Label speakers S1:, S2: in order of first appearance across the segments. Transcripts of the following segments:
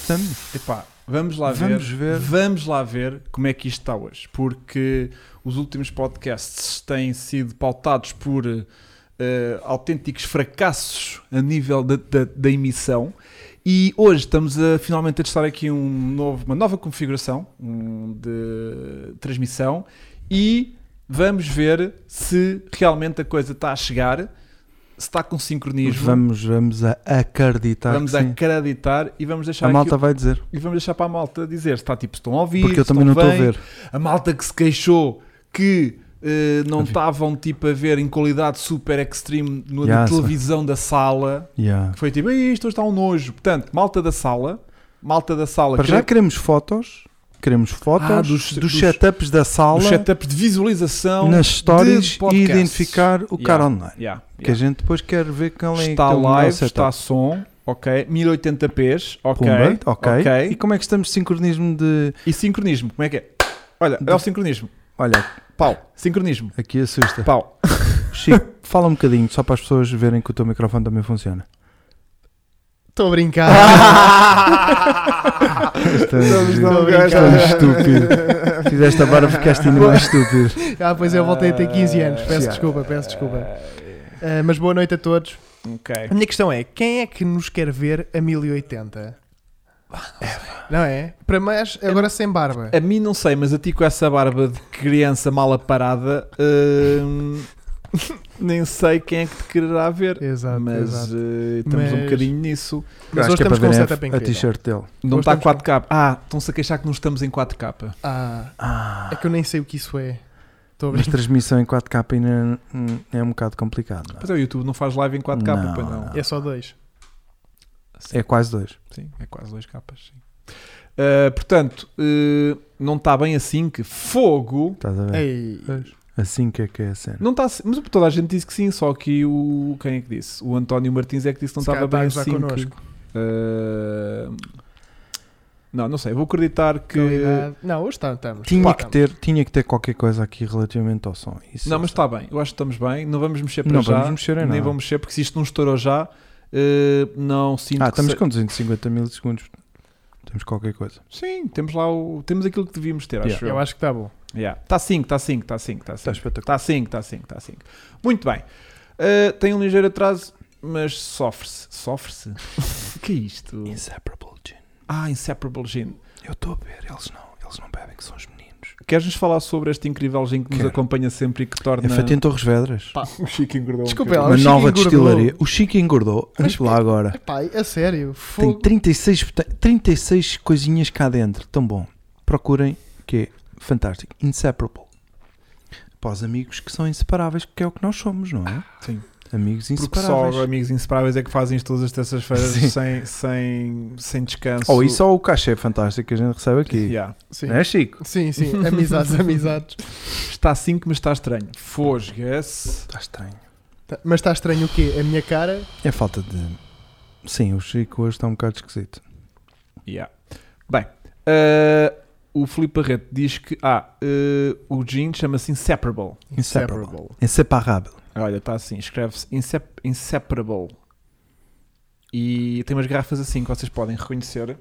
S1: estamos.
S2: Epá, vamos lá
S1: Vamos
S2: ver,
S1: ver.
S2: Vamos lá ver como é que isto está hoje. Porque os últimos podcasts têm sido pautados por eh, autênticos fracassos a nível da, da- da emissão. E hoje estamos a, finalmente a testar aqui um novo, uma nova configuração um, de transmissão e vamos ver se realmente a coisa está a chegar, se está com sincronismo.
S1: Vamos, vamos a acreditar.
S2: Vamos
S1: que sim.
S2: acreditar e vamos deixar
S1: A
S2: aqui
S1: malta vai dizer.
S2: e vamos deixar para a malta dizer se está tipo, se estão a ouvir,
S1: Porque eu
S2: se
S1: também não
S2: estão
S1: estou a
S2: bem.
S1: ver.
S2: A malta que se queixou que eh, não
S1: A ver.
S2: estavam tipo a ver em qualidade super extreme na
S1: Yeah, sim.
S2: televisão da sala.
S1: Yeah.
S2: Foi tipo, "Ei, isto hoje está um nojo. Portanto, malta da sala, malta da sala
S1: Para
S2: que- é
S1: já queremos fotos. Queremos fotos
S2: Ah, dos-
S1: dos,
S2: dos-
S1: setups da sala,
S2: dos setups de visualização.
S1: nas
S2: de
S1: stories e
S2: podcasts.
S1: identificar o
S2: Yeah.
S1: cara online.
S2: Yeah,
S1: Que a
S2: yeah.
S1: gente depois quer ver quem é
S2: Está
S1: aquele
S2: live,
S1: nosso
S2: está
S1: setup.
S2: som, ok. 1080p, ok.
S1: Pumba, ok.
S2: ok.
S1: E como é que estamos de sincronismo de.
S2: E sincronismo, como é que é? Olha,
S1: Então.
S2: é o sincronismo.
S1: Olha,
S2: Pau, sincronismo.
S1: aqui assusta.
S2: Pau.
S1: Chico, fala um bocadinho, só para as pessoas verem que o teu microfone também funciona.
S3: Estou a brincar.
S1: Estás
S3: a
S1: estúpido. Fizeste a barba, ficaste ainda mais estúpido.
S3: Ah, pois eu voltei a ter 15 anos. Peço
S1: Ah,
S3: desculpa, peço desculpa. Ah, mas boa noite a todos.
S2: Ok.
S3: A minha questão é: quem é que nos quer ver a 1080? Não é? Para mais, agora sem barba.
S2: A mim não sei, mas a ti com essa barba de criança mal aparada, hum, nem sei quem é que te quererá ver.
S3: Exato,
S2: mas
S3: exato.
S2: eh, estamos um
S3: Mas-
S2: bocadinho nisso.
S3: Mas
S1: Acho
S3: hoje
S1: que é para
S3: estamos com um
S1: verem
S3: setup
S1: a, a
S3: incrível.
S1: t-shirt dele.
S2: Não
S3: Hoje
S2: está
S3: estamos com-
S2: 4K. Ah, estão-se a queixar que não estamos em 4K.
S3: Ah,
S1: Ah,
S3: é que eu nem sei o que isso é. Estou a
S1: mas
S3: brincar.
S1: transmissão em 4K ainda hum, é um bocado complicado. não é?
S2: Pois é, o YouTube não faz live em 4K,
S1: Não,
S2: pois não.
S1: não.
S3: É só dois.
S1: É quase dois.
S2: Sim, é quase 2 capas. Sim. Eh, portanto, eh, não está bem assim que fogo.
S1: Estás a ver?
S3: Ei.
S1: Assim que é que é a cena.
S2: Não está, assim- mas toda a gente disse que sim, só que o quem é que disse? O António Martins é que disse que não
S3: Se
S2: estava
S3: calhar
S2: bem
S3: está a
S2: assim.
S3: gozar
S2: que-
S3: connosco.
S2: Uh, Não, não sei. Vou acreditar que.
S3: Qualidade. Não, hoje tá- estamos.
S1: Tinha
S3: Pá,
S1: que,
S3: estamos.
S1: ter, tinha que ter qualquer coisa aqui relativamente ao som. Isso
S2: Não,
S1: eu
S2: mas
S1: sei.
S2: está bem. Eu acho que estamos bem. Não vamos mexer para
S1: Não
S2: já.
S1: vamos mexer em
S2: Nem
S1: nada.
S2: vamos mexer, porque se isto não estourou já, uh, não sinto
S1: Ah,
S2: que
S1: estamos
S2: se-
S1: com 250 mil segundos. Temos qualquer coisa.
S2: Sim, temos lá o. Temos aquilo que devíamos ter, acho
S3: Eu
S2: eu.
S3: acho que está bom.
S2: Yeah. Está 5, está 5, está 5, está 5.
S1: espetacular.
S2: Está 5, está 5, está 5. tá Muito bem. Uh, tem um ligeiro atraso, mas sofre-se. Sofre-se? O que é isto?
S1: Inseparable Gin.
S2: Ah, Inseparable Gin.
S1: Eu estou a ver, eles não, eles não bebem, que são os meninos.
S2: Queres-nos falar sobre este incrível gin que nos
S1: Quero.
S2: acompanha sempre e que torna.
S1: É feito em Torres Vedras.
S2: O Chico engordou um
S3: Desculpa, bocadinho. Ah,
S1: Uma
S3: o Chico
S1: nova
S3: engordou.
S1: destilaria. O Chico engordou. Vamos lá agora.
S3: Epá, a sério.
S1: Tá. Tem
S3: Fogo.
S1: 36, bota- 36 coisinhas cá dentro. Tão bom. Procurem, que é fantástico. Inseparable. Para os amigos que são inseparáveis, que é o que nós somos, não é?
S2: Sim.
S1: Amigos
S2: Porque só
S1: inseparáveis.
S2: amigos inseparáveis é que fazem isto todas as terças-feiras
S1: Sim.
S2: sem, sem, sem descanso.
S1: Ou isso é ou Oh, o cachê fantástico que a gente recebe aqui.
S2: Yeah.
S3: Sim.
S1: Não é, Chico?
S3: Sim, sim. Amizades, amizades.
S2: Está 5, mas está estranho. Fosga-se.
S1: Está estranho.
S3: Tá- Mas está estranho o quê? A minha cara?
S1: É falta de. Sim, o Chico hoje está um bocado esquisito.
S2: Yeah. Bem, ah, o Filipe Barreto diz que ah, ah, o gin chama-se Inseparable.
S1: Inseparable. Inseparável.
S2: Olha, está assim, escreve-se insep- Inseparable. E tem umas garrafas assim que vocês podem reconhecer.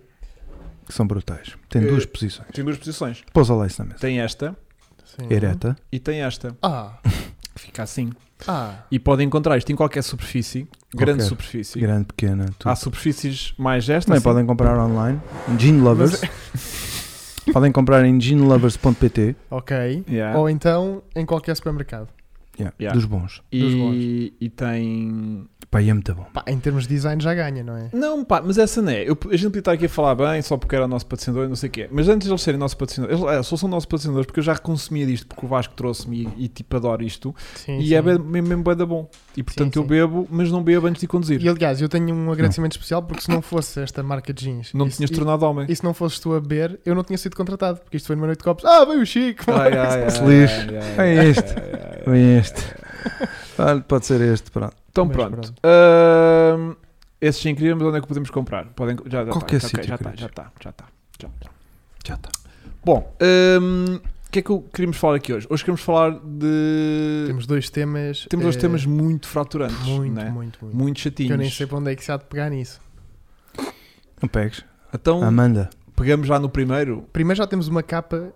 S1: Que são brutais. Tem
S2: Eh,
S1: duas posições.
S2: Tem duas posições.
S1: Pousa lá isso na mesa.
S2: Tem esta Uhum.
S3: Sim.
S1: Ereta.
S2: e tem esta.
S3: Ah,
S2: Fica assim.
S3: ah.
S2: E podem encontrar isto em qualquer superfície, grande
S1: Qualquer.
S2: superfície.
S1: Grande, pequena. tudo.
S2: Há superfícies mais esta.
S1: Também
S2: assim?
S1: podem comprar online. Gin Lovers.
S2: é-
S1: podem comprar em ginlovers.pt.
S3: Ok.
S2: Yeah.
S3: Ou então em qualquer supermercado.
S1: Yeah,
S2: Yeah.
S1: Dos bons.
S3: dos
S2: E,
S3: bons.
S2: e tem.
S1: Pá, e é muito bom.
S3: Pá, em termos de design já ganha, não é?
S2: Não, pá, mas essa não é. Eu, a gente podia estar aqui a falar bem só porque era o nosso patrocinador e não sei o quê. Mas antes de eles serem nosso patrocinador, eles é, só são nossos patrocinadores porque eu já consumia disto porque o Vasco trouxe-me e, e, tipo adoro isto.
S3: Sim,
S2: e
S3: sim.
S2: é bem- mesmo, mesmo bué da bom. E portanto eu
S3: sim.
S2: bebo, mas não bebo antes de conduzir.
S3: E aliás, eu tenho um agradecimento especial porque se não fosse esta marca de jeans
S2: não
S3: e,
S2: me
S3: se-
S2: tinhas
S3: e-
S2: tornado homem.
S3: e se não fosses tu a beber, eu não tinha sido contratado porque isto foi numa noite de copos. Ah, veio o Chico!
S2: Ai, ai, ai,
S1: Se lixe.
S2: ai, ai,
S1: É
S2: ai,
S1: este.
S2: ai, ai, ai.
S1: Bem é este. Ah, pode ser este, pronto.
S2: Então
S3: Mas
S2: pronto.
S3: pronto.
S2: Ahm, esses sim queríamos, onde é que podemos comprar? Podem, já, já tá,
S1: Qualquer
S2: já,
S1: sítio,
S2: ok, já está,
S1: queridos.
S2: já está, já está. Já está.
S1: Já
S3: tá.
S1: está.
S2: Bom, ahm, o que é que eu- queríamos falar aqui hoje? Hoje queremos falar de. Temos,
S3: Temos dois temas.
S2: dois
S3: eh,
S2: temas muito fraturantes.
S3: muito,
S2: né?
S3: muito, muito,
S2: Muito
S3: Que
S2: chatinhos.
S3: eu nem sei para onde é que se há de pegar nisso.
S1: Não pegues.
S2: Então
S1: Amanda.
S2: pegamos já no primeiro.
S3: Primeiro já temos uma capa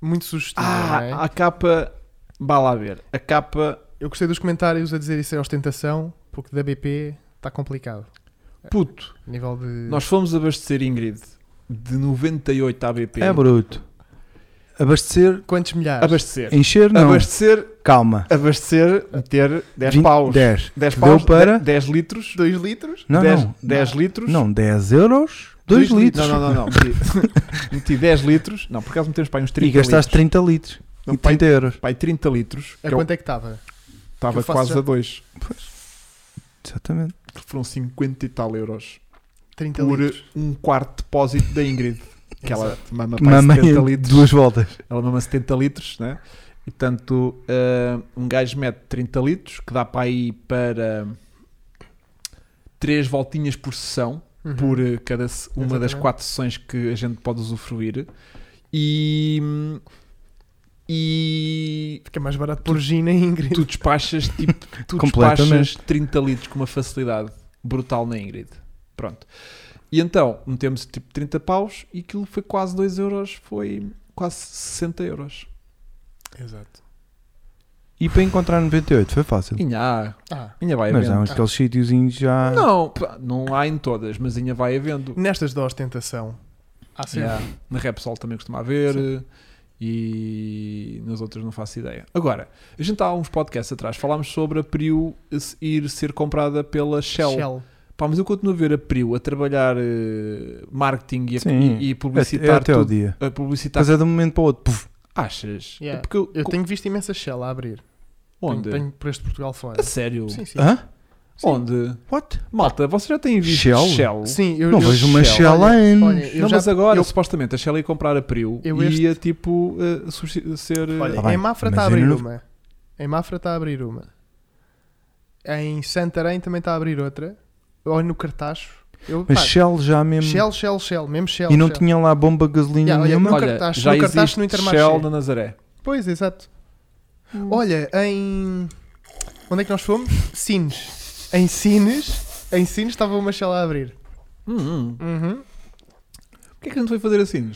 S3: muito sugestiva, não é?
S2: Ah, a capa. Vá lá ver. A capa.
S3: Eu gostei dos comentários a dizer isso é ostentação, porque da BP está complicado.
S2: Puto,
S3: A nível de.
S2: É. nós fomos abastecer Ingrid de 98 à BP.
S1: É bruto. Abastecer,
S3: Quantos milhares?
S2: abastecer.
S1: encher, não.
S2: Abastecer,
S1: Calma.
S2: abastecer, meter 10
S1: Vinte-
S2: paus.
S1: 10.
S2: 10
S1: Que
S2: paus,
S1: deu para-
S2: 10 litros.
S3: 2 litros?
S1: Não,
S2: 10,
S1: não.
S2: 10 litros.
S1: Não, 10 euros, 2
S3: Dois
S1: litros.
S2: Não, não, não. não. Meti, meti 10 litros. Não, por acaso metemos para aí uns 30
S1: E gastaste
S2: litros.
S1: 30 litros.
S2: Não,
S1: e
S2: pai-
S1: 30 euros.
S2: Para aí 30 litros.
S3: A
S2: que eu
S3: quanto é que estava? que
S2: estava
S3: eu faço
S2: quase
S3: já?
S2: a 2.
S1: Exatamente.
S2: Que foram 50 e tal euros.
S3: 30
S2: Por
S3: litros.
S2: um quarto depósito da Ingrid. Que ela mama para aí
S1: Mamãe,
S2: 70 litros.
S1: duas voltas.
S2: Ela mama 70 litros, né? E tanto ah, um gajo mete 30 litros, que dá para aí para 3 voltinhas por sessão.
S3: Uhum.
S2: por eh, cada se- uma das
S3: Exatamente.
S2: quatro sessões que a gente pode usufruir e e
S3: Fica é mais barato por Gina e Ingrid.
S2: tu despachas tipo tu despachas
S1: Completamente.
S2: 30 litros com uma facilidade brutal na Ingrid pronto e então metemos tipo 30 paus e aquilo foi quase 2 euros foi quase 60 euros
S3: Exato.
S1: E para encontrar 98 foi fácil.
S2: Inha,
S3: Ah,
S2: Inha vai
S1: Mas é um- há
S2: havendo
S1: uns aqueles sítiozinhos já.
S2: não, pá, não há em todas mas Inha vai havendo
S3: nestas da ostentação. Há sempre.
S2: Yeah. Na Repsol também costuma haver e nas outras não faço ideia. Agora, a gente há uns podcasts atrás falámos sobre a Priu se- ir ser comprada pela Shell.
S3: Shell.
S2: Pá, mas eu continuo a ver a Priu a trabalhar eh, marketing e, a-
S1: Sim.
S2: e, e
S1: É
S2: publicitar
S1: até ao
S2: tudo. Tá.
S1: dia.
S2: A publicitar.
S1: Mas é de um momento para o outro. Puf.
S2: Achas?
S3: Yeah.
S2: É Porque eu,
S3: Eu
S2: co-
S3: tenho visto imensa Shell a abrir.
S2: onde?
S3: Tenho, tenho por este Portugal fora.
S2: A sério?
S3: Sim, sim.
S1: Hã?
S3: Sim.
S2: Onde?
S1: What?
S2: Malta, vocês já têm visto
S1: Shell?
S3: Sim, eu,
S1: Não
S3: eu-
S1: vejo uma
S2: Shell.
S1: Shell há
S3: Olha,
S1: anos.
S3: olha, eu
S2: não,
S3: já-
S2: mas agora,
S3: eu-
S2: supostamente, a Shell ia comprar a Priu
S3: Eu
S2: e
S3: este-
S2: ia, tipo, eh, substi- ser... eh,
S3: Olha,
S1: Tá bem,
S3: em Mafra
S1: mas
S3: está a
S1: eu
S3: abrir
S1: não-
S3: uma. Em Mafra está a abrir uma. Em Santarém também está a abrir outra. Ou no Cartacho. Eu,
S1: Mas
S3: pá,
S1: Shell já mesmo.
S3: Shell, Shell, Shell, mesmo Shell.
S1: e não
S3: Shell.
S1: tinha lá bomba gasolina
S3: Yeah, olha,
S1: nenhuma.
S3: no cartaz-
S2: já
S3: no cartaz
S2: existe
S3: no Intermarché.
S2: Shell na Nazaré.
S3: Pois, exato. Olha, em. Onde é que nós fomos? Sines. Em Sines, em Sines estava uma Shell a abrir.
S2: Hum, hum.
S3: Uhum.
S2: Porquê é que a gente foi fazer assim?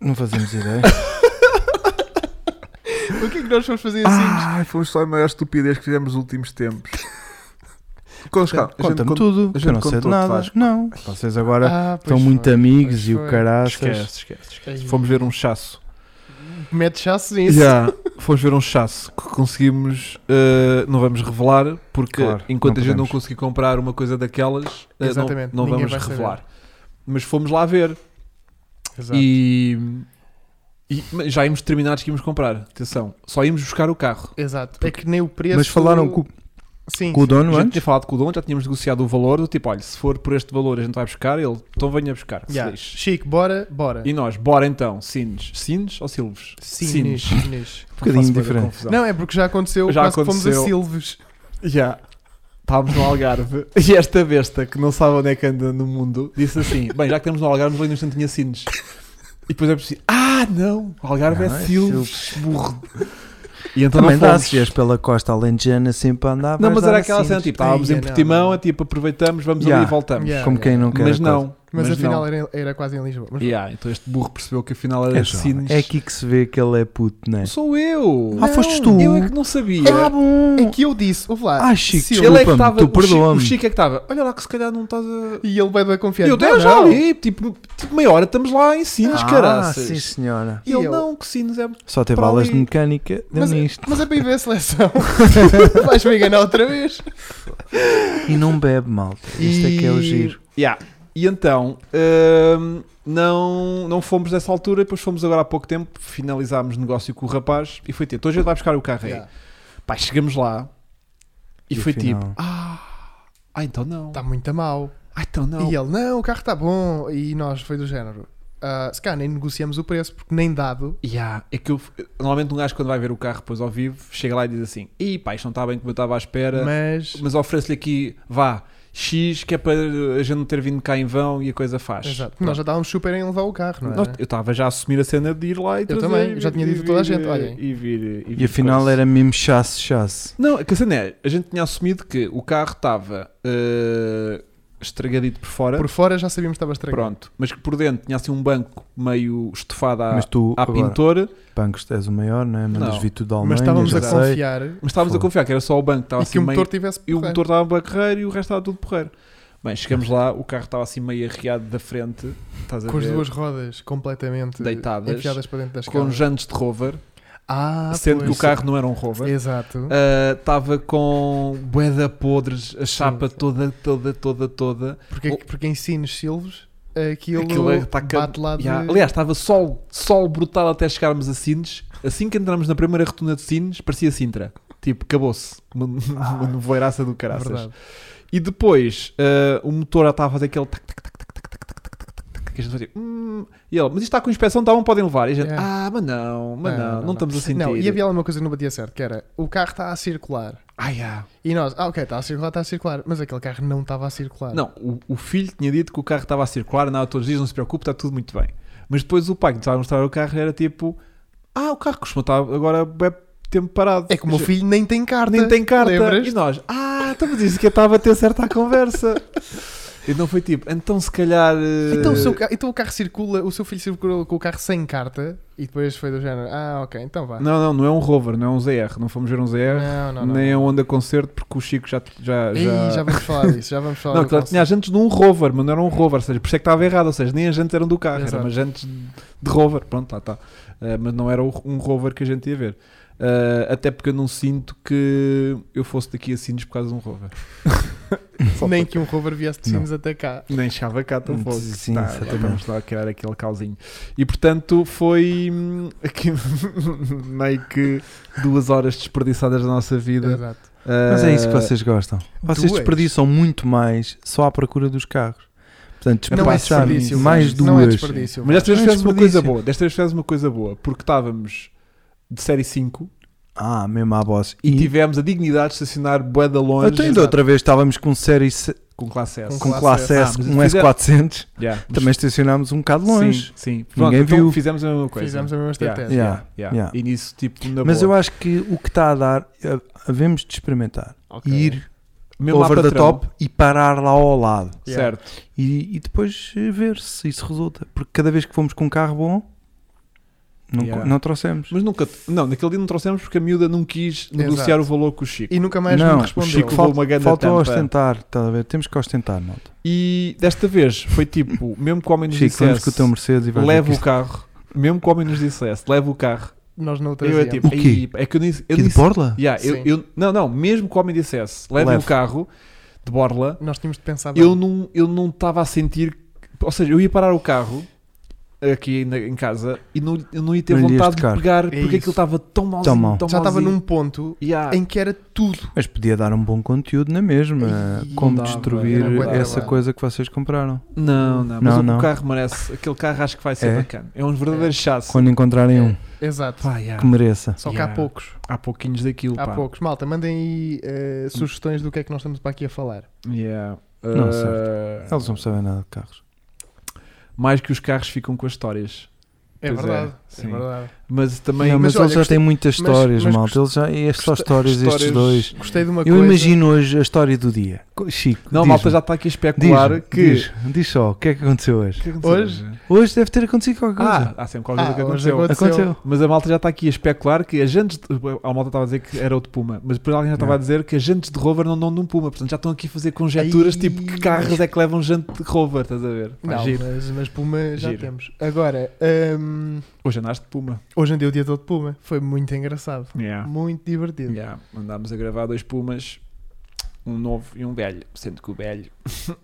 S1: Não fazemos ideia.
S3: O que é que nós fomos
S1: Ah,
S3: fazer em Sines?
S2: foi só a maior estupidez que fizemos nos últimos tempos. Conta,
S1: Conta-me tudo.
S2: a
S1: que
S2: gente
S1: eu não sei de
S2: contou-te,
S1: nada.
S2: Vasco.
S1: Não. Vocês agora
S3: Ah, pois
S1: estão muito
S3: foi,
S1: amigos
S3: pois
S1: e o
S3: foi.
S1: caraças.
S2: Esquece, esquece, esquece.
S3: Ai.
S2: Fomos ver um chasso.
S3: Mete chasse nisso.
S2: Já, fomos ver um chasso que conseguimos. eh, não vamos revelar, porque
S1: Claro,
S2: enquanto
S1: não
S2: a gente não
S1: podemos.
S2: conseguir comprar uma coisa daquelas, eh, não-
S3: Exatamente,
S2: não,
S3: ninguém
S2: vamos
S3: vai saber.
S2: revelar. Mas fomos lá ver
S3: Exato.
S2: e, e- mas já íamos determinados que íamos comprar. Atenção, só íamos buscar o carro.
S3: Exato. É que nem o preço.
S1: Mas falaram com,
S3: Sim.
S1: com o dono
S2: A gente
S1: antes?
S2: tinha falado com o dono, já tínhamos negociado o valor do tipo, olha, se for por este valor a gente vai buscar, ele, então venha buscar, que se
S3: Yeah.
S2: lixe.
S3: Chico, bora, bora.
S2: E nós, bora então, Sines. Sines ou Silves?
S3: Sines. Sines.
S1: Um bocadinho
S2: Faço bué da
S1: diferente.
S2: confusão.
S3: Não, é porque já
S2: Já
S3: aconteceu, já quase que fomos a
S2: aconteceu.
S3: Silves.
S2: Já. Estávamos no Algarve e esta besta que não sabe onde é que anda no mundo disse assim: Bem, já que estamos no Algarve, ali no instante tinha Sines. E depois é preciso: Ah, não! O Algarve
S1: Não,
S2: é
S1: é
S2: Silves, burro. E então
S1: Também
S2: não
S1: dá,
S2: fomos.
S1: se vieres pela costa alentejana sempre a andar.
S2: Não,
S1: vais
S2: mas
S1: dar
S2: era
S1: a
S2: aquela cena:
S1: Sines.
S2: tipo, estávamos
S3: Ia,
S2: em
S3: não,
S2: Portimão,
S3: não.
S2: é tipo, aproveitamos, vamos
S1: Yeah.
S2: ali e voltamos.
S3: Yeah.
S1: Como quem não quer.
S2: Mas
S1: a coisa.
S2: não.
S3: Mas,
S2: não.
S3: afinal era, era quase em Lisboa. Mas
S2: Yeah, então este burro percebeu que afinal
S1: É,
S2: era
S1: jovem.
S2: Sines.
S1: É aqui que se vê que ele é puto, não é?
S2: Sou eu!
S1: Ah, foste tu?
S2: Eu é que não sabia.
S1: Ah, bom!
S3: É que eu disse, ouve lá.
S1: Ah, Chico,
S3: Silves.
S2: ele é que
S1: desculpa-me,
S2: estava.
S1: tu
S2: o Chico-
S1: perdoa-me.
S2: O Chico é que estava. Olha lá que se calhar não estás a.
S3: E ele vai dar confiança.
S2: E eu
S3: Não,
S2: "Não, já
S3: não.
S2: ali, tipo, tipo meia hora estamos lá em Sines,
S1: ah,
S2: caraças.
S1: sim, senhora.
S2: E ele
S3: E eu?
S2: não, que Sines é.
S1: Só teve
S2: Para
S1: aulas
S2: ali.
S1: de mecânica, deu
S3: Mas,
S1: nisto.
S3: mas é para ir ver a seleção. Vais-me enganar outra vez.
S1: E não bebe, malta. Isto é que é o
S2: E-
S1: giro.
S2: Yeah. E então, hum, não, não fomos nessa altura, depois fomos agora há pouco tempo, finalizámos negócio com o rapaz e foi ter. Então a gente vai buscar o carro aí.
S3: Yeah.
S2: Pá, chegamos lá e,
S1: E
S2: foi
S1: afinal- Tá.
S2: tipo, ah, ah, então não.
S3: Está Tá muito a mal.
S2: Ah, então não.
S3: E ele, não, o carro está bom. E nós foi do género. "Ah, se calhar nem negociamos o preço, porque nem dado.
S2: Yeah, é que eu, normalmente um gajo quando vai ver o carro depois ao vivo chega lá e diz assim: Ih, pá, isto não está bem como eu estava à espera, mas,
S3: Mas.
S2: ofereço-lhe aqui, vá, X, que é para a gente não ter vindo cá em vão e a coisa faz.
S3: Exato.
S2: Pronto.
S3: Nós já estávamos super em levar o carro, não é?
S2: Nós- eu estava já a assumir a cena de ir lá e trazer
S3: também,
S2: e
S3: já
S2: vir-
S3: tinha
S2: e
S3: dito a toda a
S2: vir,
S3: gente,
S2: eh,
S3: olhem.
S2: E, vir, eh, e,
S1: E
S2: vir
S1: afinal
S2: coisa.
S1: era mesmo chasse, chasse.
S2: Não, a cena é, a gente tinha assumido que o carro estava eh, estragadito por fora.
S3: Por fora já sabíamos que estava estranho.
S2: Pronto, mas que por dentro tinha assim um banco meio estofado à,
S1: Mas tu,
S2: à
S1: agora,
S2: pintor,
S1: bancos, és o maior, não é? Mandas
S2: Ah, Não.
S1: vir tudo da Alemanha,
S3: Mas estávamos
S1: já
S3: a
S1: sei.
S3: confiar
S2: mas estávamos a
S1: Fogo.
S2: confiar que era só o banco que estava
S3: e É que
S2: assim
S3: o
S2: meio.
S3: motor tivesse
S2: E o
S3: porreiro.
S2: motor estava barreiro e o resto estava tudo porreiro. Bem, chegamos lá, o carro estava assim meio arriado da frente, estás a
S3: com as
S2: ver?
S3: duas rodas completamente
S2: Deitadas,
S3: enfiadas para dentro das
S2: com
S3: escada.
S2: jantes de rover,
S3: Ah,
S2: sendo que
S3: pois.
S2: o carro não era um rover.
S3: Exato.
S2: Ah, Estava com boeda podres, a chapa
S3: sim.
S2: toda, toda, toda, toda.
S3: Porque, porque em Sines Silves aquilo,
S2: Aquilo é- tá ca-
S3: bate lá de...
S2: Ya, Aliás, estava sol, sol brutal até chegarmos a Sines. Assim que entramos na primeira rotunda de Sines, parecia Sintra. Tipo, acabou-se. Uma, uma nevoeiraça do caraças.
S3: Ah, Verdade.
S2: E depois ah, o motor já estava a fazer aquele tac, tac, tac, tac, tac, tac, tac, tac, tac, tac, tac, que a gente fazia, "Hum." E ele, mas isto está com inspeção, tá bom, podem levar. E a gente,
S3: É.
S2: ah, mas não, mas
S3: Não,
S2: não, não,
S3: não, não.
S2: estamos a sentir.
S3: Não, e havia lá uma coisa que não batia certo, que era o carro está a circular.
S2: Ai, ah.
S3: E nós, ah, ok, está a circular, está a circular. Mas aquele carro não estava a circular.
S2: Não, o, o filho tinha dito que o carro estava a circular, nada todos os dias, não se preocupe, está tudo muito bem. Mas depois o pai que nos estava a mostrar o carro era tipo, ah, o carro costuma estar agora bem tempo parado.
S3: É que o meu filho nem tem carta.
S2: nem tem carta.
S3: lembras-te?
S2: E nós, ah, então mas isso que eu estava a ter certa conversa. e não foi tipo, então se calhar. eh,
S3: Então o, seu ca- então o carro circula, o seu filho circula com o carro sem carta e depois foi do género, ah, ok, então vá.
S2: Não, não, não é um Rover, não é um ZR. Não fomos ver um ZR,
S3: não, não. não.
S2: nem é um Honda Concerto, porque o Chico já. já,
S3: Ei,
S2: já...
S3: já vamos falar disso, já vamos falar
S2: Não,
S3: do
S2: claro, tinha as jantes de um Rover, mas não era um Rover, ou seja, por isso é que estava errado, ou seja, nem as jantes eram do carro, eram
S3: Exato.
S2: as jantes de Rover, pronto, lá está. Eh, mas não era o- um Rover que a gente ia ver. Eh, até porque eu não sinto que eu fosse daqui a Sines por causa de um Rover.
S3: conceito. Nem que um rover viesse de Sines até cá.
S2: Nem chava cá tão fogo.
S1: Hum, Sim,
S2: Tá,
S1: exatamente.
S2: vamos lá criar aquele calzinho. E portanto foi hum, aqui, meio que duas horas desperdiçadas da nossa vida. Eh,
S3: Exato.
S1: Mas é
S2: Ah,
S1: isso que vocês gostam. Vocês
S3: duas.
S1: desperdiçam muito mais só à procura dos carros. Portanto,
S3: Não é
S1: desperdiçar
S3: desperdício.
S1: mais
S3: Vasco, Não é
S1: duas.
S3: desperdício.
S2: Mas desta vez
S1: Não é
S2: fizemos uma coisa
S1: desperdício.
S2: boa. Desta vez fizemos uma coisa boa, porque estávamos de série 5
S1: ah, mesmo à
S2: e,
S1: boss.
S2: tipo,
S1: E,
S2: tivemos a dignidade de estacionar bué de longe
S1: até ainda outra vez estávamos com série C-
S2: com classe S.
S1: com
S3: Classe
S1: classe
S3: S.
S1: S,
S2: Ah, mas
S1: um
S2: fizer-
S1: S400.
S2: Yeah.
S1: Também estacionámos um bocado longe.
S2: Sim, sim. Pronto,
S1: Ninguém
S2: então
S1: viu.
S2: Fizemos a mesma coisa.
S3: Fizemos a mesma
S2: Yeah.
S3: estratégia.
S1: Yeah.
S2: Yeah.
S1: Yeah.
S2: E nisso, tipo, na
S1: Mas eu
S2: boa.
S1: acho que o que está a dar, eh, havemos de experimentar.
S3: Ok.
S1: Ir
S2: Mesmo lá
S1: over
S2: para
S1: the
S2: trama.
S1: top e parar lá ao lado.
S3: Yeah.
S2: Certo.
S1: E, e depois eh, ver se isso resulta. Porque cada vez que fomos com um carro bom, não,
S2: Yeah.
S1: não trouxemos.
S2: Mas nunca. Não, naquele dia não trouxemos porque a miúda não quis negociar o valor com o Chico.
S3: E nunca mais
S1: Não,
S3: me
S1: o
S3: respondeu.
S2: Chico levou uma grande
S1: Faltou
S2: tampa.
S1: ostentar, tá a ver? Temos que ostentar, malta.
S2: E desta vez foi tipo, mesmo que o homem nos
S1: Chico, vamos com o
S2: dissesse,
S1: teu Mercedes e vais
S2: leva
S1: ver
S2: o
S1: que
S2: carro, mesmo que o homem nos dissesse, leva o carro,
S3: Nós não o
S2: eu é
S3: trazíamos.
S2: tipo,
S1: O quê?
S2: "Ei, é que eu nem, eu
S1: isto-
S2: nem
S1: Que de borla?
S2: Yeah, eu,
S3: Sim.
S2: eu- não, não, mesmo que o homem dissesse, levem
S1: Leve.
S2: o carro de borla,
S3: Nós tínhamos de pensar bem.
S2: eu não eu não estava a sentir, que- ou seja, eu ia parar o carro aqui na- em casa e não, eu não ia ter
S1: Não lhe ias
S2: vontade de
S1: tocar.
S2: pegar
S3: É
S2: porque
S3: isso.
S2: aquilo estava tão mal
S1: Tão mau.
S3: Já estava num ponto em que era tudo.
S1: Mas podia dar um bom conteúdo na mesma.
S3: Ih,
S1: como
S2: não dava,
S1: destruir
S3: era bué trabalho.
S1: essa coisa que vocês compraram.
S2: Não, não, mas
S1: Não,
S2: o,
S1: não.
S2: o carro merece, aquele carro acho que vai ser
S1: É?
S2: bacana. É um verdadeiro chasse.
S1: Quando encontrarem um
S3: É, Exato.
S2: Pá, yeah.
S1: que mereça.
S3: Só que
S2: Yeah.
S3: há poucos.
S2: Há pouquinhos daquilo,
S3: Há
S2: pá.
S3: poucos. Malta, mandem aí eh, sugestões do que é que nós estamos para aqui a falar.
S2: Yeah.
S1: Não,
S2: Uh,
S1: Eles não sabem nada de carros.
S2: mais que os carros ficam com as histórias.
S3: É
S2: Pois é,
S3: verdade. É,
S2: sim.
S3: verdade.
S2: Mas também
S1: Não, mas,
S3: mas
S1: eles
S3: olha,
S1: já
S3: gostei-
S1: têm muitas
S3: mas-
S1: histórias,
S3: mas
S1: malta. Eles já, é só
S2: gosta-
S1: histórias, estes dois.
S3: Gostei de uma
S1: Eu
S3: coisa.
S1: imagino hoje a história do dia. Co- Chico.
S2: Não, a
S1: diz-me.
S2: malta já está aqui a
S1: diz,
S2: especular que.
S1: diz, diz só, o que é que aconteceu hoje?
S2: O que aconteceu
S3: Hoje?
S1: Hoje deve ter acontecido qualquer
S2: Ah,
S1: coisa.
S2: há sempre qualquer coisa que
S3: Ah, hoje
S2: aconteceu.
S3: aconteceu.
S1: aconteceu.
S2: Mas a malta já está aqui a especular que agentes. De... A malta estava a dizer que era o de Puma, mas depois alguém já estava
S1: Não.
S2: a dizer que agentes de Rover não dão de um Puma. Portanto, já estão aqui a fazer conjecturas
S3: Ai.
S2: tipo que carros é que levam gente de Rover, estás a ver? Pá,
S3: Não,
S2: giro.
S3: mas, mas Puma já
S2: Giro.
S3: temos. Agora, hum,
S2: Hoje andaste de Puma.
S3: hoje andei o dia todo de Puma. Foi muito engraçado. Muito divertido.
S2: Ah. Yeah, Andámos a gravar dois Pumas, um novo e um velho. Sendo que o velho.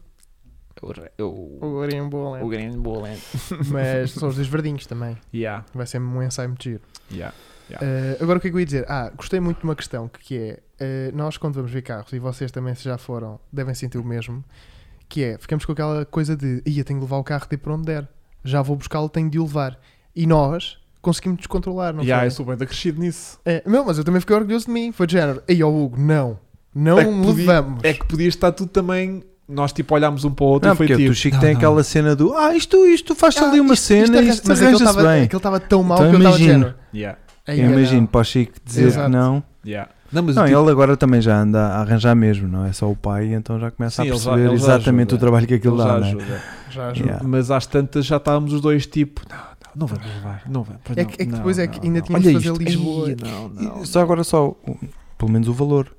S2: é o re- é o,
S3: Agora em boa
S2: o grande bolan.
S3: um Mas são os dois verdinhos também.
S2: Yeah,
S3: Vai ser um ensaio muito giro.
S2: yeah.
S3: Eh, agora o que é que eu ia dizer? Ah, gostei muito de uma questão que, que é: eh, nós quando vamos ver carros, e vocês também se já foram, devem sentir o mesmo, que é, ficamos com aquela coisa de ia, tenho de levar o carro de ir para onde der, já vou buscá-lo, tenho de o levar. E nós conseguimos descontrolar, não
S2: Yeah,
S3: foi?
S2: eu sou bem da crescido nisso.
S3: Eh, não, mas eu também fiquei orgulhoso de mim. Foi de género, ei, ó Hugo, não, não
S2: É que podia-
S3: levamos.
S2: É que podia estar tudo também. Nós tipo olhámos um para o outro
S1: Não,
S2: e foi
S1: porque
S2: tipo.
S1: o Chico tem aquela cena do ah, isto, isto faz
S3: Ah,
S1: ali uma
S3: isto- isto
S1: cena
S3: arran-
S1: e isto
S3: mas é aquele
S1: arranja-se
S3: estava-
S1: bem.
S3: Aquele estava tão mal
S1: Então
S3: que eu estava de
S1: imagino.
S3: género.
S2: Yeah,
S3: "Ei,
S1: Eu
S3: não."
S1: imagino para o Chico dizer
S3: Exato.
S1: que não.
S2: yeah. Não, mas tipo
S1: Não,
S2: eu tive-
S1: ele agora também já anda a arranjar mesmo, não é só o pai, então já
S2: Sim,
S1: começa a
S2: ele já-
S1: perceber
S2: ele já
S1: exatamente
S2: ajuda.
S1: o trabalho que aquilo
S2: ele já
S1: dá, não é?
S2: ajuda.
S3: Já ajuda.
S1: Yeah.
S2: Mas às tantas já estávamos os dois tipo, não, não, não vamos levar, não vamos. pois
S3: É
S2: não,
S3: que- é que
S2: não,
S3: depois é que
S2: não,
S3: ainda
S2: não.
S3: tínhamos
S2: Olha
S3: de fazer
S2: isto,
S3: Lisboa.
S2: ei, Não, não,
S1: E Só
S2: não.
S1: agora só, o- pelo menos o valor.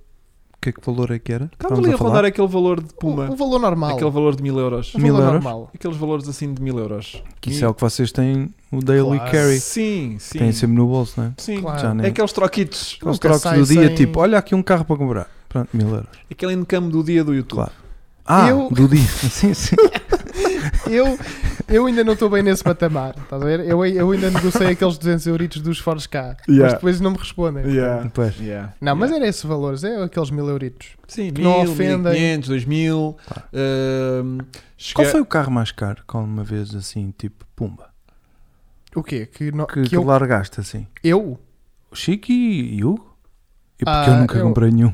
S1: Que, que valor é que era? que
S2: Estava
S1: estávamos
S2: ali a
S1: falar?
S2: rondar aquele valor de Puma,
S3: O, o valor normal.
S2: aquele valor de mil euros.
S3: O
S1: Mil
S3: valor
S1: euros?
S3: normal.
S2: Aqueles valores assim de mil euros.
S1: Que isso é o que é, vocês têm, o Daily
S3: Claro.
S1: Carry.
S2: Sim, sim.
S1: Têm sempre no bolso, não é?
S2: sim.
S3: Claro.
S1: Já nem-
S2: É aqueles troquitos.
S1: Os
S3: nunca
S1: trocos
S3: sai
S1: do dia,
S3: sem-
S1: tipo, olha aqui um carro para comprar. Pronto, mil euros.
S2: Aquele encamo do dia do YouTube.
S1: Claro. Ah,
S3: Eu-
S1: do dia. sim, sim.
S3: Eu, eu ainda não estou bem nesse patamar. Estás a ver? Eu, eu ainda negociei aqueles 200 euritos dos Foros K. Mas
S2: Yeah.
S3: depois não me respondem.
S2: Yeah.
S1: Pois.
S2: Yeah.
S3: Não, mas
S2: Yeah.
S3: era esses valores, é aqueles mil euritos.
S2: Sim,
S3: que
S2: mil,
S3: não
S2: não
S3: ofendem.
S2: 1500, 2000.
S1: Claro.
S2: ehm,
S1: Qual
S3: é-
S2: cheguei-
S1: foi o carro mais caro que alguma vez assim, tipo, pumba?
S3: O quê? Que, no,
S1: Que,
S3: que
S1: que
S3: eu,
S1: largaste assim?
S3: eu?
S1: O Chico e e Hugo? E porque
S3: Ah,
S1: eu nunca
S3: eu- Eh,
S1: comprei nenhum.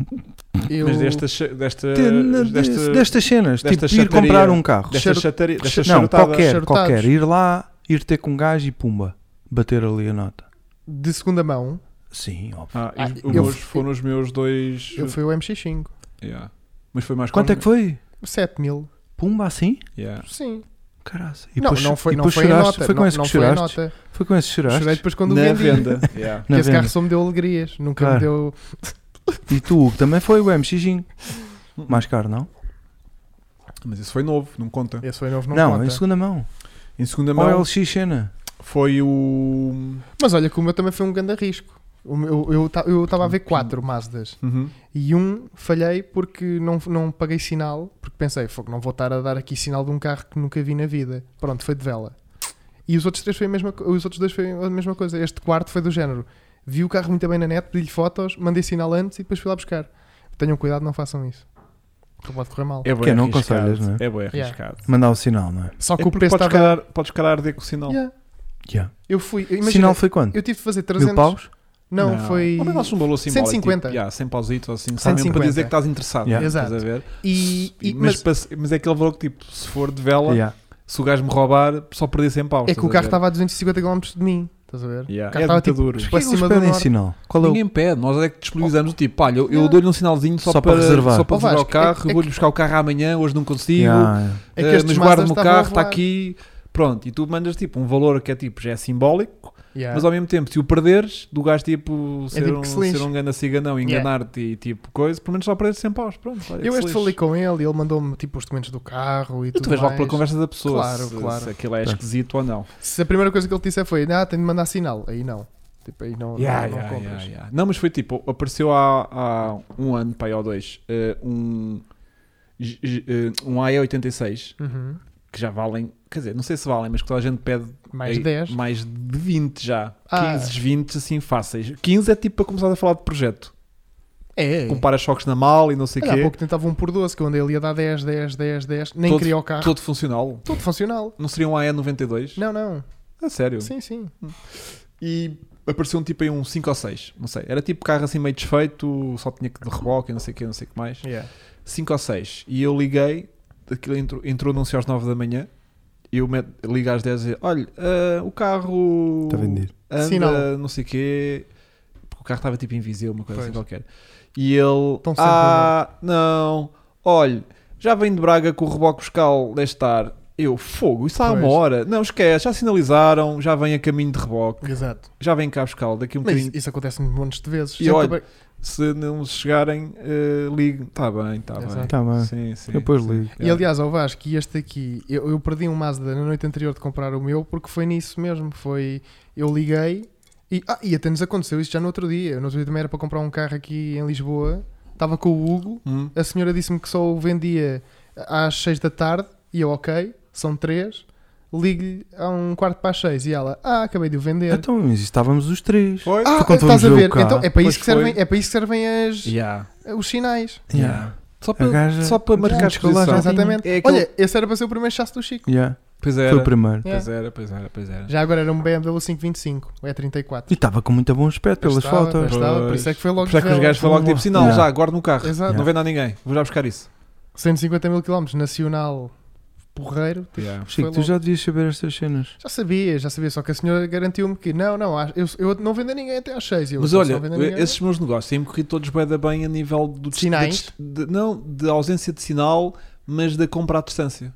S3: Eu.
S2: Mas desta, che- desta,
S1: Tem-
S2: desta,
S1: destas cenas,
S2: desta
S1: tipo, ir
S2: chataria,
S1: comprar um carro.
S2: desta
S3: Cheiro-
S2: chataria, desta
S1: não,
S2: charutada.
S1: qualquer,
S3: charutados.
S1: qualquer. Ir lá, ir ter com um gajo e pumba, bater ali a nota.
S3: De segunda mão,
S1: Sim, óbvio.
S2: Ah, e
S3: Ah,
S2: os
S3: eu-
S2: meus- foram os meus dois.
S3: eu fui o MX5.
S2: Yeah. Mas foi mais
S1: Quanto é que foi?
S3: 7 mil.
S1: Pumba assim?
S2: Yeah.
S3: Sim.
S1: Caraca.
S3: não, não foi,
S1: e
S3: não
S1: depois
S3: foi a
S1: choraste?
S3: nota.
S1: Foi com
S3: não,
S1: esse
S3: não
S1: que
S3: foi a
S1: choraste?
S3: nota.
S1: Foi com esse que choraste?
S3: Chorei depois quando o
S2: Na
S3: vendi.
S2: venda. yeah.
S3: Porque
S1: Na
S3: esse
S1: venda.
S3: carro só me deu alegrias. Nunca
S1: Claro.
S3: me deu.
S1: E tu, Hugo, também foi o MX5. Mais caro, não?
S2: Mas isso foi novo, não conta.
S3: Esse foi novo, não,
S1: Não,
S3: conta. um-
S1: em segunda mão.
S2: Em segunda
S3: é
S1: Ou
S2: mão
S1: LX cena.
S2: foi o.
S3: Mas olha que o meu também foi um grande risco. O meu- Eu estava eu, tava a ver quatro Mazdas.
S2: Uhum.
S3: E um falhei porque não, não paguei sinal. Porque pensei, fogo, não vou estar a dar aqui sinal de um carro que nunca vi na vida. Pronto, foi de vela. E os outros três foi a mesma co- Os outros dois foi a mesma coisa. Este quarto foi do género. Vi o carro muito bem na net, pedi-lhe fotos, mandei sinal antes e depois fui lá buscar. Tenham cuidado, não façam isso. Porque pode correr mal.
S2: É bem
S1: Que não
S2: arriscado.
S1: aconselhas, não é?
S2: É bem
S3: Yeah.
S2: arriscado.
S1: Mandar o sinal, não é?
S3: Só que
S2: É
S3: o
S2: porque
S3: preço
S2: podes,
S3: estava.
S2: calar, podes calar a ver com o sinal.
S3: Yeah.
S1: Yeah.
S3: Eu fui. eu-
S1: O
S3: Imagina,
S1: sinal foi quanto?
S3: eu tive de fazer
S1: Mil
S3: 300.
S1: paus?
S3: Não, foi.
S2: Ao menos um valor simbólico.
S3: 150.
S2: Tipo, yeah, 100 pausitos ou assim. Só mesmo para
S3: 150.
S2: dizer que estás interessado.
S1: Yeah.
S2: Estás
S3: Exato.
S2: a ver?
S3: E, e-
S2: mas,
S3: mas
S2: passe- mas é aquele valor que, tipo, se for de vela,
S1: Yeah.
S2: se o gajo me roubar, só perdi 100 paus.
S3: é que o carro estava a 250 km de mim. Estás a ver?
S2: Yeah.
S3: o carro
S2: É
S3: estava
S2: muito
S3: tipo,
S2: duro.
S1: Por
S3: para
S1: que eles
S3: cima do
S1: pedem
S3: norte.
S1: sinal? Qual é o...
S2: Ninguém pede, nós é que disponibilizamos o tipo, olha, eu, eu
S3: Yeah.
S2: dou-lhe um sinalzinho só,
S1: Só para
S2: para,
S1: reservar.
S2: só para
S3: Oh,
S2: reservar
S3: Vasco,
S2: o carro,
S3: é-
S2: eu
S3: é
S2: vou-lhe
S3: que-
S2: buscar o carro amanhã, hoje não consigo,
S1: Yeah, yeah.
S3: É
S2: eh,
S3: que estes
S2: mas guarda-me o
S3: Mazdas estavam a
S2: carro, está
S3: voar.
S2: aqui, pronto, e tu mandas tipo um valor que é tipo, já é simbólico,
S3: Yeah.
S2: mas ao mesmo tempo, se o perderes, do gajo
S1: É
S2: tipo ser,
S3: tipo
S2: um,
S3: que se lixe.
S2: ser um ganda ciganão, e
S3: Yeah.
S2: enganar-te e tipo coisa, pelo menos só perdes 100 paus, pronto. olha, que
S3: Eu
S2: se
S3: este
S2: lixe.
S3: falei com ele e ele mandou-me tipo os documentos do carro e
S2: E
S3: tudo
S2: tu vês logo
S3: mais.
S2: pela conversa da pessoa
S3: Claro,
S2: se,
S3: claro.
S2: se aquilo é
S1: Tá.
S2: esquisito ou não.
S3: Se a primeira coisa que ele disse foi, ah, tenho de mandar sinal, aí não. Tipo, aí não,
S2: Yeah,
S3: não,
S2: yeah,
S3: compras.
S2: yeah, yeah. Não, mas foi tipo, apareceu há, há um ano, pai, ou dois, eh, um, G- G- eh, um AE86,
S3: Uhum.
S2: que já valem, quer dizer, não sei se valem, mas que toda a gente pede
S3: Mais
S2: eh,
S3: 10.
S2: mais de 20 já.
S3: Ah.
S2: 15, 20, assim, fáceis. 15 é tipo para começar a falar de projeto.
S3: É.
S2: Com para-choques na mala e não sei o
S3: Olha, há
S2: quê.
S3: pouco tentava um por 12, que eu andei ali a dar 10, 10, 10, 10. Nem
S2: Todo-
S3: queria o carro. Todo,
S2: Todo funcional.
S3: funcional.
S2: Não seria um AE92?
S3: Ah. Não, não.
S2: A É sério.
S3: Sim, sim.
S2: E apareceu um tipo aí um 5 ou 6, não sei. Era tipo carro assim meio desfeito, só tinha que de reboque, não sei o quê, não sei o que mais. 5 ou 6. E eu liguei, aquilo entrou, entrou anúncio às 9 da manhã. E eu met- ligo às 10 e dizer: Olha, ah, o carro.
S1: Está vendido.
S2: Anda,
S3: Sinal.
S2: não sei o quê. Porque o carro estava tipo invisível, uma coisa assim
S3: Pois.
S2: qualquer. E ele.
S3: Estão sempre
S2: Ah, não. Olha, já vem de Braga com o reboque fiscal deste estar. Eu, fogo, isso há uma
S3: Pois.
S2: hora. Não, esquece, já sinalizaram, já vem a caminho de reboque.
S3: Exato.
S2: Já vem cá fiscal, daqui a um
S3: Mas
S2: bocadinho.
S3: isso, isso acontece montes de vezes.
S2: E
S3: Sempre
S2: olha-
S3: bem-
S2: Se não chegarem, eh, ligo. Está bem, está bem.
S3: Exato.
S1: Tá bem.
S2: Sim, sim.
S1: Depois
S2: sim.
S1: ligo.
S3: E aliás, ao Vasco, e este aqui, eu, eu perdi um Mazda na noite anterior de comprar o meu porque foi nisso mesmo. Foi. Eu liguei e, ah, e até nos aconteceu isso já no outro dia. No outro dia também era para comprar um carro aqui em Lisboa. Estava com o Hugo.
S2: Hum.
S3: A senhora disse-me que só o vendia às 6 da tarde e eu, ok, são 3. Ligo-lhe a um quarto para as 6 e ela, ah, acabei de o vender.
S1: Então, mas estávamos os três.
S2: Foi?
S3: Ah,
S1: quando
S3: estás
S1: fomos
S3: a
S1: ver o
S3: ver?
S1: carro,
S3: Então é para,
S2: pois
S3: isso que servem,
S2: foi.
S3: é para isso que servem as-
S2: Yeah.
S3: os sinais.
S1: Yeah.
S2: Só
S1: A gaja-
S2: para, só para marcar a
S1: Antes que lá já
S2: exposição.
S1: tinha-
S3: Exatamente.
S2: É aquele-
S3: Olha, esse era para ser o primeiro chasse do Chico.
S1: Yeah,
S2: Pois
S1: Foi
S2: era.
S1: o primeiro.
S3: Yeah.
S2: Pois era, pois era, pois era.
S3: Já agora era um BMW 525, é 34.
S1: E estava com muito bom aspecto pelas
S3: Estava,
S1: fotos.
S3: estava, por
S2: Pois.
S3: isso é que foi logo
S2: Por isso é que os
S3: de
S2: gajos
S3: vela.
S2: falaram que tipo sinal,
S1: Yeah.
S2: já, guarda no carro.
S3: Exato.
S2: Não vendo a ninguém, vou já buscar isso.
S3: 150 mil quilómetros, nacional, porreiro. tipo,
S2: Yeah.
S3: foi
S1: Chico, tu
S3: logo.
S1: já devias saber estas cenas.
S3: Já sabia, já sabia, só que a senhora garantiu-me que não, não, acho- eu, eu não vendo a ninguém até às 6. Eu,
S2: Mas
S3: não
S2: olha,
S3: vou vender a ninguém.
S2: esses meus negócios têm-me corrido todos bem, da bem a nível do
S3: De sinais?
S2: de- de- não, de ausência de sinal, mas da compra à distância.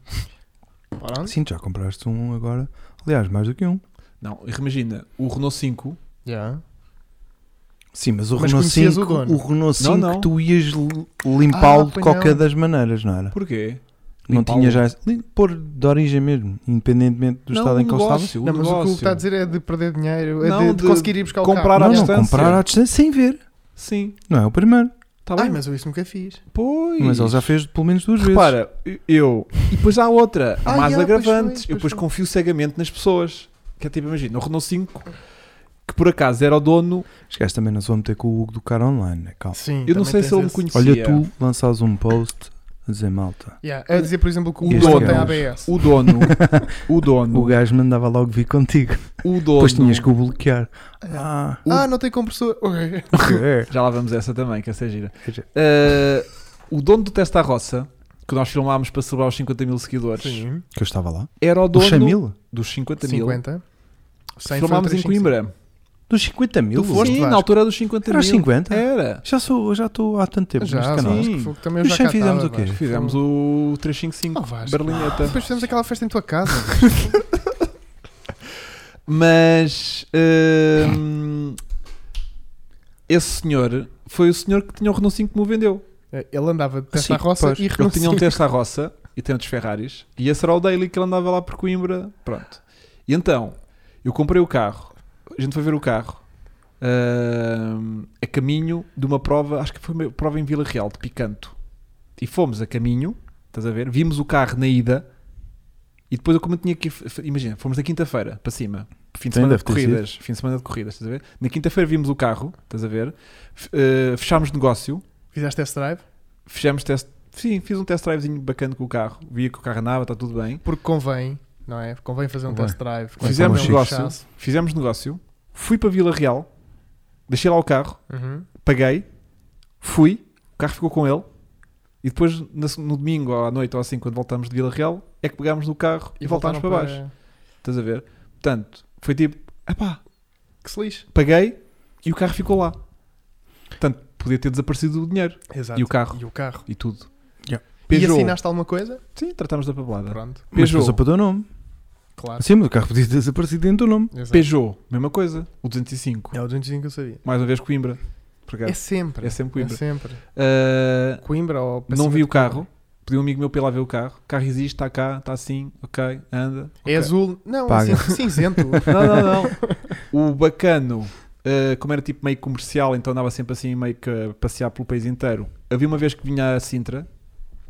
S3: Pronto.
S1: Sim, já compraste um agora. Aliás, mais do que um.
S2: Não, imagina, o Renault 5,
S3: Yeah.
S1: Sim, mas o
S3: Mas
S1: Renault
S3: conhecias
S1: 5,
S3: o dono?
S1: o Renault
S2: Não,
S1: 5
S2: não.
S1: tu ias l- limpá-lo
S3: Ah,
S1: de
S3: pois
S1: qualquer
S3: não.
S1: das maneiras, não era?
S2: porquê?
S1: Não
S2: Limpá-lo?
S1: tinha já. esse- li- Pôr de origem mesmo, independentemente do
S2: Não,
S1: estado
S2: o
S1: em que ele estava.
S2: negócio,
S3: Não, mas o que
S2: negócio.
S3: ele está a dizer é de perder dinheiro, é
S2: Não,
S3: de, de
S2: de
S3: conseguir ir buscar
S2: comprar
S3: o carro.
S2: à
S1: Não, não,
S2: distância.
S1: comprar à distância sem ver.
S2: Sim,
S1: Não é o primeiro.
S2: está bem.
S3: Ai, mas eu isso nunca fiz.
S2: Pois.
S1: Mas ele já fez pelo menos duas vezes.
S2: Repara, eu. E depois há outra, há
S3: Ah,
S2: mais
S3: yeah,
S2: agravante.
S3: pois foi,
S2: eu
S3: pois
S2: depois
S3: foi.
S2: confio cegamente nas pessoas. Que é tipo, imagina, o Renault 5, que por acaso era o dono,
S1: Os gajos também não se vão meter com o Hugo do cara online, né? Calma.
S3: Sim,
S2: eu não
S3: também
S2: sei se é.
S3: tens
S2: ele me
S3: esse.
S2: conhecia.
S1: Olha, tu lanças um post a dizer malta.
S3: Yeah, A dizer, por exemplo, que o
S2: Este
S3: dono
S2: gajo.
S3: tem ABS.
S2: O dono, o dono,
S1: O gajo mandava logo vir contigo.
S2: o dono.
S1: Depois tinhas que o bloquear. Ah,
S3: Ah, não tem compressor. Ok.
S1: ok.
S2: Já lá vamos essa também, que essa é gira. Uh, o dono do teste à roça, que nós filmámos para celebrar os 50 mil seguidores,
S3: Sim.
S1: que eu estava lá.
S2: era o
S1: Dos 100
S2: dono
S1: mil?
S2: dos 50 mil.
S3: 50. 100 foi
S2: Filmámos em
S3: 355.
S2: Coimbra.
S1: Dos 50 mil?
S2: Tu foste
S3: Sim,
S2: na
S3: Vasco.
S2: altura dos 50
S1: Era
S2: mil.
S1: os 50?
S2: Era.
S1: Já sou, já estou há tanto
S2: Tipo,
S1: tempo
S3: Já,
S1: neste
S2: sim.
S1: canal.
S3: sim. Fogo, também eu
S1: Mas
S3: já
S1: sem
S3: cá
S1: fizemos
S3: estava,
S1: o quê?
S3: Vasco.
S2: Fizemos o 355
S3: Oh, Vasco.
S2: Berlineta.
S3: Depois fizemos aquela festa em tua casa.
S2: Mas hum, esse senhor foi o senhor que tinha o Renault 5 que me o vendeu.
S3: Eh, Ele andava de testa
S1: Sim,
S3: à roça
S1: pois.
S3: e
S2: Ele tinha um
S3: renunciou.
S2: teste à roça e tem outros Ferraris. E esse era o daily que ele andava lá por Coimbra. Pronto. E então, eu comprei o carro. A gente foi ver o carro. hum, a caminho de uma prova, acho que foi uma prova em Vila Real, de Picanto. E fomos a caminho, estás a ver? Vimos o carro na ida. E depois eu como eu tinha que. Imagina, fomos na quinta-feira para cima. Fim de
S1: Sim,
S2: semana
S1: deve
S2: de
S1: ter sido.
S2: corridas. Fim de semana de corridas, estás a ver? Na quinta-feira vimos o carro, estás a ver? F- eh, fechámos negócio
S3: Fizeste test drive?
S2: fechamos teste. Sim, fiz um test drivezinho bacana com o carro. Via que o carro andava, está tudo bem.
S3: Porque convém, não é? Convém fazer um
S1: Convém.
S3: test drive. Quando
S2: Fizemos
S3: também é um
S2: negócio.
S3: chasso.
S2: Fizemos negócio. Fui para Vila Real. Deixei lá o carro.
S3: Uhum.
S2: Paguei. Fui. O carro ficou com ele. E depois, na se- no domingo ou à noite ou assim, quando voltámos de Vila Real, é que pegámos no carro e, voltámos para,
S3: voltaram
S2: baixo. Estás a ver? Portanto, foi tipo, epá,
S3: Que se lixe.
S2: paguei e o carro ficou lá. Portanto, podia ter desaparecido o dinheiro
S3: Exato.
S2: E o carro?
S3: E o carro.
S2: e tudo.
S1: Yeah.
S2: Peugeot.
S3: E assinaste alguma coisa?
S2: Sim, tratámos da papelada.
S3: Pronto,
S1: Mas
S2: Peugeot. Ah.
S1: passou para o teu nome.
S3: claro.
S1: Sim, mas o carro podia ter desaparecido dentro do nome.
S3: Exato.
S2: Assim, Peugeot, mesma coisa. O 205.
S3: É o 205 que eu sabia.
S2: Mais uma vez Coimbra. Por
S3: É
S2: acaso.
S3: sempre.
S2: É sempre
S3: É
S2: Coimbra.
S3: sempre.
S2: Ah,
S3: Coimbra ou para
S2: não
S3: cima
S2: vi
S3: de
S2: o carro. Pedi um amigo meu para ir lá ver o carro. O carro existe, está cá, está assim, ok, anda.
S3: É azul. Não,
S1: Paga.
S3: é cinz- cinzento.
S2: Não, não, não. o bacano, ah, como era tipo meio comercial, então andava sempre assim meio que a passear pelo país inteiro. Havia uma vez que vinha a Sintra,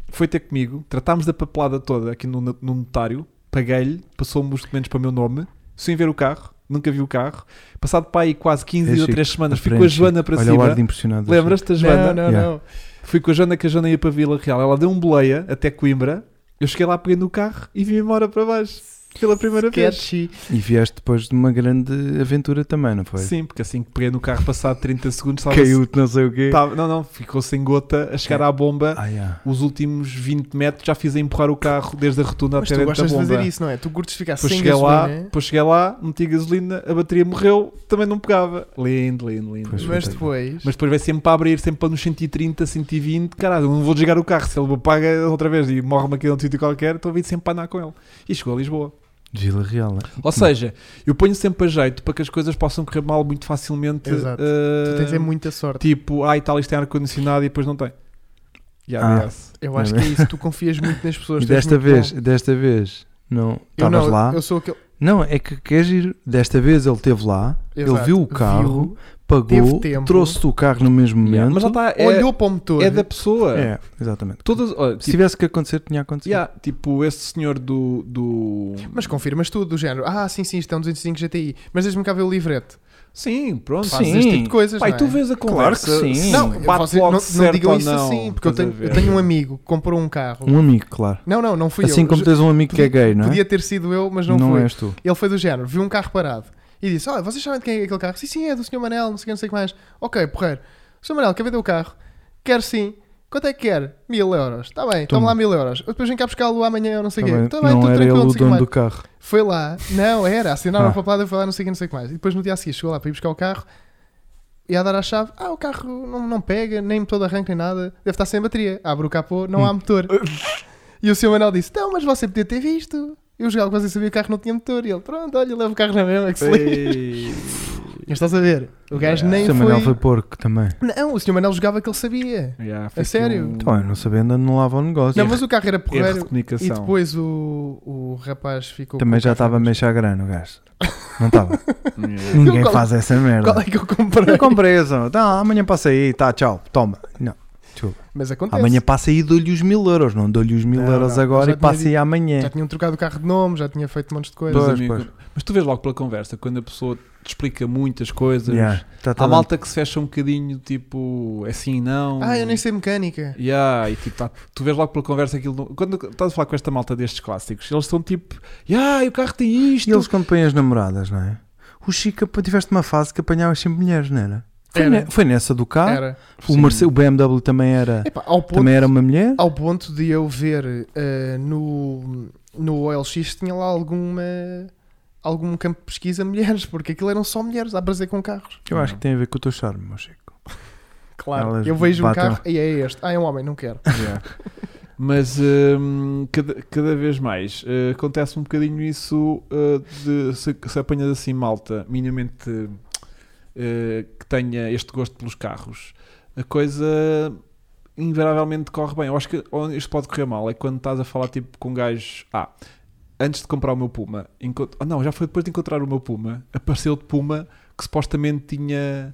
S2: foi ter comigo, tratámos da papelada toda aqui no, no notário, paguei-lhe, passou-me os documentos para o meu nome, sem ver o carro, nunca vi o carro. Passado para aí quase 15
S1: É
S2: ou
S1: chique.
S2: 3 semanas, fui com a
S1: Aprende,
S2: Joana
S1: Chico.
S2: para
S1: Olha o ar de
S2: cima.
S1: impressionado. do
S2: Lembras-te da Joana?
S3: não, não,
S1: Yeah.
S3: não.
S2: Fui com a Joana que a Joana ia para Vila Real. Ela deu um boleia até Coimbra. Eu cheguei lá, peguei no carro e vim embora para baixo. Pela primeira vez.
S3: Catchy.
S1: Chico. E vieste depois de uma grande aventura também, não foi?
S2: Sim, porque assim que peguei no carro, passado 30 segundos, estava.
S3: assim.
S1: Caiu-te não sei o quê.
S2: estava- não, não, ficou sem gota a chegar à bomba.
S1: Ah, yeah.
S2: Os últimos 20 metros já fiz a empurrar o carro desde a rotunda
S3: Mas
S2: até
S3: tu
S2: dentro da
S3: gostas de
S2: bomba.
S3: fazer isso, não é? Tu curtes ficar
S2: Depois
S3: sem
S2: cheguei, lá,
S3: gasolina. né?
S2: depois cheguei lá, meti gasolina, a bateria morreu, também não pegava. Lindo, lindo, lindo.
S1: Pois.
S3: Mas depois.
S2: Mas depois vai sempre para abrir, sempre para nos 130, 120. Caralho, eu não vou desligar o carro. Se ele me apaga outra vez e morre-me aqui num sítio qualquer, estou a vir sempre para andar com ele. E chegou a Lisboa.
S1: De Vila Real. né?
S2: Ou seja, eu ponho sempre a jeito para que as coisas possam correr mal muito facilmente.
S3: Exato.
S2: eh,
S3: Tu tens é muita sorte.
S2: Tipo, ah, e tal, isto tem ar-condicionado e depois não tem. E
S1: Ah.
S2: ABS.
S3: Eu acho que é isso. Tu confias muito nas pessoas.
S1: E
S3: tu és
S1: desta
S3: muito
S1: vez,
S3: bom.
S1: desta vez, não.
S3: Eu
S1: Estavas
S3: não,
S1: lá.
S3: eu sou aquele.
S1: Não, é que quer ir. Desta vez ele esteve lá, ele
S3: Exato.
S1: viu o carro,
S3: Viu, teve
S1: pagou,
S3: tempo.
S1: trouxe-te o carro no mesmo momento.
S2: Mas lá está, é,
S3: olhou para o motor.
S2: é da pessoa.
S1: É, exatamente.
S2: Todas, olha,
S1: Se
S2: tipo,
S1: tivesse que acontecer, tinha acontecido.
S2: yeah, tipo, esse senhor do. do...
S3: Mas confirmas tudo, do género. Ah, sim, sim, isto é um 205 GTI. Mas deixa-me cá ver o livrete.
S2: Sim, pronto.
S1: Sim.
S3: Fazes este tipo de coisas.
S2: Pai,
S3: não
S2: tu
S3: é?
S2: vês a
S1: Claro
S2: conversa.
S1: que sim.
S3: Não,
S2: Bate
S3: vocês
S2: logo
S3: não, não
S2: certo
S3: digam
S2: ou
S3: isso
S2: não,
S3: assim, porque eu
S2: estás a
S3: tenho, eu
S2: ver?
S3: tenho um amigo que comprou um carro.
S1: Um amigo, claro.
S3: Não, não, não fui
S1: Assim
S3: eu.
S1: como tens um amigo que é gay, não é?
S3: Podia ter sido eu, mas não,
S1: não é?
S3: foi.
S1: és tu.
S3: Ele foi do género, viu um carro parado e disse: Olha, vocês sabem de quem é aquele carro? Sim, sim, é do Sr. Manel, não sei o que, não sei o que mais. Ok, porreiro. O Sr. Manel, quer vender o carro? Quero sim. Quanto é que quer? Mil euros. Está bem, toma
S1: Toma.
S3: lá mil euros. Eu depois vem cá buscá-lo amanhã, eu não sei o quê.
S1: Também
S3: Está bem,
S1: Então, tá não
S3: tudo
S1: era ele
S3: tranquilo, não
S1: o
S3: sei o que
S1: dono
S3: mais.
S1: do carro.
S3: Foi lá, não, era, assinaram
S1: Ah.
S3: a papelada, foi lá, não sei o que, não sei o que mais. E depois no dia a seguir chegou lá para ir buscar o carro, e a dar a chave, ah, o carro não, não pega, nem motor de arranque, nem nada, deve estar sem bateria. Abre o capô, não
S1: Hum.
S3: há motor. e o senhor Manuel disse, não, mas você podia ter visto. Eu jogava que você sabia que o carro não tinha motor. E ele, pronto, olha, leva o carro na mesma, que se lixe."
S2: Ei.
S3: Mas estás a ver, o
S2: Yeah.
S3: gajo
S1: O
S3: nem
S1: Sr. Manuel
S3: foi...
S1: foi porco também.
S3: Não, o senhor Manuel jogava que ele sabia.
S2: Yeah,
S3: A
S2: foi aqui
S3: sério?
S2: um
S1: Então, eu não sabendo, anulava o negócio.
S3: Não, mas o carro
S1: É
S3: era
S2: erro de
S3: porreiro. E
S2: comunicação.
S3: depois o, o rapaz ficou...
S1: Também já estava a
S3: mesmo.
S1: mexer a grana o gajo. Não estava.
S2: Yeah.
S1: Ninguém
S3: Qual-
S1: faz essa merda.
S3: Qual é que eu comprei?
S1: Eu comprei essa. Tá, amanhã passa aí. Tá, tchau. Toma. Não.
S3: Mas acontece.
S1: Amanhã passa aí e dou-lhe os mil euros. Não dou-lhe os mil
S3: Não,
S1: euros
S3: não,
S1: agora
S3: já
S1: e
S3: tinha
S1: passa aí
S3: Já
S1: amanhã.
S3: tinham trocado o carro de nome, já tinha feito montes de coisas.
S2: Mas,
S1: É. Pois, é.
S2: amigo,
S1: pois.
S2: mas tu vês logo pela conversa, quando a pessoa te explica muitas coisas,
S1: Yeah. Tá, tá
S2: há
S1: dando-
S2: malta que se fecha um bocadinho, tipo, é assim, não.
S3: Ah, eu nem sei mecânica.
S2: Yeah, e tipo, tá- tu vês logo pela conversa aquilo. não- Quando estás a falar com esta malta destes clássicos, eles são tipo, yeah, e o carro tem isto.
S1: E eles quando põem as namoradas, não é? O Chico, pô, tiveste uma fase que apanhavas sempre mulheres, não era? Foi,
S3: Era.
S1: ne- foi nessa do carro.
S3: Era. É,
S1: O,
S2: Sim.
S1: Merce- o BMW também era,
S3: Epá, ao, ponto,
S1: também era uma mulher.
S3: ao ponto de eu ver eh, no, no OLX tinha lá alguma algum campo de pesquisa mulheres, porque aquilo eram só mulheres a prazer com carros.
S1: Eu acho que tem a ver com o teu charme, meu Chico.
S3: Claro.
S1: Elas
S3: eu vejo um
S1: batem.
S3: carro e é este. Ah, é um homem, não quero.
S2: Yeah. Mas hum, cada, cada vez mais eh, acontece um bocadinho isso eh, de se, se apanhas assim malta, minimamente eh, que tenha este gosto pelos carros, a coisa invariavelmente corre bem. Eu acho que onde isto pode correr mal é quando estás a falar tipo com gajos. Ah, antes de comprar o meu Puma, encont- oh, não, já foi depois de encontrar o meu Puma, apareceu de Puma que supostamente tinha.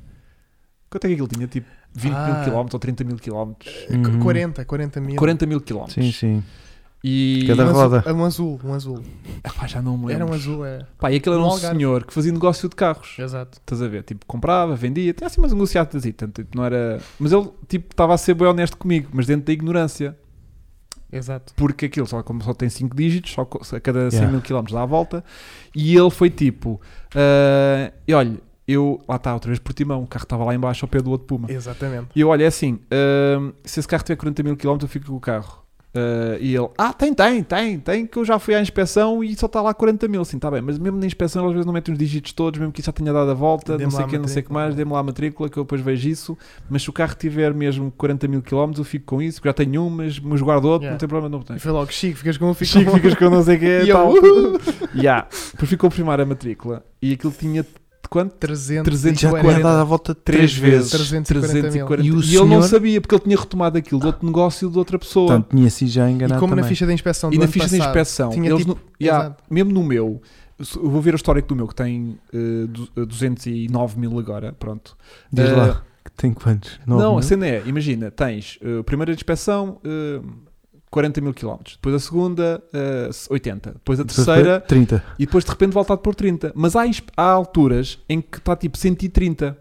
S2: Quanto é que aquilo tinha? Tipo 20
S3: Ah.
S2: mil km ou 30 mil km?
S1: Uhum.
S3: 40, 40 Eh, mil.
S2: 40 mil quilómetros.
S1: Sim, sim.
S2: E
S1: Cada-
S3: um
S1: roda.
S3: Azul, um azul, um azul.
S2: Epá, já não me lembro.
S3: Era um azul, era.
S2: Pá, e aquele era
S3: um
S2: um
S3: Algarve.
S2: senhor que fazia negócio de carros.
S3: Exato.
S2: Estás a ver? Tipo, comprava, vendia, tinha assim umas negociatas e tanto, tipo, não era. Mas ele, tipo, estava a ser bem honesto comigo, mas dentro da ignorância.
S3: Exato.
S2: Porque aquilo, só, como só tem 5 dígitos, só co- a cada 100
S1: Yeah.
S2: mil quilómetros dá a volta. E ele foi tipo: ah, e olha, eu. Lá está, outra vez por timão, o carro estava lá embaixo ao pé do outro Puma.
S3: Exatamente.
S2: E eu, olha, é assim, ahm, se esse carro tiver 40 mil km, eu fico com o carro. Ah, e ele, ah, tem, tem, tem, tem, que eu já fui à inspeção e só está lá 40 mil. Sim, está bem, mas mesmo na inspeção eles às vezes não metem os dígitos todos, mesmo que isso já tenha dado a volta, não
S3: Dê-me lá
S2: sei
S3: a
S2: o que, não sei o que
S3: matrícula.
S2: mais, dê-me lá a matrícula né? que eu depois vejo isso. Mas se o carro tiver mesmo 40 mil km, eu fico com isso, que já tenho um, mas, mas guardo outro,
S3: Yeah.
S2: não tem problema, não
S3: E
S2: tenho.
S3: foi logo, Chico, ficas com um fico.
S2: Chico, ficas com não sei o
S1: um
S2: que
S3: E
S2: e
S3: eu,
S2: tal.
S3: "Uhul."
S2: yeah. Depois ficou a primar a matrícula e aquilo tinha de quanto?
S3: 340.
S1: Já tinha dado a volta três vezes.
S3: 340 mil.
S2: E,
S1: E
S2: ele
S1: o
S2: não
S1: senhor-
S2: sabia, porque ele tinha retomado aquilo do outro negócio de outra pessoa.
S1: Portanto, tinha assim já enganado
S3: E como na
S1: também.
S3: ficha da inspeção do
S2: e na
S3: ano
S2: ficha de
S3: passado,
S2: inspeção,
S3: tinha
S2: eles
S3: tipo-
S2: não- Yeah,
S3: exato.
S2: mesmo no meu, se- eu vou ver o histórico do meu, que tem eh, du- eh, 209 mil agora, pronto.
S1: Diz
S2: Eh,
S1: lá, que tem quantos? Nove
S2: não,
S1: mil?
S2: a cena é, imagina, tens eh, a primeira de inspeção, eh, 40 mil quilómetros, depois a segunda, eh, 80, depois a terceira,
S1: 30.
S2: e depois de repente voltado por 30. Mas há, ins- há alturas em que está tipo 130.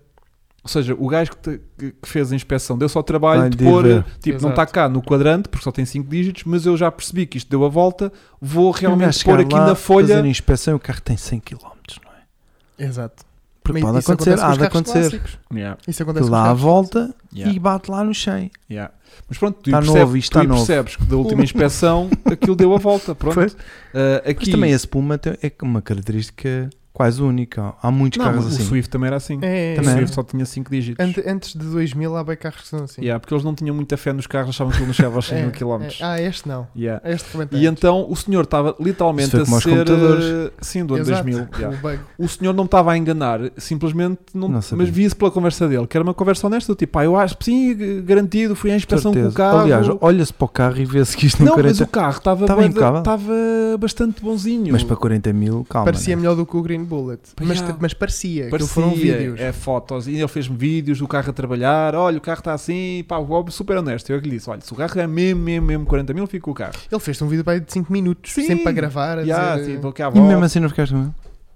S2: Ou seja, o gajo que, te- que- que fez a inspeção deu só o trabalho
S1: Vai
S2: de
S1: de
S2: pôr,
S1: ver.
S2: tipo, não
S3: Exato.
S2: está cá no quadrante, porque só tem 5 dígitos, mas eu já percebi que isto deu a volta, vou
S1: Vai
S2: realmente
S1: Um chegar
S2: pôr aqui
S1: lá,
S2: na folha.
S1: Fazer a inspeção e o carro tem 100 km, não é?
S3: Exato.
S1: Porque
S3: Mas
S1: pode
S3: isso
S1: acontecer,
S3: com
S1: há
S3: os
S1: de
S3: carros
S1: acontecer.
S3: clássicos.
S2: Yeah,
S3: Isso
S1: Tu
S3: acontece com os
S1: dá a
S3: carros
S1: volta
S2: um yeah,
S1: e bate lá no 100.
S2: yeah. Mas pronto, tu
S1: Está
S2: percebes,
S1: Tá novo, isto
S2: tu
S1: está novo.
S2: percebes que da última inspeção aquilo deu a volta. Pronto.
S1: Foi.
S2: Ah,
S1: Mas
S2: aqui,
S1: também esse Puma tem- é uma característica quase única. Há muitos
S2: não,
S1: carros
S2: o
S1: assim.
S2: Swift também era assim.
S3: É,
S2: O
S1: Também.
S2: Swift só tinha 5 dígitos.
S3: Ante- antes de 2000 há bem carros que são assim.
S2: Yeah, porque eles não tinham muita fé nos carros, achavam que ele nos chegava aos 100 mil
S3: É,
S2: quilómetros.
S3: é. Ah, este não.
S2: Yeah.
S3: Este comentário.
S2: E então o senhor estava
S1: Isso
S2: literalmente
S1: foi
S2: a
S1: é como aos
S2: ser.
S1: computadores.
S2: eh, Sim, do ano
S3: Exato.
S2: 2000. yeah.
S3: O bug.
S2: O senhor não me estava a enganar, simplesmente. Não,
S1: Não sabia.
S2: mas vi-se pela conversa dele, que era uma conversa honesta. do Tipo, ah, eu acho que sim, garantido, fui à inspeção com o
S1: Certeza.
S2: carro.
S1: Aliás, olha-se para o carro e vê-se que isto tem
S2: não, mas
S1: 40
S2: o carro estava
S1: Estava
S2: bué de-
S1: impecável.
S2: estava bastante bonzinho.
S1: Mas para 40 mil, calma.
S3: parecia
S1: né?
S3: melhor do que o Green Bullet.
S2: Pá,
S3: Mas,
S2: yeah.
S3: mas parecia. Aquilo
S2: Parecia,
S3: foram vídeos.
S2: é fotos, e ele fez-me vídeos do carro a trabalhar, olha o carro está assim, pá, o Bob super honesto, eu é que lhe disse, olha, se o carro é mesmo, mesmo, mesmo 40 mil, fica o carro.
S3: Ele fez um vídeo para aí de 5 minutos,
S2: Sim.
S3: sempre para gravar. A
S2: Yeah,
S3: dizer,
S2: sim, dou aqui à
S1: E
S2: volta.
S1: mesmo assim não ficaste com ele?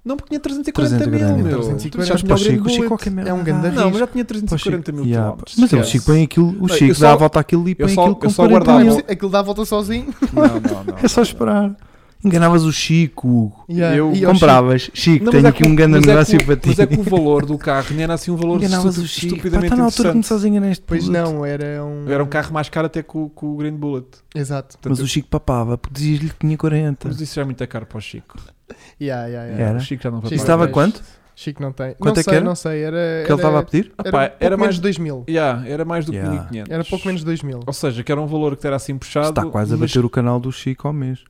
S2: Não, porque tinha 340
S1: 340.
S2: mil, meu.
S3: 340.
S2: Tu deixaste
S1: Para o
S2: o Green
S1: Chico, o Chico
S2: Bullet.
S1: qualquer merda.
S3: É um ganda
S1: dá.
S2: Não,
S3: risco.
S2: mas já tinha
S1: Para o Chico,
S2: 340 mil
S1: yeah,
S2: quilómetros.
S1: Mas ele, o
S2: Esquece.
S1: Chico põe aquilo, o
S2: Bem, eu
S1: Chico
S2: só-
S1: dá a volta àquilo e põe
S2: só-
S1: aquilo
S2: eu
S1: com
S2: só
S1: 40
S2: guardava-
S1: mil.
S3: "Ele- Aquilo dá a volta sozinho.
S2: Não, não, não.
S1: É só esperar. Enganavas o Chico, Hugo.
S3: Yeah.
S2: Eu
S3: E ao
S1: compravas, Chico,
S2: Não, mas
S1: tenho
S2: é
S1: aqui
S2: que o-
S1: um grande
S2: mas é que
S1: negócio
S2: o-
S1: para ti.
S2: Mas é que o valor do carro nem era assim um valor
S1: Enganavas
S2: estu-
S1: o Chico. Pá,
S2: estupidamente
S1: está na altura que
S2: interessante.
S1: começaste a enganar este
S3: Chico. Pois
S1: puto.
S3: não, era um.
S2: Era um carro mais caro até que o, que o Green Bullet.
S1: Mas
S3: Exato.
S2: Portanto,
S1: o Chico papava, porque dizias-lhe que tinha 40.
S2: mas isso já é muito caro para o Chico.
S3: Yeah, yeah, yeah.
S1: Era.
S2: O Chico já não vai
S3: Chico
S1: Isso
S2: pagar.
S1: estava
S3: mas-
S1: quanto?
S3: Chico não tem.
S1: Quanto
S3: não
S1: é que
S3: sei,
S1: era?
S3: não sei. Era,
S1: Que ele estava a pedir?
S3: era,
S2: Pá,
S3: pouco
S2: era mais-
S3: menos de 2 mil.
S2: Yeah, era mais do que
S1: Yeah.
S2: 1500.
S3: Era pouco menos de 2 mil.
S2: Ou seja, que era um valor que era assim puxado.
S1: Está quase a
S2: mas-
S1: bater o canal do Chico ao mês.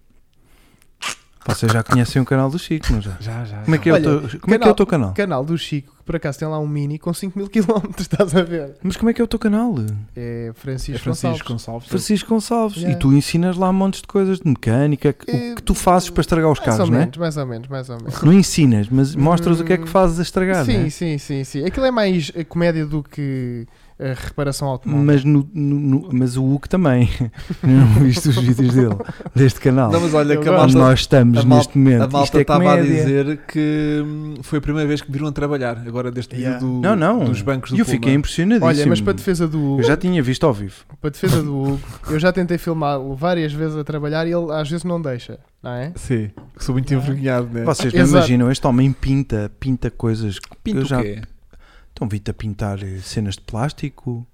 S1: Vocês já conhecem o canal do Chico, não já?
S2: Já, já.
S1: Como é que é,
S3: Olha,
S1: o, teu, como é que é
S3: canal-
S1: o teu canal?
S3: Canal do Chico, que por acaso tem lá um mini com 5 mil quilómetros, estás a ver?
S1: Mas como é que é o teu canal?
S3: É Francisco,
S2: É Francisco
S3: Gonçalves.
S2: Gonçalves.
S1: Francisco Gonçalves.
S3: Yeah.
S1: E tu ensinas lá montes de coisas de mecânica, que-
S3: Eh,
S1: o que tu fazes para estragar os
S3: Mais
S1: carros,
S3: ou
S1: não é?
S3: menos, mais ou menos, mais ou menos.
S1: Não ensinas, mas mostras o que é que
S3: Hum,
S1: fazes a estragar,
S3: sim,
S1: não é?
S3: sim, sim, sim. Aquilo é mais eh, comédia do que eh, reparação automóvel.
S1: Mas, no, no- no- mas o Hugo também. não viste os vídeos dele, deste canal.
S2: Não, mas olha
S3: Eu
S2: que a
S1: Onde
S2: malta,
S1: nós estamos
S2: a mal-
S1: neste momento.
S2: a
S1: Isto
S2: malta
S1: é
S2: estava a
S1: comédia.
S2: dizer que hum, foi a primeira vez que viram a trabalhar. Agora deste vídeo
S3: Yeah.
S2: do-
S1: Não, não.
S2: dos bancos do
S1: E eu fiquei
S2: Pullman.
S1: impressionadíssimo.
S3: Olha, mas para a defesa do Hugo,
S1: Eu já tinha visto ao vivo.
S3: para a defesa do Hugo, eu já tentei filmá-lo várias vezes a trabalhar e ele às vezes não deixa, não é?
S2: Sim, que sou muito
S3: Yeah.
S2: envergonhado, né?
S1: Vocês não
S3: Exato.
S1: imaginam, este homem pinta, pinta coisas. que
S2: Pinto
S1: eu já
S2: o quê?
S1: Estão vindo a pintar eh, cenas de plástico.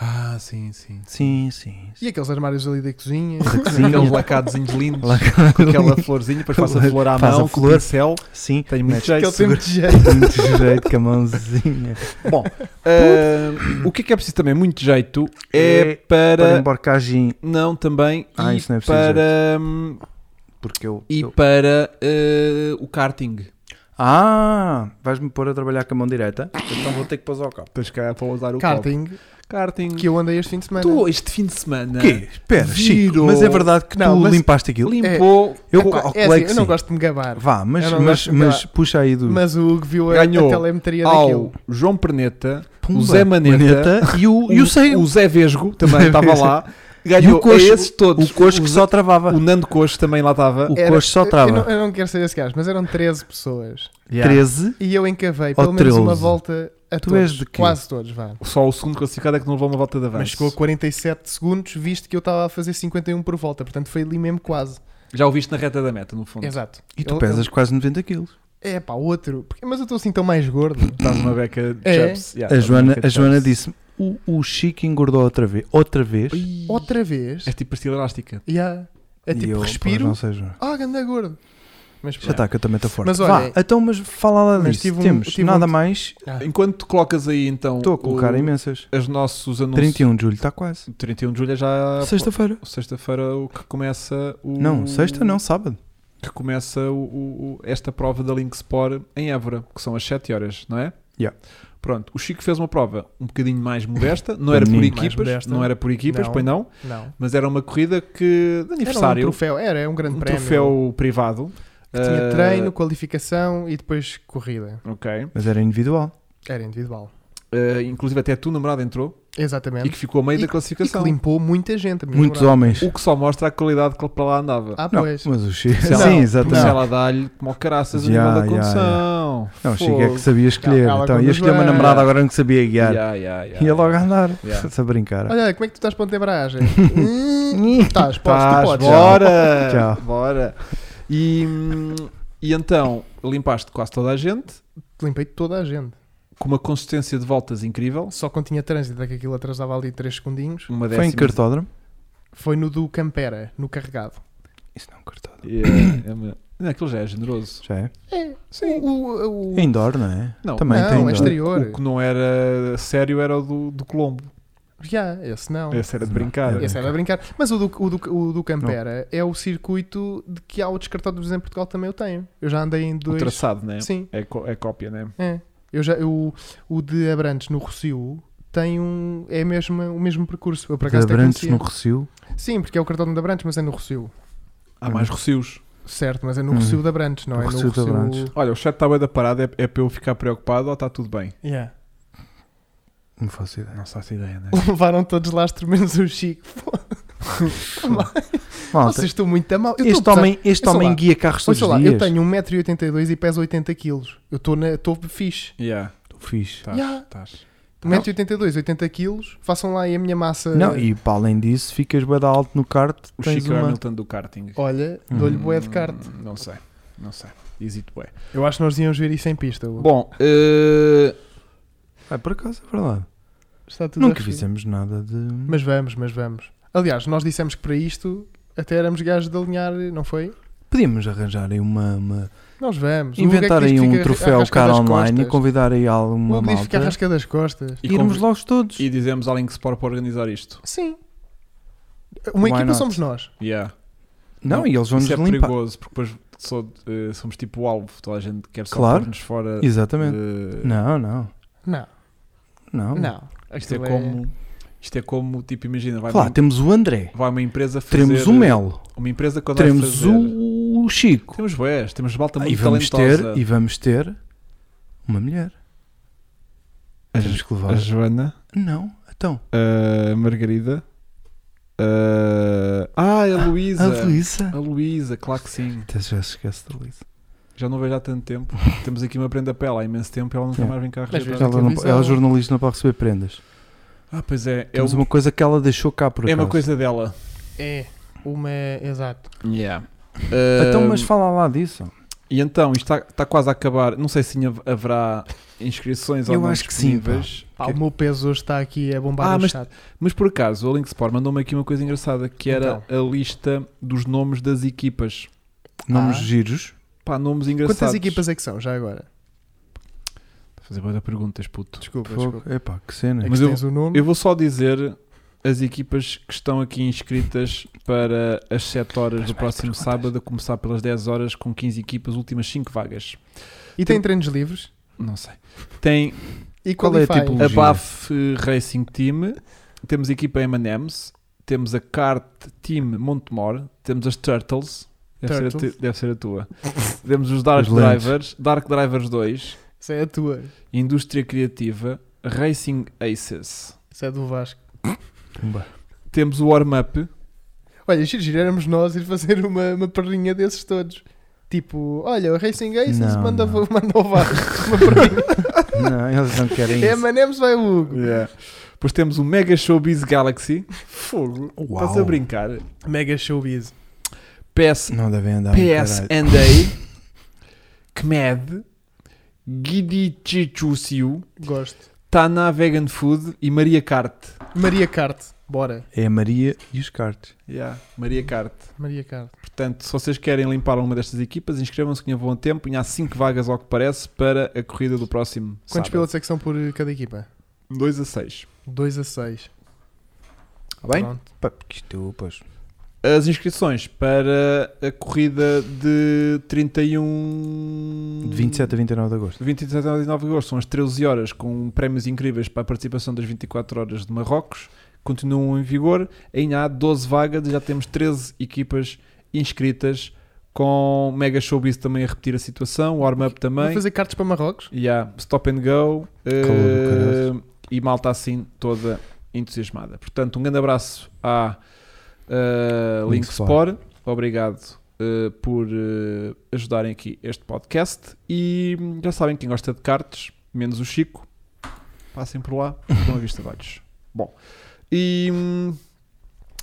S2: Ah, sim, sim.
S1: Sim, sim.
S3: E aqueles armários ali da cozinha.
S1: Da cozinha.
S2: Aqueles lacadozinhos lindos,
S1: Lá-
S2: com aquela florzinha, depois faço a flor à
S1: Faz a
S2: mão, com
S1: flor.
S2: o pincel.
S1: Sim,
S2: Tenho muito
S1: Mete-
S2: jeito.
S3: Aquele tempo de jeito.
S1: muito jeito com a mãozinha.
S2: Ah, o que é que é preciso também? Muito jeito é
S1: É Para
S2: para.
S1: embarcagem,
S2: Não, também.
S1: Ah,
S2: e
S1: isso não é preciso
S2: para. hum,
S1: porque eu...
S2: E
S1: eu-
S2: para ah, o karting.
S1: Ah, vais-me pôr a trabalhar com a mão direita? Então vou ter que pôr ao copo.
S2: Tens cá para usar o
S3: Karting,
S2: copo. Karting.
S3: que eu andei este fim de semana.
S2: Tu, este fim de semana,
S1: O quê? Espera, Chico,
S2: Virou.
S1: mas é verdade que
S3: Não,
S1: tu
S3: mas-
S1: limpaste aquilo?
S2: limpou.
S1: Eu,
S3: Epá,
S1: calculei
S3: é assim,
S1: que
S3: eu não
S1: sim.
S3: gosto de me gabar,
S1: Vá, mas,
S3: Eu não
S1: mas,
S3: gosto de
S1: mas puxa aí do...
S3: mas o Hugo viu a, a
S2: Ganhou
S3: telemetria
S2: Ao
S3: daquilo.
S2: João Perneta,
S1: Pumba,
S2: o Zé Maneta,
S1: e o, e o Seio.
S2: o Zé Vesgo também estava lá. Ganhou
S1: o coxo,
S2: a esses todos.
S1: O coxo
S2: o,
S1: que só travava.
S2: o Nando Coxo também lá estava.
S1: O coxo só
S3: eu-
S1: trava.
S3: Eu, não, eu não quero ser esse gajo, mas eram 13 pessoas.
S2: Yeah.
S1: 13.
S3: E eu encavei
S1: Ou
S3: pelo menos uma
S1: 13.
S3: volta a
S1: Tu
S3: todos.
S1: és de quê?
S3: Quase todos, vá.
S2: Só o segundo classificado é que não levou uma volta de avanço.
S3: Mas chegou a 47 segundos, visto que eu estava a fazer 51 por volta, portanto foi ali mesmo quase.
S2: Já o viste na reta da meta, no fundo.
S3: Exato.
S1: E tu
S3: Eu-
S1: pesas quase 90 quilos.
S3: É pá, outro. Porque- Mas eu estou assim tão mais gordo.
S2: Estás uma beca de
S3: É.
S2: chaps. Yeah,
S1: a
S2: estás uma
S1: Joana,
S2: beca de
S1: a Joana
S2: chaps.
S1: disse-me: o, o Chico engordou outra vez. Outra vez.
S2: Ui,
S3: Outra vez.
S2: É tipo pastilha elástica.
S3: Yeah. É tipo,
S1: E eu,
S3: respiro.
S1: Pois, não seja.
S3: Ah, ganda gordo. Mas
S1: Já
S3: pronto.
S1: está, que eu também estou forte.
S3: Mas
S1: Vá,
S3: olha-
S1: então, mas fala lá
S3: Mas
S1: disso.
S3: tive um-
S1: Temos
S3: tive um-
S1: nada mais.
S2: tá
S3: Ah,
S2: Enquanto colocas aí então.
S1: Estou a colocar
S2: o-
S1: imensas.
S2: Os nossos anúncios.
S1: 31 de julho, está quase.
S2: 31 de julho é já.
S1: Sexta-feira.
S2: Sexta-feira o que começa o.
S1: Não, sexta não, sábado.
S2: Que começa o- o- o- esta prova da Link Sport em Évora, que são às 7 horas, não é?
S1: Yeah.
S2: Pronto, o Chico fez uma prova um bocadinho mais modesta, não
S1: Um
S2: era por
S1: bocadinho
S3: mais
S2: equipas,
S3: modesta.
S2: não era por equipas,
S3: Não.
S2: pois não,
S3: não.
S2: mas era uma corrida que de
S3: Era um
S2: aniversário,
S3: troféu. Era, é um grande
S2: um
S3: prémio.
S2: troféu privado.
S3: Que tinha
S2: Ah,
S3: treino, qualificação e depois corrida.
S2: Ok.
S1: Mas era individual.
S3: Era individual.
S2: Ah, inclusive até a tua namorada entrou e
S3: Exatamente.
S2: que ficou a meio
S3: É. E-
S2: da
S3: E que
S2: classificação.
S3: limpou muita gente. a minha
S1: Muitos
S3: namorada.
S1: homens.
S2: O que só mostra a qualidade que ele para lá andava.
S3: Ah,
S1: Não,
S3: pois.
S1: mas o Chico.
S2: Se ela-
S1: Sim,
S2: Porque
S1: exatamente.
S2: se ela dá-lhe como caraças a
S1: Yeah,
S2: nível da
S1: yeah,
S2: condução.
S1: Não, o Chico é que sabia escolher.
S3: Ela- ela
S1: então, ia
S3: conduz
S1: escolher uma
S3: bem.
S1: namorada agora não que sabia guiar.
S2: Yeah, yeah, yeah.
S1: Ia logo andar.
S2: Yeah.
S1: Se a brincar.
S3: Olha, como é que tu estás para a antebragem? Hum, Estás, podes, tu
S2: Tás,
S3: podes.
S2: bora!
S1: Tchau.
S2: Bora! E, hum, e então, limpaste quase toda a gente,
S3: Limpei toda a gente.
S2: com uma consistência de voltas incrível.
S3: Só quando tinha trânsito, é que aquilo atrasava ali 3 segundinhos.
S2: Uma
S1: Foi em
S2: décima-
S1: cartódromo?
S3: Foi no do Campera, no carregado.
S1: Isso não é um cartódromo.
S2: Yeah, é uma- Não, aquilo já é generoso.
S1: Já é?
S3: É, sim. O, o-
S1: É indoor, não é?
S2: Não.
S1: Também
S3: Não,
S1: tem
S3: é
S1: indoor.
S3: exterior.
S2: né? O que não era sério era o do, do Colombo.
S3: Já, esse não.
S2: Esse era de
S1: Não,
S2: brincar.
S1: era-
S3: Esse era a brincar. Mas o do, o do, o do Campera é o circuito de que há outros cartódromos em Portugal também eu tenho. Eu já andei em
S2: O
S3: é dois.
S2: traçado, né?
S3: Sim,
S2: É, có- é cópia, né?
S3: é. Eu já, eu, o de Abrantes no Rossio tem um, é a mesma, o mesmo percurso. Eu por acaso
S1: De
S3: até
S1: Abrantes
S3: conhecia.
S1: no Recio.
S3: Sim, porque é o cartódromo de Abrantes, mas é no Rossio.
S2: Há mais recios.
S3: Certo, mas é no
S1: Hum.
S3: Rossio de Abrantes, não
S1: No
S3: é no
S1: Rossio de
S3: Rossio-
S1: Abrantes.
S2: Olha, o chat está bem da parada, é, é para eu ficar preocupado ou está tudo bem?
S3: Yeah.
S1: Não faço ideia.
S2: Não faço ideia, né?
S3: Levaram todos lastro, menos o Chico.
S1: Malta,
S3: Vocês estão muito a mal. Eu
S1: este
S3: estou a pesar-
S1: homem, este
S3: Ouça
S1: homem
S3: lá.
S1: guia carros todos
S3: Ouça
S1: os
S3: lá,
S1: dias.
S3: eu tenho 1,82m e peso 80kg. Eu estou na... estou fixe. Um
S2: Yeah,
S1: Tô Fixe.
S2: estás.
S3: Yeah.
S2: estás.
S1: Não.
S3: 1,82m, 80 kg, façam lá aí a minha massa.
S1: Não, e para além disso, ficas bué de alto no kart,
S2: O
S1: tens
S2: Chico é
S1: uma...
S2: Hamilton do karting.
S3: Olha, dou-lhe
S2: Hum,
S3: boé de kart.
S2: Não sei, não sei. Hesito bué.
S3: Eu acho que nós íamos ver isso em pista. Hugo.
S2: Bom, eh,
S1: Ah, por acaso, é verdade.
S3: Está tudo a
S1: Nunca
S3: referir.
S1: fizemos nada de...
S3: Mas vamos, mas vamos. Aliás, nós dissemos que para isto até éramos gajos de alinhar, não foi?
S1: Podíamos arranjar aí uma... uma-
S3: Nós vamos. O Hugo é que
S1: Inventar
S3: diz
S1: aí
S3: que
S1: um
S3: fica
S1: troféu
S3: arrascado
S1: cara
S3: às
S1: online e
S3: costas.
S1: convidar aí
S3: O
S1: alguma
S3: Hugo diz que fica
S1: malta.
S3: rasca das costas.
S2: e,
S1: Irmos
S2: conv-
S1: logo todos.
S2: e dizemos à Link Sport para organizar isto.
S3: Sim. Uma
S1: Why
S3: equipa
S1: not?
S3: somos nós.
S2: Yeah.
S1: Não, e eles vão-nos
S2: Isso é
S1: limpar.
S2: perigoso, porque depois só, eh, somos tipo o alvo. Toda a gente quer só
S1: Claro.
S2: pôr-nos fora.
S1: Exatamente.
S2: de-
S1: Não, não,
S3: Não,
S1: não.
S3: não.
S2: Isto é
S3: Aquilo
S2: como, isto é como tipo, imagina, vai,
S1: Claro,
S2: uma,
S1: temos o André,
S2: vai uma empresa fazer...
S1: teremos o Melo,
S2: Uma empresa quando vai
S1: teremos
S2: fazer...
S1: o o Chico.
S2: Temos boés, temos malta
S1: e
S2: muito
S1: vamos
S2: talentosa.
S1: ter e vamos ter uma mulher
S2: A
S1: temos
S2: Jo-
S1: que levar
S2: Joana,
S1: não então
S2: a Margarida... a- Ah, a Luísa.
S1: a Luísa
S2: A Luísa, claro que sim.
S1: até já se esquece da Luísa
S2: Já não vejo há tanto tempo. Temos aqui uma prenda para ela há imenso tempo e ela nunca
S1: É.
S2: mais vem cá
S3: Mas
S2: registrar.
S3: vejo-
S1: ela, não,
S3: televisão.
S1: ela é jornalista não pode receber prendas
S2: Ah, pois é. É,
S1: temos
S2: um-
S1: uma coisa que ela deixou cá por
S2: é uma
S1: acaso.
S2: coisa dela.
S3: É. Uma. Exato.
S2: Ah,
S1: então mas fala lá disso
S2: E então, isto está, está quase a acabar. Não sei se ainda haverá inscrições ou
S1: Eu
S2: não
S1: acho que sim, pá.
S2: disponíveis.
S3: Pá,
S2: Que-
S3: O meu peso hoje está aqui a bombar
S2: Ah,
S3: no
S2: mas-
S3: chat.
S2: Mas por acaso, a Link Sport mandou-me aqui uma coisa engraçada que era
S1: Então.
S2: a lista dos nomes das equipas.
S1: nomes
S3: Ah.
S1: giros
S2: Pá, nomes engraçados.
S3: Quantas equipas é que são já agora?
S2: Vou Fazer boas perguntas, puto.
S3: Desculpa,
S1: Fogo.
S3: desculpa.
S1: epá que
S3: É
S1: cena
S3: que
S2: Mas eu-
S3: tens o nome.
S2: Eu vou só dizer as equipas que estão aqui inscritas para as 7 horas do próximo sábado, a começar pelas 10 horas com 15 equipas, últimas 5 vagas.
S3: E tem treinos livres?
S2: Não sei. Tem
S3: E
S1: Qual é a
S3: qualifies?
S1: tipologia?
S2: a
S1: Gira.
S2: BAF eh, Racing Team, temos a equipa M&M's, temos a Kart Team Montemor, temos as Turtles, deve, ser a,
S3: Turtles.
S2: tu- deve ser a tua, temos os Dark
S1: Os lentes.
S2: Drivers, Dark Drivers 2,
S3: Isso é a tua.
S2: Indústria Criativa, Racing Aces,
S3: Isso é do Vasco.
S1: Pumba.
S2: temos o Warm Up,
S3: Olha, giro, giro, éramos nós ir fazer uma, uma perninha desses todos. Tipo, olha, o Racing Aces
S1: Não,
S3: manda,
S1: não.
S3: manda o Vasco. uma perninha.
S1: não eles não querem
S3: É
S1: isso
S3: Manemes vai o Hugo.
S2: depois temos o Mega Showbiz Galaxy, fogo,
S1: Uau.
S2: estás a brincar,
S3: Mega showbiz.
S2: PS,
S1: não devem andar
S2: PS
S1: caralho.
S2: and A, KMED, Gidi Chichusiu,
S3: Gosto.
S2: Tana Vegan Food e Maria Carte.
S3: Maria Carte. Bora.
S1: é a Maria e os cartes
S2: Maria Carte.
S3: Maria Carte.
S2: Portanto, se vocês querem limpar uma destas equipas, inscrevam-se que ainda vão a tempo. Ainda há 5 vagas, ao que parece, para a corrida do próximo
S3: Quantos
S2: sábado.
S3: pilotos é que são por cada equipa?
S2: 2 a 6.
S3: 2 a 6.
S1: Tá
S2: Está bem?
S3: Pronto.
S1: Pá, que isto pois
S2: As inscrições para a corrida de 31...
S1: de 27 a 29 de agosto
S2: de 27 a 29 de agosto são as 13 horas com prémios incríveis para a participação das 24 horas de Marrocos. Continuam em vigor. Ainda há 12 vagas e já temos 13 equipas inscritas com Mega Showbiz também a repetir a situação, warm-up
S3: Vou
S2: também.
S3: fazer cartas para Marrocos?
S2: E há Stop and Go eh,
S1: Calor
S2: e malta assim toda entusiasmada. Portanto, um grande abraço à eh, Link
S1: Link
S2: Sport. Obrigado eh, por eh, ajudarem aqui este podcast. E hum, já sabem, quem gosta de cartas, menos o Chico, passem por lá, estão a vista de olhos. Bom, e. hum,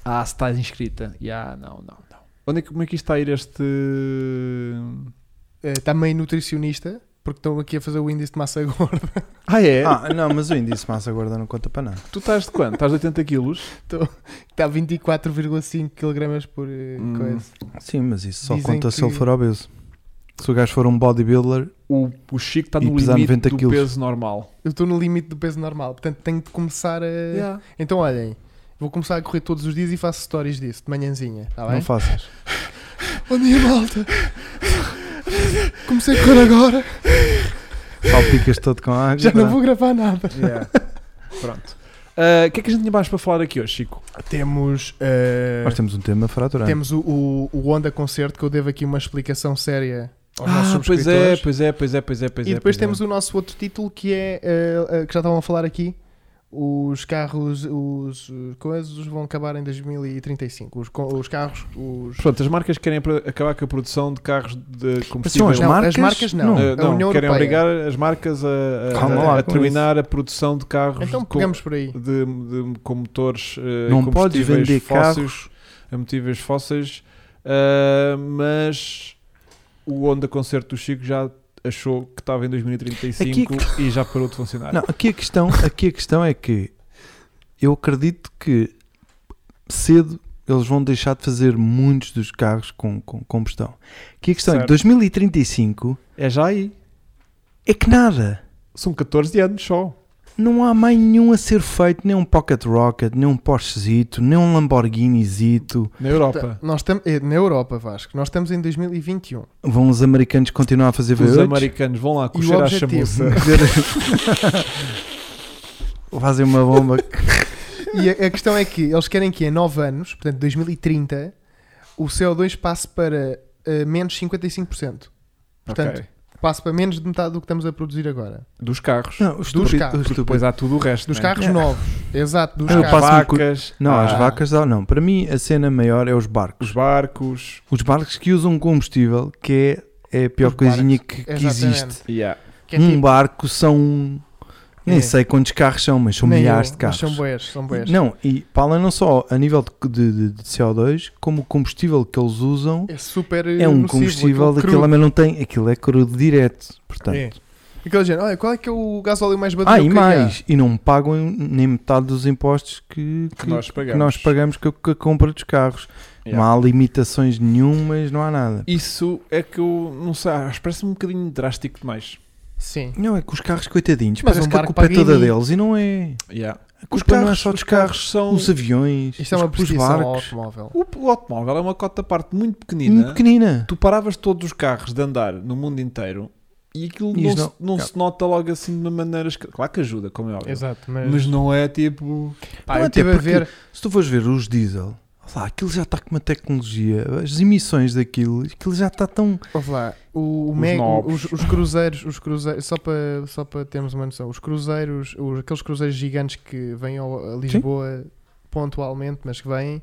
S2: ah, se estás inscrita. Ah, não, não, não. Onde é que, como é que isto está a ir este.
S3: Eh, Está meio nutricionista, porque estão aqui a fazer o índice de massa gorda.
S2: Ah, é?
S1: ah não mas o índice massa gorda não conta para nada
S2: Tu estás de quanto? Estás de 80 quilos?
S3: Está 24,5 kg por eh,
S2: Hum.
S3: coisa.
S1: Sim, mas isso só
S3: Dizem
S1: conta se ele
S3: que-
S1: for obeso. Se o gajo for um bodybuilder,
S2: o, o Chico está
S1: E
S2: no
S1: pesar
S2: limite
S1: 90
S2: do
S1: quilos.
S2: peso normal.
S3: Eu estou no limite do peso normal, portanto tenho de começar a. Então olhem, vou começar a correr todos os dias e faço stories disso, de manhãzinha, está bem?
S1: não faças.
S3: Bom dia, malta! Comecei a correr agora,
S1: Salpicas todo com água. é?
S3: já não vou gravar nada.
S2: Pronto. Ah, O que é que a gente tinha mais para falar aqui hoje, Chico?
S3: Temos. eh,
S1: Nós temos um tema fraturante.
S3: temos o, o, o Honda Concerto, que eu devo aqui uma explicação séria aos nossos
S2: pois
S3: subscritores.
S2: é, pois é, pois é, pois é, pois é.
S3: E depois
S2: pois
S3: temos
S2: é.
S3: o nosso outro título que é, eh, eh, que já estavam a falar aqui, os carros, os eh, coisas vão acabar em 2035. Os, co- os carros, os.
S2: Portanto, as marcas querem pro- acabar com a produção de carros de combustível.
S1: são as
S3: Não,
S1: marcas?
S3: as marcas não.
S1: Não. É
S2: Eh,
S3: É a
S2: não,
S3: União
S2: querem
S3: Europeia.
S2: obrigar as marcas a- a,
S1: Calma
S2: a-
S1: lá
S2: a
S1: com
S2: terminar a produção de carros
S3: Então
S2: com,
S3: pegamos por aí.
S2: de, de- com motores eh,
S1: Não podes
S2: combustíveis
S1: vender
S2: fósseis,
S1: carros.
S2: a motivos fósseis, eh, mas o Honda Concerto do Chico já achou que estava em 2035
S1: Aqui
S2: e já parou de funcionar.
S1: Não, aqui a questão, aqui a questão é que eu acredito que cedo eles vão deixar de fazer muitos dos carros com, com combustão. Aqui a questão é que
S2: Certo.
S1: 2035
S2: É já aí.
S1: é que nada.
S2: São 14 anos só.
S1: Não há mais nenhum a ser feito, nem um Pocket Rocket, nem um Porschezito, nem um Lamborghinizito.
S2: Na Europa.
S3: Nós tam- eh, na Europa, Vasco, nós estamos em 2021.
S1: Vão os americanos continuar a fazer
S2: Os
S1: V8?
S2: americanos vão lá
S3: E o
S2: coxer à
S3: objetivo?
S2: chamuça.
S1: Fazem uma bomba.
S3: E a, a questão é que eles querem que em 9 anos, portanto 2030, o CO2 passe para eh, menos 55%. Portanto,
S2: Ok.
S3: passe para menos de metade do que estamos a produzir agora.
S2: Dos carros.
S1: Não, o estúpido,
S3: carros,
S2: Porque
S1: o estúpido.
S2: depois há tudo o resto.
S3: Dos
S2: né?
S3: carros
S1: É.
S3: novos. Exato, dos
S1: Ah, eu
S3: carros.
S1: passo- Passa-me
S2: vacas.
S1: Não,
S2: há
S1: as
S3: Ah.
S1: vacas dá, não. Para mim, a cena maior é os barcos.
S2: Os barcos.
S1: Os barcos que usam combustível, que é, é a pior
S3: Os
S1: coisinha
S3: barcos,
S1: que, que
S3: exatamente.
S1: existe.
S2: Yeah.
S3: Que é
S1: um
S3: tipo-
S1: barco são. um- Nem
S3: É.
S1: sei quantos carros são, mas são
S3: nem
S1: milhares
S3: eu,
S1: de carros.
S3: Mas são boés, são boés.
S1: Não, e falam não só a nível de, de- de- de CO2, como o combustível que eles usam
S3: É super
S1: é um
S3: nocivo,
S1: combustível
S3: aquele
S1: daquilo,
S3: crudo.
S1: mas não tem. Aquilo é crudo direto. Portanto.
S3: É. Aquele género, olha, qual é que é o gasóleo mais barato
S1: Ah,
S3: que
S1: e
S3: eu queria?
S1: mais, e não pagam nem metade dos impostos que, que,
S2: Que nós
S1: que
S2: pagamos.
S1: nós pagamos com a- com a compra dos carros.
S2: Yeah.
S1: Não há limitações nenhumas, não há nada.
S2: Isso é que eu não sei, acho que parece um bocadinho drástico demais.
S3: Sim.
S1: Não, é que os carros, coitadinhos,
S3: Mas
S1: parece
S3: um
S1: que a
S3: barco
S1: culpa é
S3: paga em
S1: toda
S3: mim.
S1: deles e não é.
S2: Yeah.
S1: A culpa não é só dos carros,
S2: são.
S1: os aviões,
S3: Isto é
S1: os,
S3: uma
S1: os
S3: perseguição ao
S1: barcos.
S3: automóvel.
S2: O, o automóvel é uma cota à parte muito pequenina.
S1: Muito pequenina.
S2: Tu paravas todos os carros de andar no mundo inteiro e aquilo
S1: E
S2: não,
S1: isto
S2: se, não se nota logo assim de uma maneira. esca- Claro que ajuda, como é óbvio.
S3: Exato, mas,
S2: Mas não é tipo.
S3: pá,
S1: Não,
S3: eu
S1: até
S3: estive a
S1: porque-
S3: ver,
S1: Se tu fores ver os diesel, lá, aquilo já está com uma tecnologia, as emissões daquilo, aquilo já está tão.
S3: Ouve lá, o, o
S2: Os
S3: Meg-
S2: novos.
S3: os, os cruzeiros, os cruzeiros, só para só para termos uma noção, os cruzeiros, os- aqueles cruzeiros gigantes que vêm ao- a Lisboa pontualmente, mas que vêm,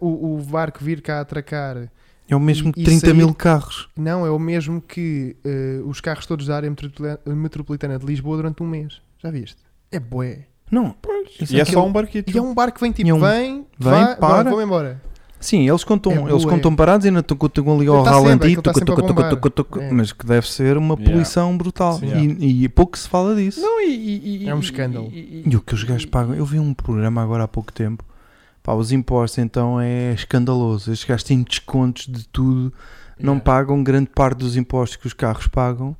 S3: o, o barco vir cá atracar,
S1: É o mesmo que
S3: E
S1: 30
S3: sair-
S1: mil carros.
S3: não é o mesmo que eh, os carros todos da área metropolitana- metropolitana de Lisboa durante um mês. Já viste? É bué.
S1: Não,
S2: E é só
S1: aquilo-
S2: um barquito.
S3: E é um barco que vem tipo,
S1: E é um-
S3: vem,
S1: vem,
S3: vá,
S1: para.
S3: vão embora.
S1: Sim, eles contam,
S3: É
S1: eles
S3: bué.
S1: contam parados e ainda estão estão ali ao
S3: Ele tá sempre,
S1: ralenti,
S3: aquilo tá
S1: tucu,
S3: sempre a
S1: tucu, tucu,
S3: bombar.
S1: tucu, tucu,
S3: É.
S1: mas que deve ser uma
S2: Yeah.
S1: poluição brutal.
S2: Sim.
S1: E- E, pouco se fala disso.
S2: Não, e, e-
S3: É um
S2: e-
S3: escândalo.
S2: E,
S1: E o que os gajos pagam? Eu vi um programa agora há pouco tempo. Pá, os impostos então é escandaloso. Estes gajos têm descontos de tudo, não
S2: Yeah.
S1: pagam grande parte dos impostos que os carros pagam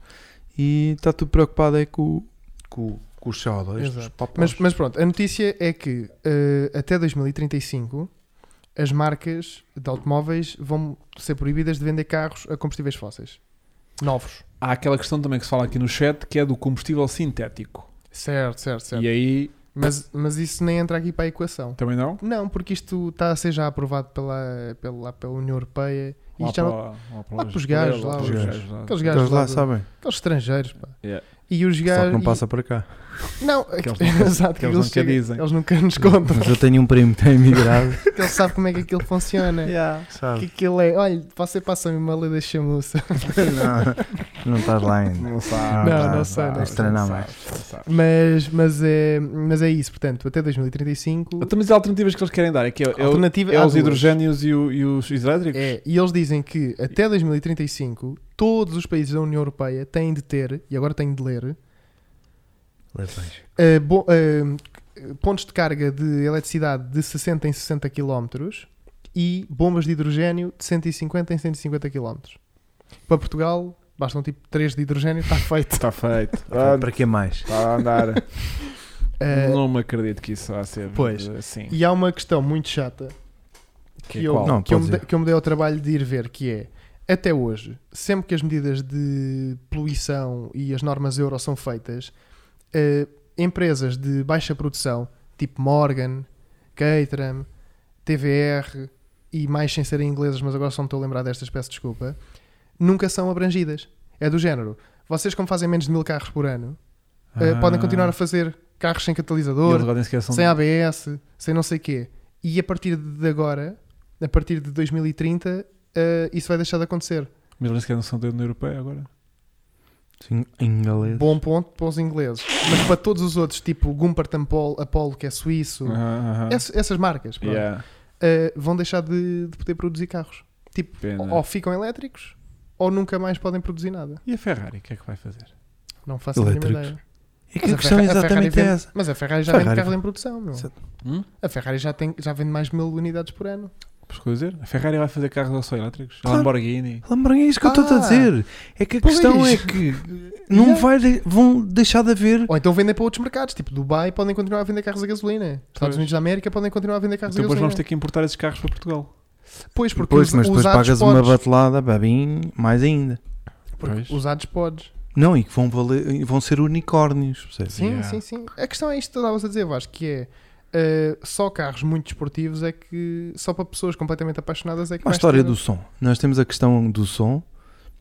S1: e está tudo preocupado é com, com, com os CO2.
S3: Exato.
S1: os popós.
S3: Mas, mas pronto, a notícia é que eh, até 2035 as marcas de automóveis vão ser proibidas de vender carros a combustíveis fósseis. Novos.
S2: Há aquela questão também que se fala aqui no chat que é do combustível sintético.
S3: Certo, certo, certo.
S2: E aí
S3: é- Mas, mas isso nem entra aqui para a equação.
S2: também não?
S3: Não, porque isto está a ser já aprovado pela, pela, pela União Europeia. E
S2: Lá
S3: isto já não-
S2: para- lá para
S3: lá
S2: os-
S3: para os gajos, lá
S2: para
S1: os
S2: lá.
S3: aqueles
S1: Eles
S3: gajos
S1: lá
S3: lá, do-
S1: sabem,
S3: aqueles estrangeiros, pá.
S2: Yeah.
S3: E os
S1: só que
S3: gajos.
S1: não passa para cá.
S3: E, não, é
S2: eles nunca-
S3: exato,
S2: que eles
S3: eles
S2: nunca
S3: chegam-
S2: dizem.
S3: Eles nunca nos contam.
S1: Mas eu tenho um primo que tem emigrado.
S3: que ele sabe como é que aquilo funciona.
S1: sabe?
S3: que aquilo é, olha, você passa-me uma lei da chamuça.
S1: Não, não estás lá ainda.
S2: Ah, Não sabe.
S3: Não,
S1: não
S2: sabe,
S3: sei, não
S2: sabe,
S1: sei.
S2: não
S1: Não
S2: sabe, não sabe.
S3: Mas, mas, é, mas é isso, portanto, até 2035.
S2: Então, mas as alternativas que eles querem dar é que é, é, o-
S3: alternativa
S2: é
S3: há
S2: os
S3: duas.
S2: hidrogénios e, o- e os elétricos?
S3: É, e eles dizem que até 2035 todos os países da União Europeia têm de ter, e agora têm de ler, eh, bo- eh, pontos de carga de eletricidade de 60 em 60 km e bombas de hidrogênio de 150 em 150 km. Para Portugal, bastam tipo 3 de hidrogênio, está feito.
S2: Está feito. Ah,
S1: Para que mais?
S2: Está a andar.
S3: Eh,
S2: Não me acredito que isso vá ser
S3: Pois.
S2: assim.
S3: E há uma questão muito chata que,
S2: é
S3: eu,
S2: qual?
S1: Não,
S3: que, eu
S1: pode
S3: me
S1: dizer.
S3: dei, que eu me dei ao trabalho de ir ver, que é até hoje, sempre que as medidas de poluição e as normas euro são feitas, eh, empresas de baixa produção, tipo Morgan, Caterham, TVR e mais sem serem inglesas, mas agora só me estou a lembrar destas, peço desculpa, nunca são
S1: Ah.
S3: abrangidas. É do género. Vocês, como fazem menos de mil carros por ano, eh, podem continuar a fazer carros sem
S2: Ah. E eles
S3: catalisador,
S2: agora nem sequer são-
S3: sem ABS, sem não sei quê. E a partir de agora, a partir de 2030, eh, isso vai deixar de acontecer.
S2: Mas eles nem sequer não são da União Europeia agora.
S1: Sim, em inglês.
S3: Bom ponto para os ingleses. Mas para todos os outros, tipo Gumpert Ampol- Apollo, que é suíço,
S2: Aham, aham.
S3: ess- essas marcas, pronto,
S2: Ah, Yeah,
S3: eh, vão deixar de, de poder produzir carros. Tipo,
S2: pena.
S3: ou, ou ficam elétricos, ou nunca mais podem produzir nada.
S2: E a Ferrari, o que é que vai fazer?
S3: Não faço a mínima
S1: Elétricos.
S3: ideia.
S1: É
S3: Mas
S1: que a questão é
S3: Ferra- Ferrari
S1: exatamente
S3: vende-
S1: essa.
S3: Mas a Ferrari já
S1: Ferrari-
S3: vende carros em produção, meu.
S1: Certo.
S2: Hum?
S3: A Ferrari já, tem, já vende mais mil unidades por ano.
S2: Por que eu dizer? A Ferrari vai fazer carros só elétricos? A
S1: Claro.
S2: Lamborghini?
S1: Lamborghini, é isso que eu estou a
S3: Ah,
S1: dizer. É que a
S3: pois.
S1: questão é que não
S3: Yeah.
S1: vai de- vão deixar de haver.
S3: Ou então vendem para outros mercados, tipo Dubai podem continuar a vender carros a gasolina.
S2: Pois.
S3: Estados Unidos da América podem continuar a vender carros
S2: Então
S3: a
S2: depois
S3: gasolina.
S2: vamos ter que importar esses carros para Portugal.
S3: Pois, porque
S1: Pois,
S3: os-
S1: mas depois
S3: usados
S1: pagas uma
S3: podes.
S1: batelada, babinho, mais ainda.
S2: Pois.
S3: Porque usados podes.
S1: Não, e que vão, valer, e vão ser unicórnios. percebes?
S3: Sim,
S2: Yeah.
S3: sim, sim. A questão é isto que tu estavas a dizer, Vasco, que é eh, só carros muito desportivos é que só para pessoas completamente apaixonadas é que
S1: Uma
S3: vais
S1: história
S3: ter-
S1: do som. Nós temos a questão do som,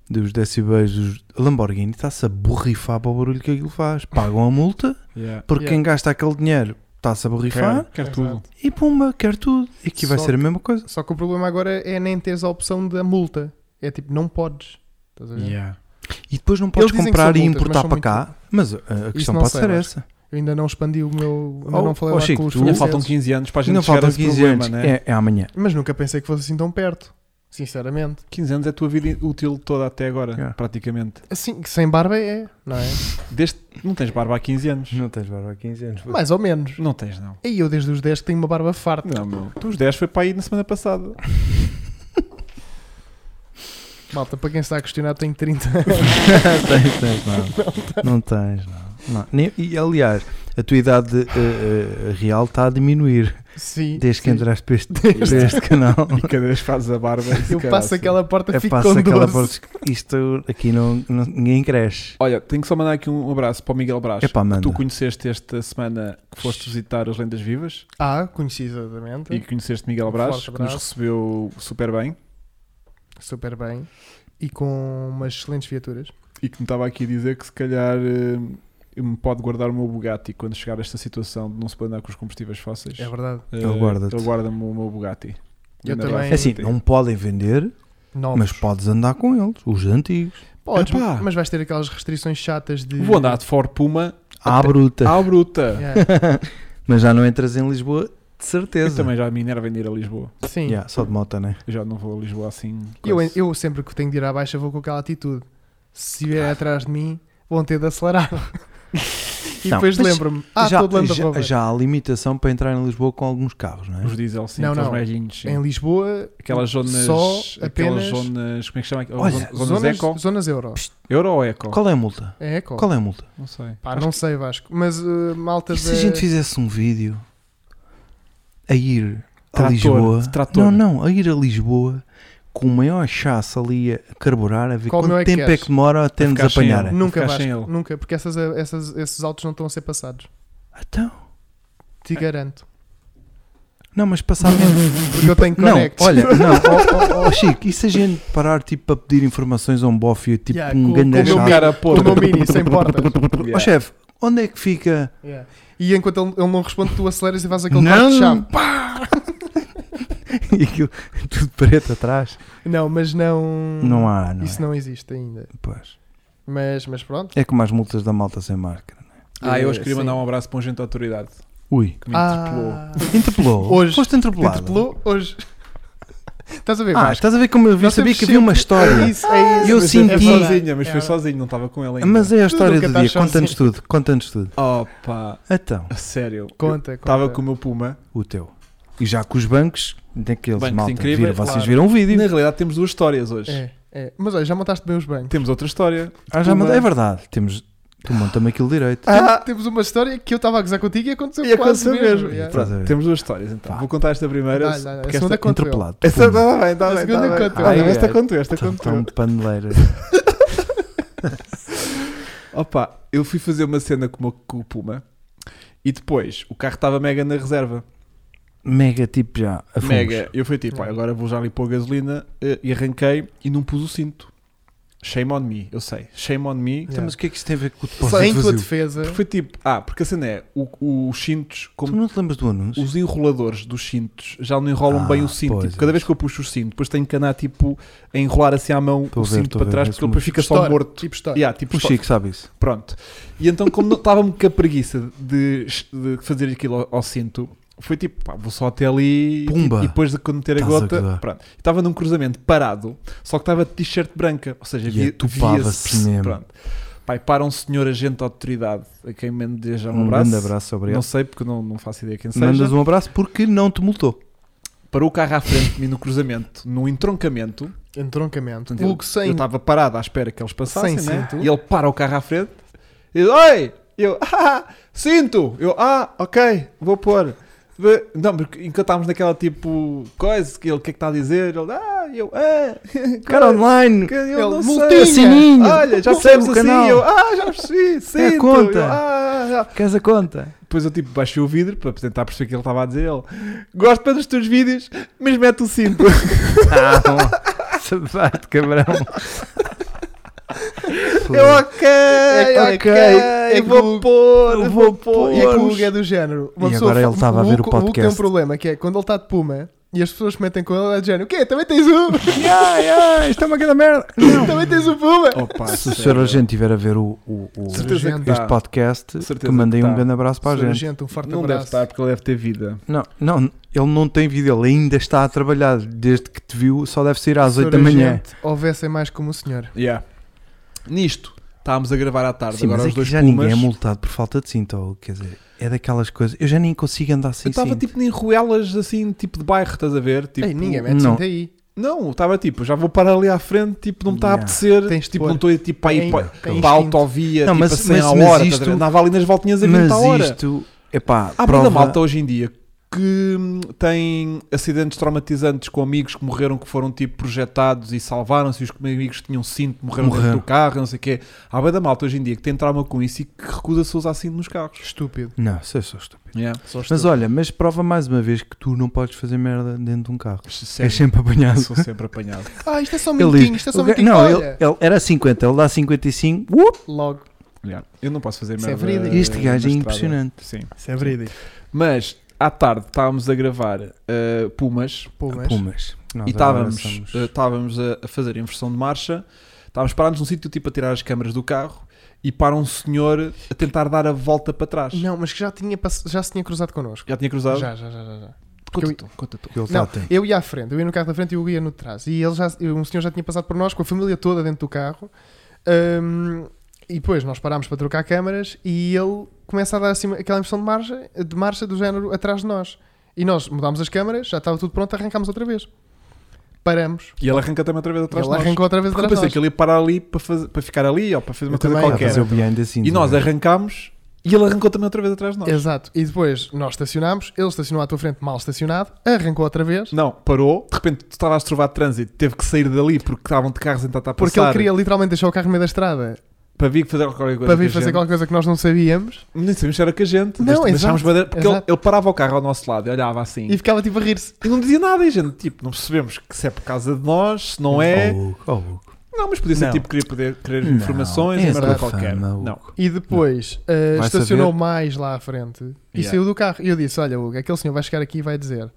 S1: dos decibéis dos Lamborghini, está-se a borrifar para o barulho que aquilo faz. Pagam a multa,
S2: Yeah.
S1: porque
S3: Yeah.
S1: quem gasta aquele dinheiro está-se a borrifar
S2: Quer, quer
S3: Exato.
S2: tudo.
S1: e pumba, quer tudo. E aqui vai
S3: Só
S1: ser a
S3: que-
S1: mesma coisa.
S3: Só que o problema agora é nem teres a opção da multa. É tipo, não podes. Estás a ver?
S2: Yeah.
S1: E depois não podes
S3: dizem que
S1: comprar
S3: são
S1: e
S3: multas,
S1: importar
S3: mas
S1: para
S3: são
S1: cá. Mas uh, a- a, questão
S3: não
S1: pode
S3: sei,
S1: ser
S3: acho.
S1: essa.
S3: Eu ainda não expandi o meu. Ainda
S1: Oh,
S3: não falei
S1: oh,
S3: lá
S1: Chico,
S3: com os
S1: tu-
S2: Ainda
S3: franceses.
S2: faltam 15 anos para a gente
S1: Não
S2: chegar a
S1: faltam
S2: esse
S1: 15
S2: problema,
S1: anos.
S2: né?
S1: É, é amanhã.
S3: Mas nunca pensei que fosse assim tão perto. Sinceramente.
S2: 15 anos é a tua vida útil toda até agora,
S3: É.
S1: Yeah.
S2: praticamente.
S3: Assim, sem barba é, não é?
S2: Desde... Não tens barba há 15 anos.
S1: Não tens barba há 15 anos.
S3: Mais ou menos.
S2: Não tens, não.
S3: E eu desde os 10 que tenho uma barba farta.
S2: Não, meu. Tu os 10 foi para aí na semana passada.
S3: Malta, para quem está a questionar, tenho 30.
S1: tens, tens, não. Não tens, não. não. Nem- E aliás, a tua idade eh, eh, real está a diminuir
S3: Sim.
S1: desde que
S3: sim.
S1: entraste para este, para este canal.
S2: E cada vez fazes a barba.
S3: Eu
S2: Caraca.
S3: passo aquela porta,
S1: É
S3: fico
S1: passa
S3: com
S1: aquela
S3: 12.
S1: voz. Isto aqui não, não- ninguém cresce.
S2: Olha, tenho que só mandar aqui um abraço para o Miguel Brás.
S1: É pá, manda.
S2: Tu conheceste esta semana que foste visitar as Lendas Vivas
S3: Ah, conheci exatamente.
S2: e conheceste Miguel
S3: Um
S2: Brás,
S3: forte
S2: que nos
S3: abraço.
S2: recebeu super bem
S3: Super bem. E com umas excelentes viaturas.
S2: e que me estava aqui a dizer que se calhar eh, me pode guardar o meu Bugatti quando chegar a esta situação de não se poder andar com os combustíveis fósseis.
S3: É verdade.
S2: Eh,
S1: Ele guarda-te.
S2: Ele guarda-me o meu Bugatti.
S3: Eu
S2: Grande
S3: também.
S2: abraço
S1: É assim,
S2: para ti.
S1: não podem vender,
S3: Novos.
S1: mas podes andar com eles, os antigos.
S3: Podes,
S2: Epá.
S3: mas vais ter aquelas restrições chatas de.
S2: Vou andar de For Puma
S1: À bruta.
S2: à bruta.
S3: Yeah,
S1: Mas já não entras em Lisboa, de
S2: Eu
S1: certeza.
S2: também já me enerva ir a Lisboa.
S3: Sim.
S1: Yeah, só de moto, né?
S2: Eu já não vou a Lisboa assim.
S3: Eu,
S2: quase.
S3: eu sempre que tenho de ir à baixa vou com aquela atitude. Se vier atrás de mim, vão ter de acelerar. e
S1: Não,
S3: depois
S1: mas
S3: lembro-me. Ah,
S1: já,
S3: estou de Land
S1: já,
S3: Rover.
S1: já há limitação para entrar em Lisboa com alguns carros, não é?
S2: Os diesel, sim,
S3: Não,
S2: aqueles
S3: não.
S2: velhinhos. sim.
S3: Em Lisboa,
S2: Aquelas zonas.
S3: Só
S2: aquelas
S3: apenas-
S2: zonas. Como é que chama? aquilo?
S1: Olha,
S2: Zon- zonas,
S3: zonas,
S2: eco?
S3: zonas euro.
S2: Euro ou eco?
S1: Qual é a multa?
S3: É eco.
S1: Qual é a multa?
S2: Não sei.
S3: Pá, não sei, Vasco. Mas uh, malta
S1: E se a
S3: da-
S1: gente fizesse um vídeo a ir a
S2: Trator,
S1: Lisboa?
S2: trator.
S1: Não, não, a ir a Lisboa com o maior chasso ali a carburar, a ver
S3: Qual
S1: quanto
S3: meu é que
S1: tempo é
S3: queres?
S1: que demora até nos
S2: ficar sem
S1: apanharem.
S2: ele.
S3: Nunca,
S2: Ficar sem
S3: Vasco.
S2: ele.
S3: Nunca, porque essas, eh, essas- esses autos não estão a ser passados.
S1: Então,
S3: Te garanto.
S1: não, mas passar mesmo.
S3: Porque eu tenho
S1: Não,
S3: connects.
S1: olha, não, ó, ó, ó, Chico, e se a gente parar tipo a pedir informações a um bofe, tipo
S3: Yeah,
S1: um
S3: com-
S1: grande
S3: com o meu
S2: Deixa
S1: chato?
S2: um
S3: mini-
S2: cara a pôr.
S3: com o meu mini, sem portas.
S1: Ó chefe, onde é que fica?
S3: Yeah. E enquanto ele, ele não responde, tu aceleras e fazes aquele corte de
S1: Não,
S3: chave.
S1: pá! e aquilo, tudo preto atrás.
S3: Não, mas não.
S1: Não há, não
S3: Hum. Isso
S1: é?
S3: não existe ainda.
S1: Pois.
S3: Mas, mas pronto.
S1: É como as multas da malta sem marca. né?
S2: Ah, eu hoje
S3: Eh,
S2: queria
S3: sim.
S2: mandar um abraço para um gente de autoridade
S1: Ui.
S2: que me interpelou.
S3: Ah,
S1: Interpelou.
S3: Hoje.
S1: Foste interpelado.
S3: interpelou hoje. Estás a ver,
S1: Ah,
S3: Vasco?
S1: estás a ver como eu vi,
S3: Nós
S1: sabia
S3: temos
S1: que havia uma
S3: É
S1: história.
S3: isso, é isso.
S1: Eu
S3: Mas
S1: senti-
S3: é
S2: É
S1: Sim.
S3: verdade.
S2: sozinha, mas foi
S3: É.
S2: sozinho, não estava com ela ainda.
S1: Mas é a história
S3: nunca
S1: do
S3: estás
S1: dia. Conta-nos
S3: sozinho.
S1: tudo. Conta-nos tudo.
S2: Opa,
S1: Então,
S2: a sério.
S3: é- Conta, conta.
S2: Estava com o meu Puma.
S1: o teu. E já com os bancos, daqueles
S2: Bancos
S1: malta.
S2: incríveis,
S1: vira- vocês
S3: claro.
S1: viram o vídeo.
S2: Na realidade temos duas histórias hoje.
S3: É, é. Mas olha, já montaste bem os bancos.
S2: Temos outra história.
S1: Ah, já
S2: Puma.
S1: mandei- É verdade. Temos... Tu monta-me aquilo direito.
S3: Ah, temos uma história que eu estava a gozar contigo e aconteceu
S2: E é
S3: quase
S2: aconteceu mesmo.
S3: mesmo. yeah.
S1: Estás a ver?
S2: Temos duas histórias então.
S1: Pá.
S2: Vou contar esta primeira.
S3: Dá, dá, dá. A
S2: porque
S3: segunda
S2: esta...
S3: conto eu.
S1: Interpelado.
S2: Esta está tá bem, está
S3: A
S2: bem.
S3: segunda
S2: Está
S3: conto eu.
S2: bem. Ah, não,
S1: Ai,
S2: esta
S1: ai.
S2: conto eu, esta
S1: Estão
S2: conto eu.
S1: tão paneleiras.
S2: Opa, eu fui fazer uma cena com o, meu- com o Puma e depois o carro estava mega na reserva.
S1: Mega tipo já. A fumos.
S2: Mega. Eu fui tipo, "Ah, agora vou já ali pôr gasolina eh, e arranquei e não pus o cinto. Shame on me, eu sei. Shame on me.
S1: Então, mas o que é que isso tem a ver com o depósito
S3: Só em tua
S1: vazio?
S3: defesa.
S2: Porque foi tipo, ah, porque assim é, o, o- os cintos,
S1: Tu
S2: como
S1: não te lembras do anúncio?
S2: os enroladores dos cintos já não enrolam
S1: Ah,
S2: bem o cinto.
S1: pois,
S2: Tipo, cada
S1: é.
S2: vez que eu puxo o cinto, depois tenho que andar tipo a enrolar assim à mão
S1: Estou a
S2: o
S1: ver,
S2: cinto
S1: estou a
S2: para
S1: ver,
S2: trás porque
S1: parece
S2: ele
S1: uma
S2: depois fica só
S3: História,
S2: morto.
S3: Tipo história.
S2: Yeah, tipo,
S1: O
S2: só-
S1: Chico sabe isso.
S2: Pronto. E então, como não- estava-me com a preguiça de, de fazer aquilo ao, ao cinto, foi tipo, pá, vou só até ali e-
S1: Pumba.
S2: e depois de quando meter a
S1: Estás a
S2: gota,
S1: gozar.
S2: pronto. Estava num cruzamento parado, só que estava de t-shirt branca, ou seja,
S1: E
S2: via,
S1: atopava-se
S2: via-se-
S1: mesmo.
S2: Pronto. Pai, para um senhor agente de autoridade, a quem mando já um,
S1: Um
S2: abraço.
S1: grande abraço,
S2: Não
S1: obrigado.
S2: sei porque não, não faço ideia quem seja.
S1: Mandas um abraço porque não te multou.
S2: Parou o carro à frente de mim no cruzamento, num entroncamento.
S3: Entroncamento.
S2: Portanto,
S3: Look
S2: Eu
S3: sem.
S2: estava parado à espera que eles passassem,
S3: Sem
S2: né?
S3: cinto.
S2: E ele para o carro à frente e diz: Oi! Eu, ah, cinto! Eu, ah, ok, vou pôr. Vê- Não, porque encantámos naquela tipo coisa que ele, o que é que está a dizer? Ele, ah, eu, ah,
S1: Cara
S2: coisa
S1: online,
S2: que eu
S3: ele,
S2: não
S1: multinha,
S2: sei.
S1: sininho,
S2: Olha, já
S1: percebe
S2: percebes
S1: o
S2: assim,
S1: canal.
S2: eu, ah, já percebi, cinto. eu,
S1: conta.
S2: ah, já.
S1: queres a conta?
S2: Depois eu tipo baixei o vidro para tentar perceber o que ele estava a dizer. Ele, gosto bem dos teus vídeos, mas mete o cinto.
S1: Ah, sapato, cabrão.
S2: Eu ok,
S3: É que-
S2: ok,
S3: ok,
S2: eu
S3: é
S2: vou
S3: que-
S2: pôr, eu vou pôr.
S3: E é que o Hugo é do género.
S1: E agora ele estava a ver o
S3: Hugo- Hugo tem um
S1: podcast.
S3: problema que é quando ele está de puma e as pessoas se metem com ele, é do género. O quê? Também tens um?
S1: yeah, yeah, isto é uma grande merda.
S3: Também tens um puma?
S2: Opa,
S1: Se o senhor agente estiver a ver o, o- o-
S3: Certeza que
S1: este
S2: está.
S1: podcast,
S2: Certeza
S1: que mandei
S2: que
S1: um
S2: está.
S1: grande abraço para a
S3: Senhora
S1: gente.
S3: gente, um forte
S2: Não deve
S3: abraço.
S2: estar porque ele deve ter vida.
S1: Não, não, ele não tem vida, ele ainda está a trabalhar. Desde que te viu, só deve sair às 8 da
S3: Senhora
S1: manhã.
S3: gente, houvessem mais como o senhor.
S2: Yeah. Nisto, estávamos a gravar à tarde,
S1: Sim,
S2: agora
S1: mas é
S2: os
S1: que
S2: dois
S1: já
S2: pumas.
S1: ninguém é multado por falta de cinto. ou, Quer dizer, é daquelas coisas. Eu já nem consigo andar assim,
S2: eu
S1: sem
S2: estava
S1: cinto.
S2: tipo em ruelas assim, tipo de bairro, estás a ver? Tipo,
S3: Ei, ninguém mete
S1: não.
S3: cinto aí.
S2: Não, estava tipo, já vou parar ali à frente, tipo, não me está
S1: Yeah.
S2: a apetecer.
S3: Tens de
S2: tipo,
S3: pôr.
S2: não estou a ir, tipo, aí
S3: Tem-
S2: para,
S3: tem
S2: para a
S3: instinto.
S2: autovia,
S1: Não,
S2: tipo,
S1: mas-
S2: a 100 à
S1: mas- mas
S2: hora.
S1: isto-
S2: Isto... Andava ali nas voltinhas a 20 à hora.
S1: Mas isto, epá,
S2: Há
S1: prova...
S2: muita malta hoje em dia que hum, tem acidentes traumatizantes com amigos que morreram, que foram tipo projetados e salvaram-se, e os amigos que tinham cinto morreram,
S1: Morreram.
S2: dentro do carro, não sei o quê. Há muita malta hoje em dia que tem trauma com isso e que recusa-se a usar cinto nos carros.
S3: Estúpido.
S1: Não, isso é só estúpido.
S3: Só
S1: Mas
S3: estúpido.
S1: olha, mas prova mais uma vez que tu não podes fazer merda dentro de um carro.
S2: Sério,
S1: És sempre apanhado.
S2: sou sempre apanhado.
S3: Ah, isto é só um
S1: Ele
S3: minutinho,
S1: diz,
S3: isto é só um
S1: o ga-
S3: minutinho.
S1: não, ele,
S3: Olha,
S1: ele era 50, ele dá 55. Uh,
S3: Logo.
S2: Yeah. Eu não posso fazer
S3: Isso é
S2: merda.
S3: verídico.
S2: eh,
S1: este gajo é
S2: na estrada.
S1: impressionante.
S2: Sim.
S3: Isso é verídico.
S2: Mas à tarde estávamos a gravar eh, Pumas.
S3: Pumas.
S1: Pumas. Nós
S2: e
S1: agora
S2: estávamos,
S1: somos-
S2: eh, estávamos a, a fazer inversão de marcha, estávamos parados num sítio tipo a tirar as câmaras do carro e para um senhor a tentar dar a volta para trás.
S3: Não, mas que já, tinha, pass- já se tinha cruzado connosco.
S2: Já tinha cruzado?
S3: Já, já, já, já. já.
S2: Conta
S3: Eu-
S2: tu, conta tu.
S1: que ele está
S3: Não,
S1: atento.
S3: eu ia à frente, eu ia no carro da frente e o Hugo ia no de trás. E ele já, um senhor já tinha passado por nós com a família toda dentro do carro. Ahm, e depois nós parámos para trocar câmaras e ele começa a dar assim, aquela impressão de marcha, de marcha do género atrás de nós. E nós mudámos as câmaras, já estava tudo pronto, arrancámos outra vez. Paramos.
S2: E ele arranca também outra vez atrás
S3: ele
S2: de nós.
S3: arrancou outra vez
S2: Porque eu
S3: atrás de
S2: pensei
S3: nós.
S2: que ele ia parar ali para, fazer, para ficar ali ou para fazer uma
S3: Eu
S2: coisa
S3: também,
S1: Está a
S2: qualquer.
S1: fazer o behind the scenes. é?
S2: E nós
S1: agora.
S2: arrancámos e ele arrancou também outra vez atrás de nós.
S3: Exato. E depois nós estacionámos, ele estacionou à tua frente mal estacionado, arrancou outra vez,
S2: Não, parou, de repente tu estavas a trovar de trânsito, teve que sair dali porque estavam de carros a tentar
S3: porque
S2: passar
S3: ele queria literalmente deixar o carro no meio da estrada
S2: para vir fazer qualquer coisa.
S3: para
S2: com
S3: vir
S2: a
S3: fazer
S2: gente.
S3: qualquer coisa que nós não sabíamos
S2: Nem sabíamos se era com a gente.
S3: Não,
S2: Deixa-
S3: exato,
S2: deixámos bandeira- porque ele,
S3: exato.
S2: ele parava o carro ao nosso lado e olhava assim.
S3: e ficava tipo a rir-se.
S2: E não dizia nada, e a gente, tipo, não percebemos que se é por causa de nós, se não é.
S1: Oh, Hugo, oh, Hugo.
S2: Não, mas podia ser
S1: Não.
S2: tipo querer, poder, querer
S1: Não,
S2: informações,
S1: é
S2: uma merda
S1: da
S2: qualquer.
S1: fama, Hugo.
S2: não.
S3: E depois uh,
S1: Vai
S3: estacionou
S1: saber.
S3: mais lá à frente e
S2: Yeah.
S3: saiu do carro. E eu disse: Olha, Hugo, aquele senhor vai chegar aqui e vai dizer: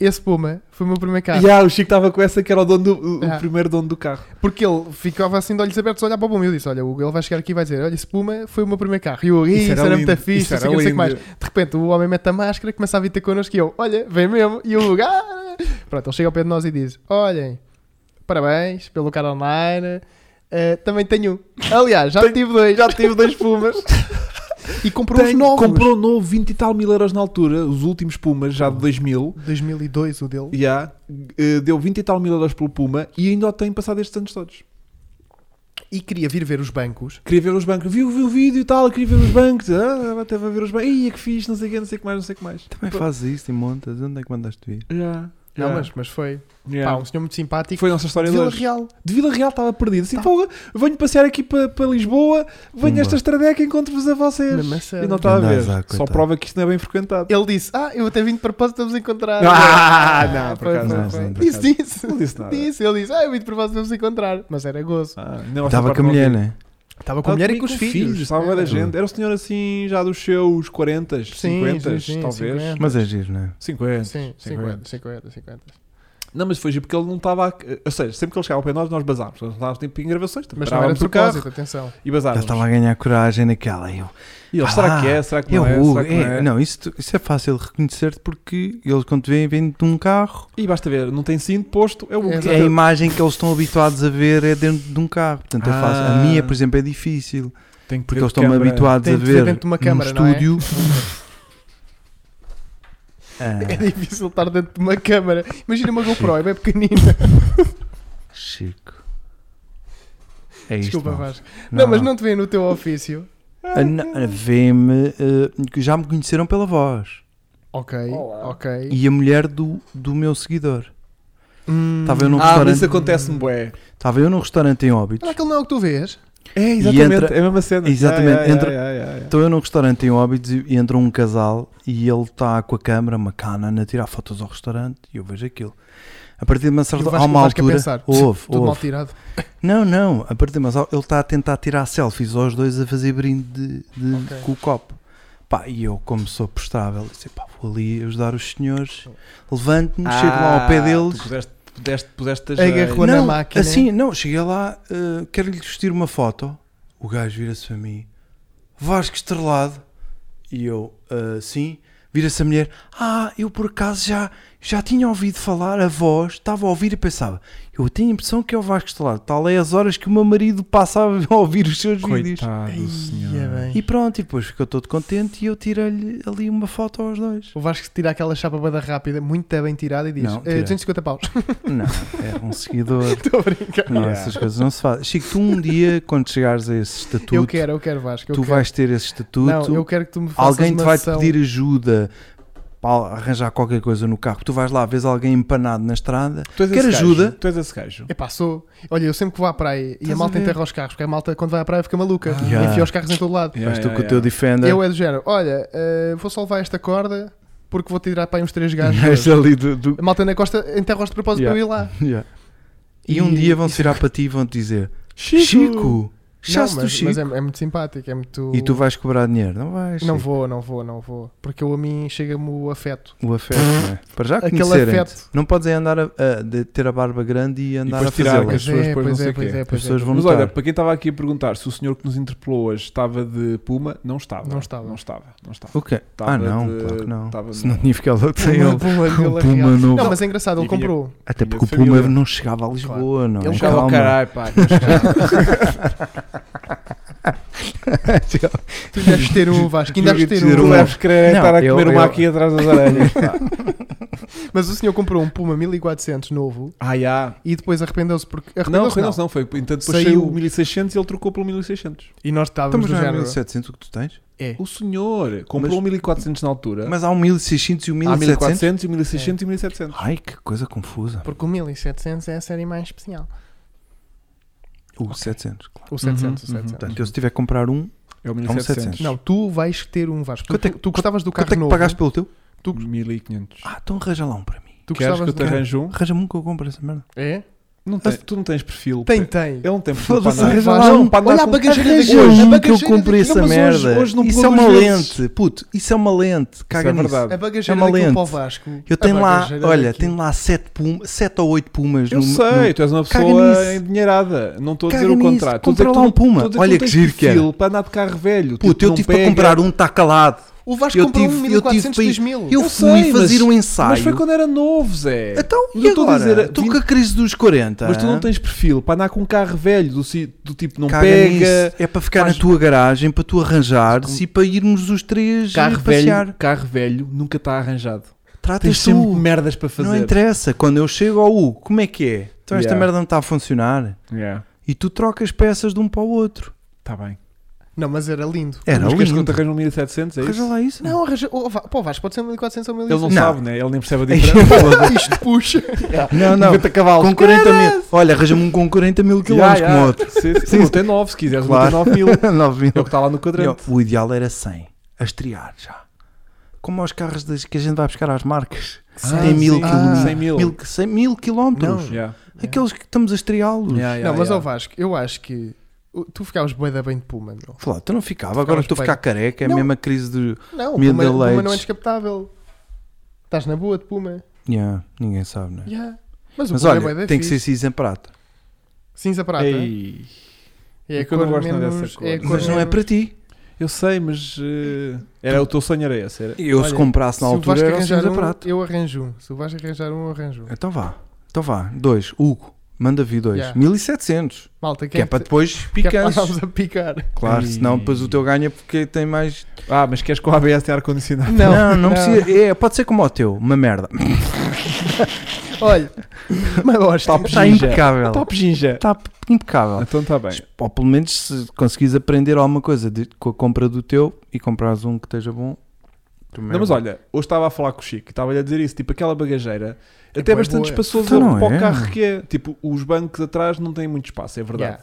S3: Esse Puma foi o meu primeiro carro.
S2: E ah, o Chico estava com essa que era o, dono do, o- o
S3: Ah.
S2: primeiro dono do carro.
S3: Porque ele ficava assim de olhos abertos a olhar para o Puma. E eu disse: Olha, Hugo, ele vai chegar aqui e vai dizer: Olha, esse Puma foi o meu primeiro carro. E eu, isso, isso era, muito
S2: lindo,
S3: fixe, não sei o que, não sei o que mais. De repente, o homem mete a máscara, começa a vir ter connosco e eu: Olha, vem mesmo. E o Hugo, ah! Pronto, ele chega ao pé de nós e diz: Olhem, parabéns pelo cara online. uh, também tenho um. Aliás, já tive dois. Já tive dois Pumas. e comprou uns
S2: Tem-
S3: novos.
S2: Comprou um novo 20 e tal mil euros na altura, os últimos Pumas,
S1: Hum.
S2: já de 2000.
S3: 2002 o dele.
S2: já eh, deu 20 e tal mil euros pelo Puma e ainda o tem passado estes anos todos.
S3: E queria vir ver os bancos.
S2: Queria ver os bancos, viu, viu o vídeo e tal, queria ver os bancos, ah, estava a ver os bancos, ia que fixe, não sei o que, não sei o que mais, não sei o que mais.
S1: Também fazes isso e montas. Onde é que mandaste vir?
S2: Já.
S3: Não,
S2: Yeah.
S3: mas, mas foi.
S2: Yeah.
S3: Pá, um senhor muito simpático.
S2: Foi a nossa história de
S3: Vila
S2: hoje.
S3: Real.
S2: De Vila Real estava perdido. Assim,
S3: Tá.
S2: porra, venho passear aqui para para Lisboa, venho
S1: Pumba.
S2: a esta estradeca e encontro-vos a vocês.
S3: Mesmo a sério.
S2: E não estava a ver.
S1: Andás lá,
S2: Só
S1: coitado.
S2: prova que isto não é bem frequentado.
S3: Ele disse: Ah, eu até vim de propósito para vos encontrar.
S2: Ah, não, por
S3: Foi,
S2: acaso
S3: foi,
S1: não,
S3: foi.
S1: sim, por
S3: Disse,
S2: acaso.
S3: disse.
S2: Não disse nada.
S3: Disse, ele disse: Ah, eu vim de propósito para vos encontrar. Mas era gozo.
S2: Ah, não, esta
S1: Estava
S2: parte
S1: com a
S2: não
S1: mulher,
S2: vi.
S1: né?
S3: Estava com a
S2: Estava
S3: mulher e
S2: comigo
S3: com os filhos.
S2: Estava bem da
S3: É.
S2: gente. Era um senhor assim, já dos seus 40,
S3: Sim,
S2: 50,
S3: sim, sim,
S2: talvez.
S3: 50.
S1: Mas é giro,
S3: Tá,
S1: né?
S2: 50.
S3: Sim,
S2: 50.
S3: 50, 50, 50.
S2: Não, mas foi giro porque ele não estava. a- Ou seja, sempre que ele chegava ao pé de nós, nós bazámos. Nós estávamos tipo em gravações,
S3: Mas não era
S2: parávamos
S3: de
S2: o carro
S3: propósito, atenção.
S2: e
S1: Ela
S2: bazámos.
S1: estava a ganhar coragem naquela. Eu,
S2: E ele,
S1: Ah,
S2: será que é? Será que
S1: eu
S2: não é?
S1: Hugo,
S2: Será que não
S1: é,
S2: é?
S1: não, isso, tu- isso é fácil de reconhecer-te porque eles, quando te veem, vêm de um carro.
S2: E basta ver, não tem cinto posto, é o Hugo.
S3: É,
S1: É a
S3: Exato.
S1: imagem que eles estão habituados a ver é dentro de um carro. Portanto, é
S2: Ah.
S1: fácil. A minha, por exemplo, é difícil.
S2: Tem que
S1: Porque
S2: pedir
S1: eles estão-me
S2: câmara.
S1: habituados
S3: Tem
S1: a
S3: de ser
S1: ver
S3: dentro de uma
S1: num
S3: câmara, não é?
S1: estúdio.
S3: É
S1: Ah,
S3: difícil estar dentro de uma câmara. Imagina uma GoPro, é bem pequenina.
S1: Chico. É isto.
S3: Desculpa,
S1: malta.
S3: Vasco. Não, mas não te vê no teu ofício.
S1: Ah, não, ah, Vê-me. ah, que já me conheceram pela voz.
S3: Ok,
S2: Olá.
S3: ok.
S1: E a mulher do, do meu seguidor.
S3: Hum.
S1: Estava eu num
S2: Ah, mas isso
S1: restaurante.
S2: acontece-me,
S1: É,
S2: bué.
S1: Estava eu num restaurante em Óbidos.
S3: Será que ele não é o que tu vês?
S2: É,
S1: exatamente,
S2: exatamente, é a mesma cena.
S1: exatamente,
S2: Ai, ai,
S1: entra-
S2: ai, ai, ai.
S1: Estou eu num restaurante em Óbidos e e entra um casal e ele está com a câmera, uma Canon, a tirar fotos ao restaurante e eu vejo aquilo. A partir de uma certa
S3: E o Vasco-
S1: há uma
S3: o Vasco a
S1: altura,
S3: é pensar,
S1: houve,
S3: Tudo mal
S1: houve.
S3: tirado.
S1: Não, não, a partir de uma altura, ele está a tentar tirar selfies aos dois a fazer brinde de- de-
S3: Ok.
S1: com o copo. Pá, e eu, como sou prestável, disse, pá, vou ali ajudar os senhores, levanto-me, chego lá ao pé
S2: Ah, Tu
S1: deles.
S2: puseste, puseste, puseste as eh,
S3: Agarrou. Quando a
S1: não,
S3: máquina-
S1: assim, não, cheguei lá, eh, quero-lhe vestir uma foto. O gajo vira-se para mim, Vasco estrelado. E eu, ah, sim, vira-se a mulher, ah, eu por acaso já, já tinha ouvido falar a voz, estava a ouvir e pensava, eu tenho a impressão que é o Vasco estrelado, tal é as horas que o meu marido passava a ouvir os seus vídeos.
S2: Coitado,
S3: Ia
S2: senhor.
S3: é bem.
S1: E pronto, e depois ficou todo contente e eu tirei-lhe ali uma foto aos dois.
S3: O Vasco tira aquela chapa bada rápida, muito bem tirada, e diz:
S1: Não, tira.
S3: "Eh, 250 paus.
S1: Não, era um seguidor.
S3: Estou a brincar.
S1: Não,
S2: Yeah.
S1: essas coisas não se fazem. Chico, tu um dia, quando chegares a esse estatuto,
S3: Eu quero, eu quero, Vasco. Eu
S1: tu
S3: quero.
S1: vais ter esse estatuto.
S3: Não, eu quero que tu me faças
S1: alguém te
S3: uma
S1: vai
S3: sessão.
S1: pedir ajuda para arranjar qualquer coisa no carro. Tu vais lá, vês alguém empanado na estrada.
S2: Tu és
S1: Quer
S2: esse gajo?
S1: ajuda?
S2: Tu és esse gajo.
S3: Epá, sou. Olha, eu sempre que vou à praia e
S2: Estás
S3: a
S2: a
S3: malta
S2: ver?
S3: enterra os carros, porque a malta quando vai à praia fica maluca.
S2: Ah.
S1: Yeah.
S3: Enfia os carros em todo lado.
S1: vais
S2: Yeah,
S1: tu
S2: yeah,
S1: com o teu
S2: yeah.
S1: Defender.
S3: Eu é do género: Olha, eh, vou só levar esta corda porque vou tirar para aí uns três gajos.
S1: És
S3: hoje."
S1: ali do- do-
S3: A malta na costa enterra-os de propósito
S1: Yeah.
S3: para eu ir lá.
S1: Yeah. E, um dia vão-se virar para ti e vão-te dizer Chico, chasse
S3: não,
S1: do
S3: mas,
S1: Chico.
S3: mas é, é muito simpático, é muito.
S1: E tu vais cobrar dinheiro. Não vais.
S3: Não
S1: Chico.
S3: vou, não vou, não vou. Porque eu a mim chega-me o afeto.
S1: O afeto, não é? Para já
S3: Aquele
S1: conhecerem
S3: afeto.
S1: Não podes é andar a, a- de ter a barba grande e andar
S2: depois
S1: a
S2: tirar,
S1: fazê-la.
S2: que as
S1: As
S3: Pois
S2: pessoas depois não
S3: é, pois
S2: sei
S3: é,
S2: o quê.
S3: pois é, pois é.
S1: pessoas vão
S2: Mas
S1: notar.
S2: olha, para quem estava aqui a perguntar se o senhor que nos interpelou hoje estava de Puma, não estava.
S3: Não estava.
S2: Não estava. Não estava.
S1: O quê?
S2: Tava
S1: ah, não,
S2: de-
S1: claro que não.
S2: tava
S1: Se
S2: de-
S1: não tinha ficado logo sem
S3: Uma
S1: ele.
S3: boa Vila
S1: Puma
S3: Real.
S1: novo.
S3: Não, mas é engraçado, ele
S2: E vinha-
S3: comprou.
S1: Até
S2: Tinha
S1: porque o
S2: família.
S1: Puma não chegava a Lisboa, não.
S3: Ele
S1: é?
S2: Chegava ao
S1: Calma.
S2: caralho, pá. não chegava.
S3: Tu lhe deves ter um, Vasco, ainda
S1: Eu ia
S3: deves ter
S1: dizer
S2: Tu
S1: um.
S3: um.
S2: deves querer
S1: Não,
S2: estar a
S1: eu-
S2: comer
S1: eu-
S2: uma aqui atrás das orelhas. pá.
S3: Mas o senhor comprou um Puma 1400 novo
S2: Ah, já.
S3: e depois arrependeu-se porque.
S2: Não,
S3: Arrependeu-se
S2: foi
S3: não,
S2: não, não, foi. Então depois
S3: Saiu-
S2: saiu o 1600 e ele trocou pelo 1600.
S3: E nós
S1: Estamos
S3: estávamos do
S1: já em
S3: género.
S1: 1700 o que tu tens?
S3: É.
S2: O senhor comprou
S1: Mas-
S2: o 1400 na altura.
S1: Mas há um 1600 e um
S2: É. Há
S1: 1700.
S2: 1400 e 1600 e 1700.
S1: Ai, que coisa confusa.
S3: Porque o 1700 é a série mais especial.
S1: O 700, claro.
S3: O 700,
S2: Uhum,
S3: o 700.
S1: Portanto, eu se tiver que comprar um,
S2: É o
S1: É um 700.
S2: 1700.
S3: Não, tu vais ter um Vasco. Tu,
S1: Quanto é
S3: tu,
S1: que-
S3: tu gostavas do carro
S1: quanto é que
S3: novo.
S1: pagaste pelo teu?
S2: Tu... 1500.
S1: Ah, então arranja lá um para mim.
S3: Tu
S2: Queres que
S3: gostavas
S2: eu te
S3: do carro.
S2: arranje um?
S1: Arranja-me um que eu compro essa merda.
S3: É?
S2: Não tens- tu não tens perfil.
S3: Tem,
S2: pá.
S3: tem.
S2: Ele não tem perfil para
S1: Foda-se,
S2: nada.
S1: arranja
S3: Vasco,
S1: lá um.
S2: para
S3: olha
S2: andar
S3: a
S2: com
S3: bagageira
S2: carga
S3: daqui.
S2: de-
S1: Hoje
S3: a
S1: um que eu
S3: bagageira
S1: comprei
S3: daqui-
S1: essa
S2: Não, mas hoje-
S1: merda.
S2: hoje não
S1: isso é
S2: pulou
S1: uma
S2: duas
S1: lente.
S2: vezes.
S1: Puto, isso é uma lente. Caga
S2: é
S1: nisso.
S2: verdade.
S3: A bagageira
S1: É uma
S3: daquilo
S1: lente.
S3: para o Vasco.
S1: Eu
S3: A
S1: tenho lá,
S3: bagageira
S1: olha,
S3: daquilo.
S1: tenho lá 7 pum, sete ou 8 pumas
S2: Eu
S1: no
S2: sei, tu és uma
S1: Caga nisso.
S2: pessoa endinheirada. Não estou a dizer
S1: Caga
S2: o
S1: nisso.
S2: contrário. Estou a dizer
S1: Compra lá
S2: tu
S1: um
S2: não-
S1: Puma.
S2: estou a dizer
S1: Olha
S2: não
S1: que
S2: tens
S1: giro que era.
S2: perfil Para andar de carro velho.
S1: Puto,
S2: Tipo,
S1: eu
S2: não
S1: tive
S2: pega.
S1: para comprar um, está calado.
S3: O Vasco
S1: Eu
S3: comprou
S1: tive-
S3: um
S1: eu tive
S3: 1400
S1: para ir-
S3: 2000.
S1: Eu,
S2: Eu
S1: fui
S2: sei,
S1: fazer
S2: mas-
S1: um ensaio.
S2: Mas foi quando era novo, Zé.
S1: Então,
S2: É. Mas
S1: e
S2: eu estou a
S1: agora?
S2: dizer,
S1: tu
S2: vinte-
S1: com a crise dos 40.
S2: Mas tu não tens perfil para andar com um carro velho do, si- do tipo não
S1: Caga
S2: pega.
S1: nisso. É para ficar
S2: faz-
S1: na tua garagem, para tu arranjares e para irmos os três
S2: Carro
S1: eh, passear.
S2: velho, carro velho nunca está arranjado. Tens
S1: Tratas
S2: sempre
S1: tu.
S2: merdas para
S1: Não
S2: fazer.
S1: interessa. Quando eu chego ao Hugo, como é que é? Então esta
S2: Yeah.
S1: merda não está a funcionar.
S2: Yeah,
S1: E tu trocas peças de um para o outro.
S2: Tá bem.
S3: Não, mas era lindo.
S1: Era
S2: Os
S1: lindo.
S2: que arranjam 1700, é
S1: Arranja
S2: isso?
S1: lá isso.
S3: Não, arranja. Oh, vá- pô, Vasco, pode ser um 1400 ou um
S2: Ele não,
S3: 1500.
S1: Não.
S2: sabe, né? Ele nem percebe a diferença.
S3: Isto puxa.
S1: não, não.
S2: 90 cavalos.
S1: Com 40 mil. Olha, arranja-me um com 40 mil
S2: Já,
S1: quilómetros
S2: já.
S1: como outro.
S2: Sim, sim.
S1: Sim,
S2: Não tem 9, se quiseres,
S1: Claro.
S2: não tem 9 mil. É
S1: 9 mil.
S2: o que está lá no
S1: Não,
S2: quadrante.
S1: o ideal era 100, a estrear já. Como aos carros das- que a gente vai buscar às marcas.
S2: Ah,
S1: tem mil
S2: sim.
S1: quilómetros.
S2: Cem mil.
S1: Mil, cem mil quilómetros.
S2: Yeah.
S1: Aqueles que estamos a estreá-los.
S2: Yeah, yeah,
S3: não, mas
S2: yeah.
S3: ao Vasco, eu acho que o- tu ficavas bué da bem de Puma, meu.
S1: Flá, tu não ficava, agora estou a
S3: Ficavas
S1: ficar careca, é
S3: Não.
S1: a mesma crise do.
S3: Não, o
S1: Middle
S3: Puma, o Puma não é
S1: Age.
S3: descapotável. Estás na boa de Puma.
S1: Yeah, ninguém sabe, né?
S3: Yeah. Mas o
S1: Mas
S3: Puma é bué
S1: olha,
S3: da
S1: tem que ser
S3: fixe.
S1: cinza em prata.
S3: cinza prata.
S2: Ei,
S3: É
S2: É
S3: a
S2: que eu não
S3: cor
S2: gosto nada
S3: menos-
S2: dessa cor.
S3: é a
S2: Mas
S3: cor
S1: Mas não é
S3: menos-
S1: para ti.
S2: eu sei, mas eh, era o teu sonho era esse. Era.
S1: Eu se
S3: Olha,
S1: comprasse na
S3: se o
S1: altura
S3: Vasco
S1: era o
S3: arranjar
S1: cinza
S3: um,
S1: prata.
S3: Eu arranjo um. Se o Vasco arranjar um, eu arranjo um.
S1: Então vá, então vá. Dois, Hugo, manda vir dois.
S3: Yeah.
S1: 1700.
S3: Malta,
S1: Que é
S3: quem
S1: para depois
S3: que é para
S1: picantes.
S3: andarmos a picar?
S1: Claro,
S2: Ei.
S1: senão depois o teu ganha porque tem mais
S2: Ah, mas queres com o ABS ter ar-condicionado?
S1: Não, não, precisa. É, pode ser como o teu, uma merda.
S3: Tá Olha, mas gosto.
S2: Top
S1: Está
S2: Ginja.
S1: impecável.
S3: Tá-
S2: Top Ginja.
S1: Está impecável.
S2: Então está bem.
S1: Ou pelo menos se conseguires aprender alguma coisa de- com a compra do teu e comprares um que esteja bom. também
S2: Não,
S1: é
S2: mas
S1: bom.
S2: olha, hoje estava a falar com o Chico, estava-lhe a dizer isso, tipo, aquela bagageira
S3: É
S2: até
S3: bué
S2: bastante
S3: boa.
S2: espaçosa
S1: Então não
S2: para o
S1: é.
S2: carro que é. Tipo, os bancos atrás não têm muito espaço, é verdade.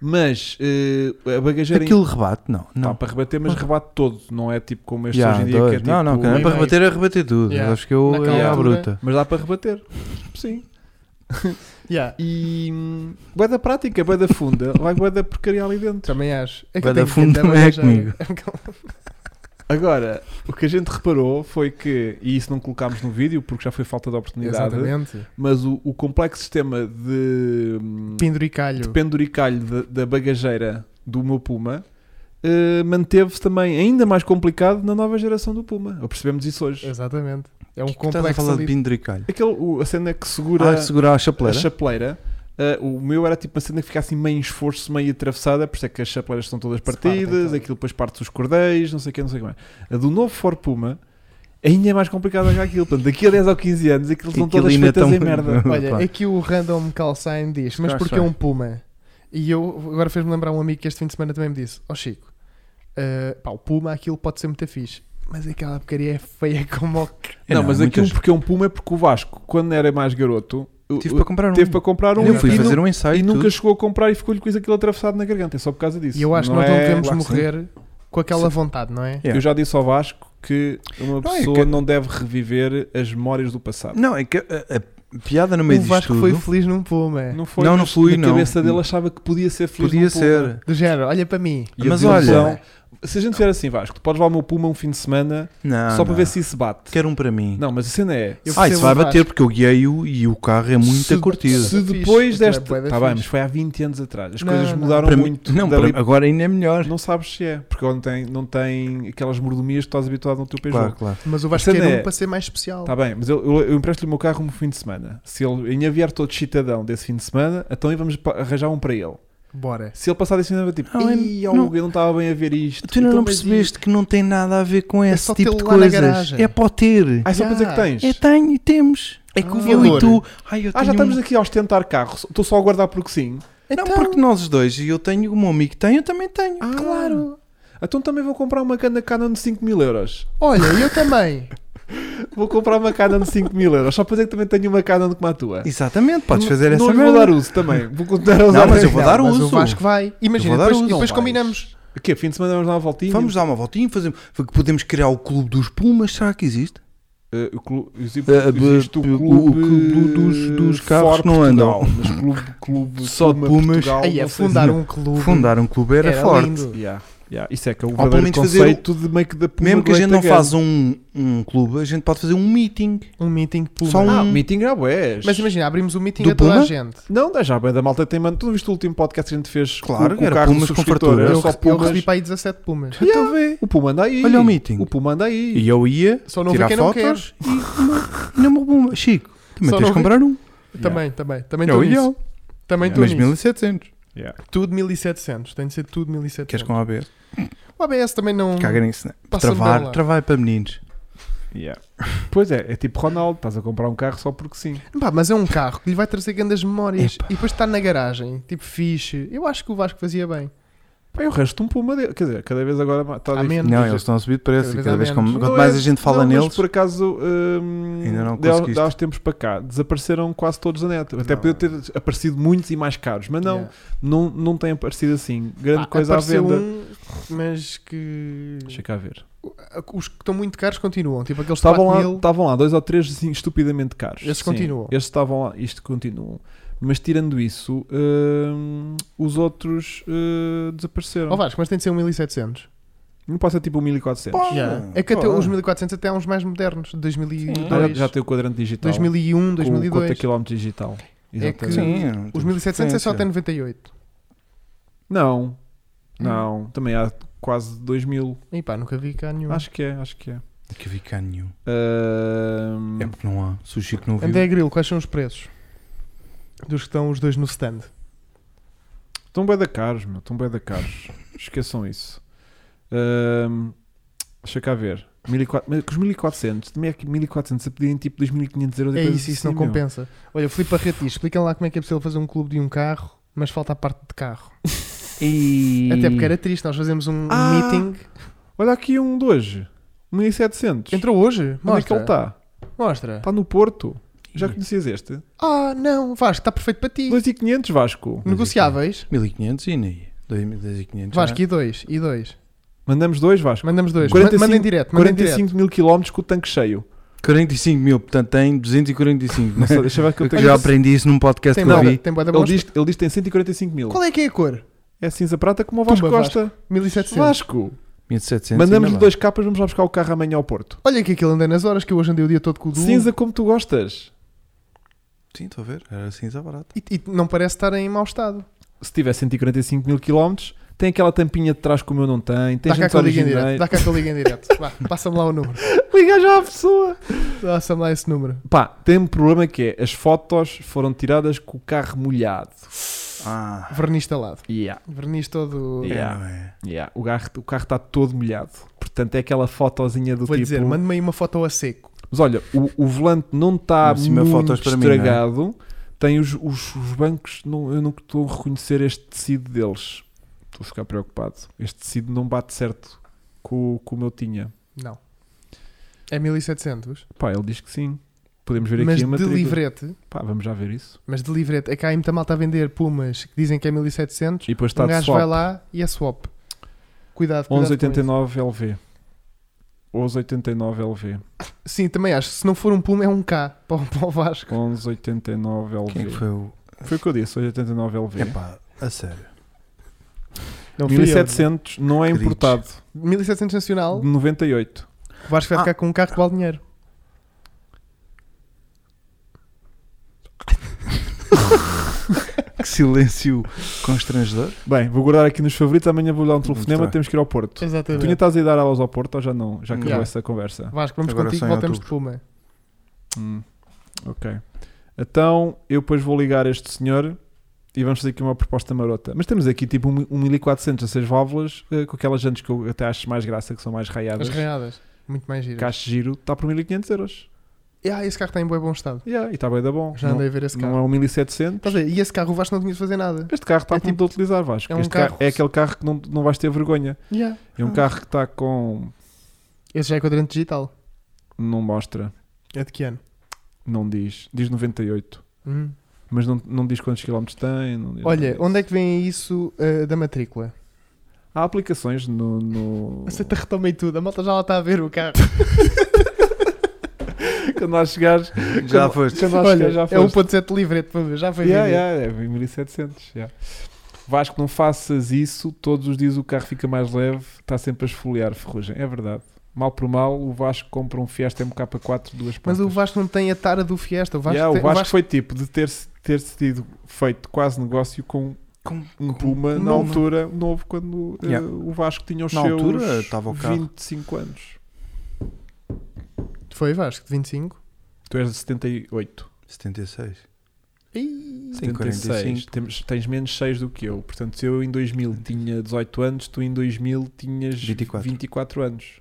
S2: Mas eh, a bagageira
S1: Aquilo rebate, não.
S2: em...
S1: Não,
S2: Tá, para rebater, mas rebate todo, não é tipo como este
S1: Já,
S2: hoje em dia
S1: dois.
S2: que é tipo...
S1: não, não, que não é para
S3: um e-mail.
S1: rebater, é rebater tudo.
S3: Yeah.
S1: Acho que eu
S3: Naquela
S1: é à
S2: altura.
S1: bruta.
S2: Mas dá para rebater. Sim.
S3: Yeah,
S2: E hum, bué da prática, bué da funda, vai bué da porcaria ali dentro.
S3: Também acho. É que
S1: Vai dar
S3: eu tenho que
S1: fundo
S3: andar
S1: também é
S3: bagageira.
S1: comigo.
S2: Agora, o que a gente reparou foi que, e isso não colocámos no vídeo porque já foi falta de oportunidade,
S3: Exatamente.
S2: mas o, o complexo sistema de, hum, de
S3: Penduricalho.
S2: penduricalho da, da bagageira do meu Puma eh, manteve-se também ainda mais complicado na nova geração do Puma. Percebemos isso hoje.
S3: Exatamente. É um
S1: Que Estás a
S3: complexo
S1: falar de
S3: ali.
S1: pindricalho.
S2: Aquele, o- a cena que segura
S1: Ah, segurar a
S2: a
S1: chapeleira.
S2: chapeleira. eh, o meu era tipo uma cena que fica assim meio em esforço, meio atravessada, por isso é que as chapeleiras estão todas
S3: partem
S2: partidas,
S1: então.
S3: todas.
S2: aquilo depois parte os cordéis, não sei o que, não sei o que mais. A do novo Ford Puma ainda é mais complicada que aquilo. Portanto, daqui a 10 ou 15 anos aquilo
S1: E
S2: estão
S1: aquilo
S2: todas
S1: ainda
S2: feitas
S1: tão-
S2: em merda.
S3: Olha,
S1: Pá.
S3: aqui o random call sign diz, mas
S1: Cá
S3: porque é
S1: está.
S3: um puma? E eu agora fez-me lembrar um amigo que este fim de semana também me disse: Ó Chico, eh, pá, o puma aquilo pode ser muito fixe, mas aquela porcaria é feia como o c-
S1: É,
S2: não, mas
S1: muitas-
S2: aquilo porque é um Puma é porque o Vasco, quando era mais garoto, o-
S1: Tive
S2: o-
S1: para comprar um.
S2: teve para comprar um
S1: Eu fui
S2: e, nu-
S1: fazer um
S2: e
S1: ensaio. e
S2: nunca
S1: tudo.
S2: chegou a comprar e ficou-lhe com isso aquilo atravessado na garganta. É só por causa disso.
S3: E eu acho que nós não
S2: é-
S3: devemos
S1: claro que sim.
S3: morrer com aquela vontade, não é?
S1: Yeah.
S2: Eu já disse ao Vasco que uma
S1: Não, é
S2: pessoa
S1: que-
S2: não deve reviver as memórias do passado.
S1: Não, é que a, a piada no meio
S3: O
S1: disto
S3: Vasco
S1: tudo
S3: foi feliz num puma.
S2: Não foi,
S1: Não, não
S2: mas
S1: fui,
S2: na
S1: não.
S2: cabeça dele achava que podia ser feliz
S1: podia
S2: num Puma.
S1: ser.
S3: Do género, olha para mim.
S2: E a
S1: Mas
S2: desilusão-
S1: olha-
S2: Se a gente fizer assim, Vasco, tu podes levar o meu Puma um fim de semana
S1: Não,
S2: só para
S1: Ah, não.
S2: ver se isso bate.
S1: Quero um para mim.
S2: Não, mas a cena é.
S3: Eu
S1: ah,
S3: percebo
S1: isso vai
S3: o Vasco.
S1: bater porque eu guiei-o e o carro é muito
S2: Se-
S1: curtido.
S2: Se
S3: Fixe,
S2: depois
S3: aquilo é
S2: desta.
S3: bué da
S2: Tá bem,
S3: fixe.
S2: mas foi há 20 anos atrás. As
S3: Não,
S2: coisas
S3: não.
S2: mudaram
S1: Para mim-
S2: muito.
S1: não,
S2: Dali
S1: para- agora ainda é melhor.
S2: Não sabes se é, porque não tem, não tem aquelas mordomias que estás habituado no teu
S1: claro,
S2: Peugeot.
S1: claro.
S3: Mas o Vasco
S2: cena
S3: quer um
S2: é-
S3: para ser mais especial.
S1: Tá.
S2: Está bem, mas eu, eu, eu empresto-lhe o meu carro um fim de semana. Se ele ainda vier todo chitadão desse fim de semana, então aí vamos pa- arranjar um para ele.
S3: Bora.
S2: Se ele passar desse fim de semana, tipo,
S1: Não, é-
S2: Ih, ó,
S1: não-
S2: Hugo, eu não estava bem a ver isto.
S1: Tu ainda
S2: Então,
S1: não
S2: mas É
S1: percebeste que não tem nada a ver com esse
S3: só
S1: tipo
S3: tê-lo
S1: de
S3: lá na
S1: coisas.
S3: garagem.
S1: É para o ter.
S2: e- Ah, é só para dizer que
S3: Ah,
S2: tens.
S1: É tenho e temos. Ah.
S3: É que o
S1: eu
S3: valor-
S1: e tu. Ai, eu
S2: Ah,
S1: tenho
S2: já estamos
S1: um-
S2: aqui a ostentar carro. Estou só a guardar porque sim.
S3: Então,
S1: Não, porque nós os dois, e eu tenho, o meu amigo tem, eu também tenho.
S2: Ah.
S1: Claro.
S2: Então também vou comprar uma cana Canon de 5 mil euros.
S3: Olha, eu também.
S2: Vou comprar uma Canon de 5 mil euros. Só para dizer que também tenho uma Canon como a tua.
S1: Exatamente, podes
S2: Não-
S1: fazer
S2: não
S1: essa
S2: lhe vou dar
S1: merda.
S2: uso também. Vou continuar a usar.
S1: Não, mas eu
S2: a-
S1: vou
S3: Não,
S1: dar
S3: mas
S1: uso.
S3: O Vasco vai. Imagina,
S1: vou dar
S3: depois,
S1: uso.
S3: depois
S2: Não
S3: combinamos.
S2: O quê? Fim de semana vamos dar uma voltinha?
S1: Vamos dar uma voltinha, fazemos, podemos criar o clube dos Pumas, será que existe?
S2: Eh, o clu- existe-
S1: Eh, eh,
S2: existe o
S1: o- o
S2: clube,
S1: clube dos- dos
S2: eh,
S1: carros
S2: Ford
S1: que não
S2: Portugal, Mas clube, clube
S1: Só de
S2: Puma
S1: Pumas.
S2: Portugal,
S3: Aí é
S2: não sei se-
S3: fundar um clube.
S1: Fundar um clube era, forte.
S3: lindo.
S2: Yeah, yeah, Isso é que é o
S1: pelo
S2: verdadeiro
S1: menos fazer o-
S2: conceito de meio que da Puma
S1: Mesmo que a
S2: Great
S1: gente não
S2: Again.
S1: faça um, um clube, a gente pode fazer um meeting.
S3: Um meeting puma.
S1: Só um-
S2: Ah, meeting já és.
S3: Mas imagina, abrimos um meeting
S1: Do
S3: a toda
S1: Puma?
S3: a gente.
S2: Não, dá já bem da malta tem mano. Tu não viste o último podcast que a gente fez
S1: Claro,
S2: com, com o
S1: era
S2: carro do
S1: Pumas com
S2: subscritor,
S1: fartura.
S2: era
S3: Eu,
S2: É só
S3: eu
S2: Pumas.
S3: recebi para aí 17 Pumas.
S2: Yeah, O Puma anda aí.
S1: então. Olha o meeting.
S2: O Puma anda aí.
S1: E eu ia
S3: Só não vi
S1: tirar
S3: quem não quer.
S1: fotos e não me bomba. Chico, também
S3: Só
S1: tens
S3: não
S1: de comprar um.
S2: Yeah.
S3: Também, também. Também
S1: é o
S3: estou nisso.
S1: ideal.
S3: Também estou
S1: Mas
S3: nisso.
S1: 1700.
S2: Yeah.
S3: Tudo 1700. Tem de ser tudo 1700.
S1: Queres com ABS?
S3: O ABS também não...
S1: Caga nisso, né?
S3: é Passa-me bem
S1: Travar,
S3: lá.
S1: travar é para meninos.
S2: Yeah. Pois é, é tipo Ronaldo, estás a comprar um carro só porque sim.
S3: Pá, mas é um carro que lhe vai trazer grandes memórias.
S1: Epa.
S3: E depois está na garagem. Tipo, fixe. Eu acho que o Vasco fazia bem.
S2: Pá, eu resto um puma dele. Quer dizer, cada vez agora está
S3: Há
S2: difícil.
S3: menos.
S1: Não, eles estão a subir de preço. E
S3: Cada
S1: cada
S3: vez
S1: vez
S3: há
S1: como-
S3: menos.
S1: quanto
S2: Não
S1: mais
S2: é-
S1: a gente fala
S2: não, mas
S1: neles,
S2: por acaso, hum,
S1: Ainda não
S2: de há- de
S1: conseguiste.
S2: há uns tempos para cá, desapareceram quase todos da net. Até
S3: Não.
S2: podia ter aparecido muitos e mais caros, mas não,
S3: Yeah.
S2: não, não tem aparecido assim. Grande
S3: Pá,
S2: coisa à
S3: apareceu
S2: venda.
S3: um, mas que.
S2: Deixa cá ver.
S3: Os que estão muito caros continuam. Tipo aqueles
S2: Estavam
S3: 4
S2: lá, tá-
S3: mil.
S2: estavam lá dois ou três assim, estupidamente caros.
S3: Esses
S2: Sim,
S3: continuam.
S2: Estes estavam lá, isto continuam. Mas tirando isso, hum, os outros hum, desapareceram.
S3: Ó Vasco, mas tem de ser um 1700.
S2: Não pode ser tipo um 1400.
S1: Pá,
S3: Yeah. É que até os 1400 até há uns mais modernos, de 2002,
S1: Sim.
S2: Ah, já, já tem o quadrante digital.
S3: 2001,
S2: Com o é
S3: 2002.
S2: quota quilómetro digital.
S3: É que-
S2: Exatamente.
S1: tá. Sim, não
S3: Os
S1: temos
S3: 1700 é
S1: referência.
S3: só até 98. Hum.
S2: Não, não. Também há quase 2000.
S3: E pá, nunca vi cá nenhum.
S2: Acho que é, acho que é.
S1: Nunca vi cá nenhum.
S2: Ahm,
S1: É porque não há. Sushi que não viu.
S3: André Grilo, quais são os preços? Dos que estão os dois no stand.
S2: Estão bem da caros, meu. Estão bem da caros. Esqueçam isso. Ahm, deixa cá ver. 1400, mas com os 1400, também é que 1400 a pedirem tipo 2500 euros. e
S3: É
S2: coisas
S3: isso, isso
S2: assim,
S3: não
S2: meu.
S3: compensa. Olha, Filipe Arreti, explica lá como é que é possível fazer um clube de um carro, mas falta a parte de carro.
S1: E...
S3: Até porque era triste, nós fazemos um
S2: Ah!
S3: meeting.
S2: Olha aqui um de hoje. 1700.
S3: Entrou hoje?
S2: Onde é que
S3: Mostra.
S2: ele está?
S3: Mostra.
S2: Está no Porto. Já
S1: Ih.
S2: conhecias este?
S3: Ah, não, Vasco, está perfeito para ti.
S2: 2500 Vasco.
S3: Negociáveis.
S1: 1500 e é? nem. 2500.
S3: Vasco, e dois, e dois.
S2: Mandamos dois Vasco.
S3: Mandamos dois.
S2: 45
S3: mandem direto, mandem direto.
S2: 45 mil quilómetros com o tanque cheio.
S1: 45 mil, portanto tem 245. Não
S2: Não
S1: sei,
S2: sei, deixa eu ver que eu
S1: eu
S2: tenho.
S1: já aprendi isso num podcast
S3: Tem
S1: que eu
S3: bué da-
S1: vi.
S3: tem bué da
S2: Ele
S3: bons-
S2: diz, ele diz que tem 145 mil.
S3: Qual é que é a cor?
S2: É cinza prata como o Vasco
S3: Tumba,
S2: Costa.
S3: 1700.
S2: Vasco.
S1: 1700.
S2: Mandamos-lhe
S1: ainda
S2: dois capas, vamos lá buscar o carro amanhã ao Porto.
S3: Olha que aquilo andei nas horas, que eu hoje andei o dia todo com o Du.
S2: Cinza como tu gostas.
S1: bem. Sim, estou a ver. Era cinza barato.
S3: E, e não parece estar em mau estado.
S2: Se tiver 145 mil quilómetros, tem aquela tampinha de trás que o meu não tem. Tem
S3: Dá cá
S2: gente
S3: que eu ligo em direto.
S2: origineira.
S3: Dá cá que eu ligo em direto. Vá, Passa-me lá o número.
S2: Liga já à pessoa.
S3: Passa-me lá esse número.
S2: Pá, tem um problema que é, as fotos foram tiradas com o carro molhado.
S1: Ah.
S3: Verniz talado.
S2: Yeah,
S3: Verniz todo.
S2: Yeah.
S1: É, não é.
S2: yeah. O carro o carro está todo molhado. Portanto, é aquela fotozinha do
S3: Vou
S2: tipo...
S3: dizer, manda-me aí uma foto a seco.
S2: Mas olha, o, o volante não está
S1: Ainda por cima,
S2: muito
S1: fotos para mim, é?
S2: estragado. Tem os, os- os bancos, não, eu não estou a reconhecer este tecido deles. Estou a ficar preocupado. Este tecido não bate certo com, o- com o meu tinha.
S3: Não. É 1700.
S2: Pá, ele diz que sim. Podemos ver
S3: Mas
S2: aqui a
S3: de
S2: matrícula.
S3: livrete.
S2: Pá, vamos já ver isso.
S3: Mas de livrete. É que há aí muita malta a vender pumas que dizem que é 1700.
S2: E depois está
S3: Um
S2: de
S3: gajo
S2: swap.
S3: vai lá e é swap. Cuidado, cuidado. com isso.
S2: 1189 LV. 1189 LV.
S3: Sim, também acho. Se não for um puma, é um K para o, para o Vasco.
S2: 1189 LV.
S1: Quem é que foi o.
S2: Foi o que eu disse, 1189 LV.
S1: Epá, a sério.
S3: Não, fui eu.
S2: 1700 não é
S1: Acredites.
S2: importado.
S3: 1700 nacional.
S2: De 98.
S3: O Vasco vai
S1: Ah.
S3: ficar com um carro que vale dinheiro.
S1: Que silêncio constrangedor.
S2: Bem, vou guardar aqui nos favoritos. Amanhã vou dar um telefonema.
S1: Muito bem.
S2: Temos que ir ao Porto. Tu ainda
S3: Exatamente. Hum.
S2: estás a dar aulas ao Porto ou já não? Já acabou
S3: Já.
S2: essa conversa?
S3: Vasco, vamos
S1: Agora
S3: contigo
S1: só
S3: e
S1: em
S3: voltamos de
S1: outubro.
S3: puma.
S2: Hum, ok. Então eu depois vou ligar este senhor e vamos fazer aqui uma proposta marota. Mas temos aqui tipo um, um 1400 a 6 válvulas eh, com aquelas jantes que eu até acho mais graça, que são mais
S3: As
S2: raiadas.
S3: readas. Muito mais giras.
S2: Caixa de giro está por 1500 euros.
S3: Ah, esse carro está em bom, bom estado.
S2: Yeah, e está bem da bom.
S3: Já
S2: não,
S3: andei a ver esse
S2: não
S3: carro.
S2: é um 1700.
S3: Estás a ver? E esse carro o Vasco não tinha de fazer nada.
S2: Este carro está
S3: É
S2: pronto
S3: tipo-
S2: a utilizar, Vasco.
S3: é um
S2: este carro,
S3: carro-
S2: é aquele carro que não, não vais ter vergonha.
S3: Yeah.
S2: É um
S3: Ah.
S2: carro que está com.
S3: Esse já é quadrante digital.
S2: Não mostra.
S3: É de que ano?
S2: Não diz. Diz 98. Mas não, não diz quantos quilómetros tem. Não diz
S3: Hum. Olha,
S2: nada
S3: onde é
S2: disso.
S3: que vem isso uh, da matrícula?
S2: Há aplicações no. no...
S3: Você te retomei tudo, a malta já lá está a ver o carro.
S2: quando lá chegares.
S1: Já
S2: quando-
S1: foste.
S2: Quando lá
S3: Olha,
S2: chegares, já
S3: é
S2: foste.
S3: 1.7 livre, para ver, já foi
S2: Yeah,
S3: vendido.
S2: yeah, é 1700. Yeah. Vasco, não faças isso. Todos os dias o carro fica mais leve. Está sempre a esfoliar ferrugem. É verdade. Mal por mal, o Vasco compra um Fiesta MK4 duas
S3: Mas
S2: portas.
S3: o Vasco não tem a tara do Fiesta. O Vasco,
S2: Yeah, o
S3: tem,
S2: Vasco foi tipo de ter, ter sido feito quase negócio com
S1: Com-
S2: um
S1: com-
S2: Puma na
S1: não,
S2: altura novo, quando eh,
S1: Yeah.
S2: o Vasco tinha os
S1: Na
S2: seus
S1: altura, estava o carro.
S2: 25 anos.
S3: foi Vasco, de 25.
S2: Tu és de 78.
S1: 76.
S3: Ih,
S1: Sim,
S2: 76.
S1: 45.
S2: Temos, tens menos 6 do que eu. Portanto, se eu em 2000 tinha 18 anos, tu em 2000 tinhas
S1: 24.
S2: 24 anos.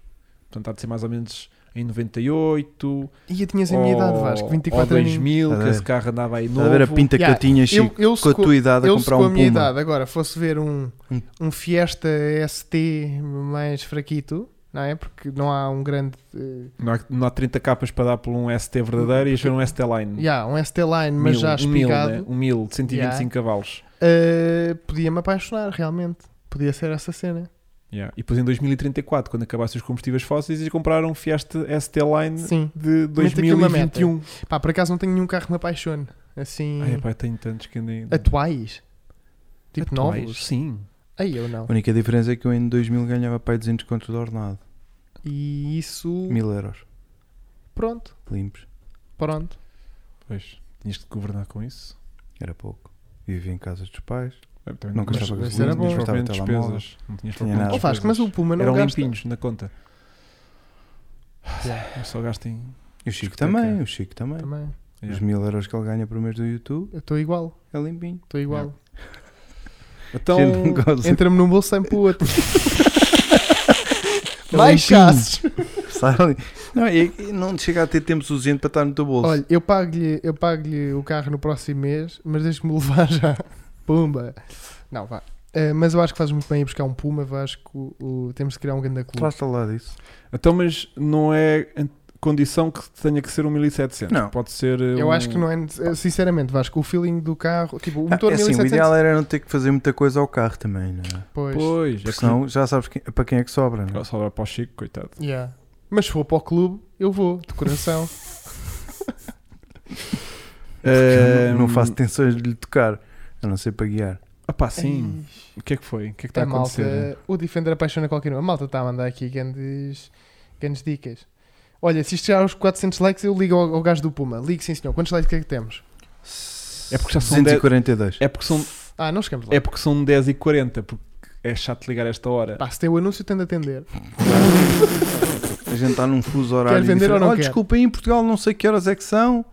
S2: Portanto, há de ser mais ou menos em 98,
S3: E eu tinhas a minha idade,
S2: Oh,
S3: Vasco, 24
S2: ou
S3: anos.
S2: 2000,
S1: Tá
S2: que
S1: a
S2: esse carro andava aí
S1: Está
S2: novo.
S1: a ver a pinta
S3: Yeah,
S1: que eu tinha,
S3: Eu,
S1: Chico,
S3: eu se
S1: com a
S3: co-
S1: tua idade a
S3: eu se
S1: comprar
S3: com a
S1: um
S3: minha
S1: Puma.
S3: idade agora fosse ver um,
S1: Hum.
S3: um Fiesta ST mais fraquito, não é? Porque não há um grande. eh,
S2: Não há, não há 30 capas para dar por um ST verdadeiro e achar um ST Line.
S3: já, um ST Line, mas já
S2: um mil,
S3: espigado.
S2: né? um mil, de 125 cavalos.
S3: eh, Podia-me apaixonar, realmente. Podia ser essa cena.
S2: Yeah. E depois em 2034, quando acabassem os combustíveis fósseis, eles compraram um Fiesta ST Line
S3: Sim.
S2: de
S3: aqui uma meta.
S2: 2021.
S3: Pá, por acaso não tenho nenhum carro que me apaixone. Assim.
S2: Ai, é pá, tenho tantos que andei.
S3: atuais. Tipo
S2: Atuais,
S3: novos.
S2: Sim.
S3: Aí eu não.
S1: A única diferença é que eu em 2000 ganhava pai 200 conto de ordenado.
S3: E isso.
S1: Mil euros.
S3: Pronto,
S1: Limpos.
S3: pronto.
S2: Pois, tinhas de governar com isso.
S1: Era pouco. Vivia em casa dos pais.
S2: É, também
S1: Não
S2: tinhas-
S1: gastava
S2: mas
S3: gasolina,
S2: não tinhas
S1: gastava
S2: propriamente
S1: telemóvel.
S2: despesas. Não tinhas
S1: Tinha
S2: propriamente
S1: nada.
S3: Ó
S1: Às
S3: Vasco, mas o
S2: despesas.
S3: um Puma não
S2: Eram
S3: gasta.
S2: limpinhos na conta.
S3: Yeah,
S2: Mas Só gastem.
S1: E o Chico
S2: Discoteca.
S1: também, o Chico também.
S3: também.
S1: Os
S2: Yeah.
S1: mil euros que ele ganha por mês do YouTube
S3: Eu estou igual,
S1: é limpinho.
S3: estou igual.
S2: Então,
S1: Gente, não goza.
S3: Entra-me num bolso sem para o outro.
S2: É
S3: Mais
S2: limpinho.
S3: chassos.
S1: Sai ali. Não, e, e não te chega a ter tempo suficiente para estar no teu bolso.
S3: Olha, eu pago-lhe eu pago-lhe o carro no próximo mês, mas deixe-me levar já. Pumba. Não, vá. Eh, mas eu acho que fazes muito bem ir buscar um Puma, Vasco. O, temos de criar um grande clube.
S1: Faz-te lá disso.
S2: então, mas não é an- condição que tenha que ser um 1700.
S1: Não.
S2: Pode ser. uh,
S3: Eu
S2: um-
S3: acho que não é. nece- Sinceramente, Vasco, o feeling do carro. Tipo, o motor
S1: Ah, é assim, o
S3: 1700.
S1: ideal era não ter que fazer muita coisa ao carro também, não é?
S3: Pois.
S2: Pois, é
S1: Porque
S2: que não.
S1: senão já sabes quem- para quem é que sobra, não é?
S2: Só para o Chico, coitado.
S3: Yeah. Mas se for para o clube, eu vou, de coração.
S1: Eu não- é? não
S2: Ahm,
S1: faço tensões de lhe tocar, a não ser para guiar.
S2: Ah, pá, sim. O que é que foi? O que é que está
S3: a
S2: a acontecer?
S1: né?
S3: malta, o Defender apaixona qualquer um. A malta está a mandar aqui grandes, grandes dicas. Olha, se isto chegar aos 400 likes, eu ligo ao, ao gajo do Puma. Ligo, sim senhor. Quantos likes é que temos?
S2: É porque já são
S1: 242.
S2: É porque, são,
S3: Ah, não chegamos lá.
S2: é porque são 10 e 40 porque é chato ligar a esta hora.
S3: Pá, se tem o anúncio, tem de atender.
S1: A gente está num fuso horário.
S3: vender
S1: diferente.
S3: ou não
S1: Olha,
S3: quer?
S1: desculpa, em Portugal não sei que horas é que são.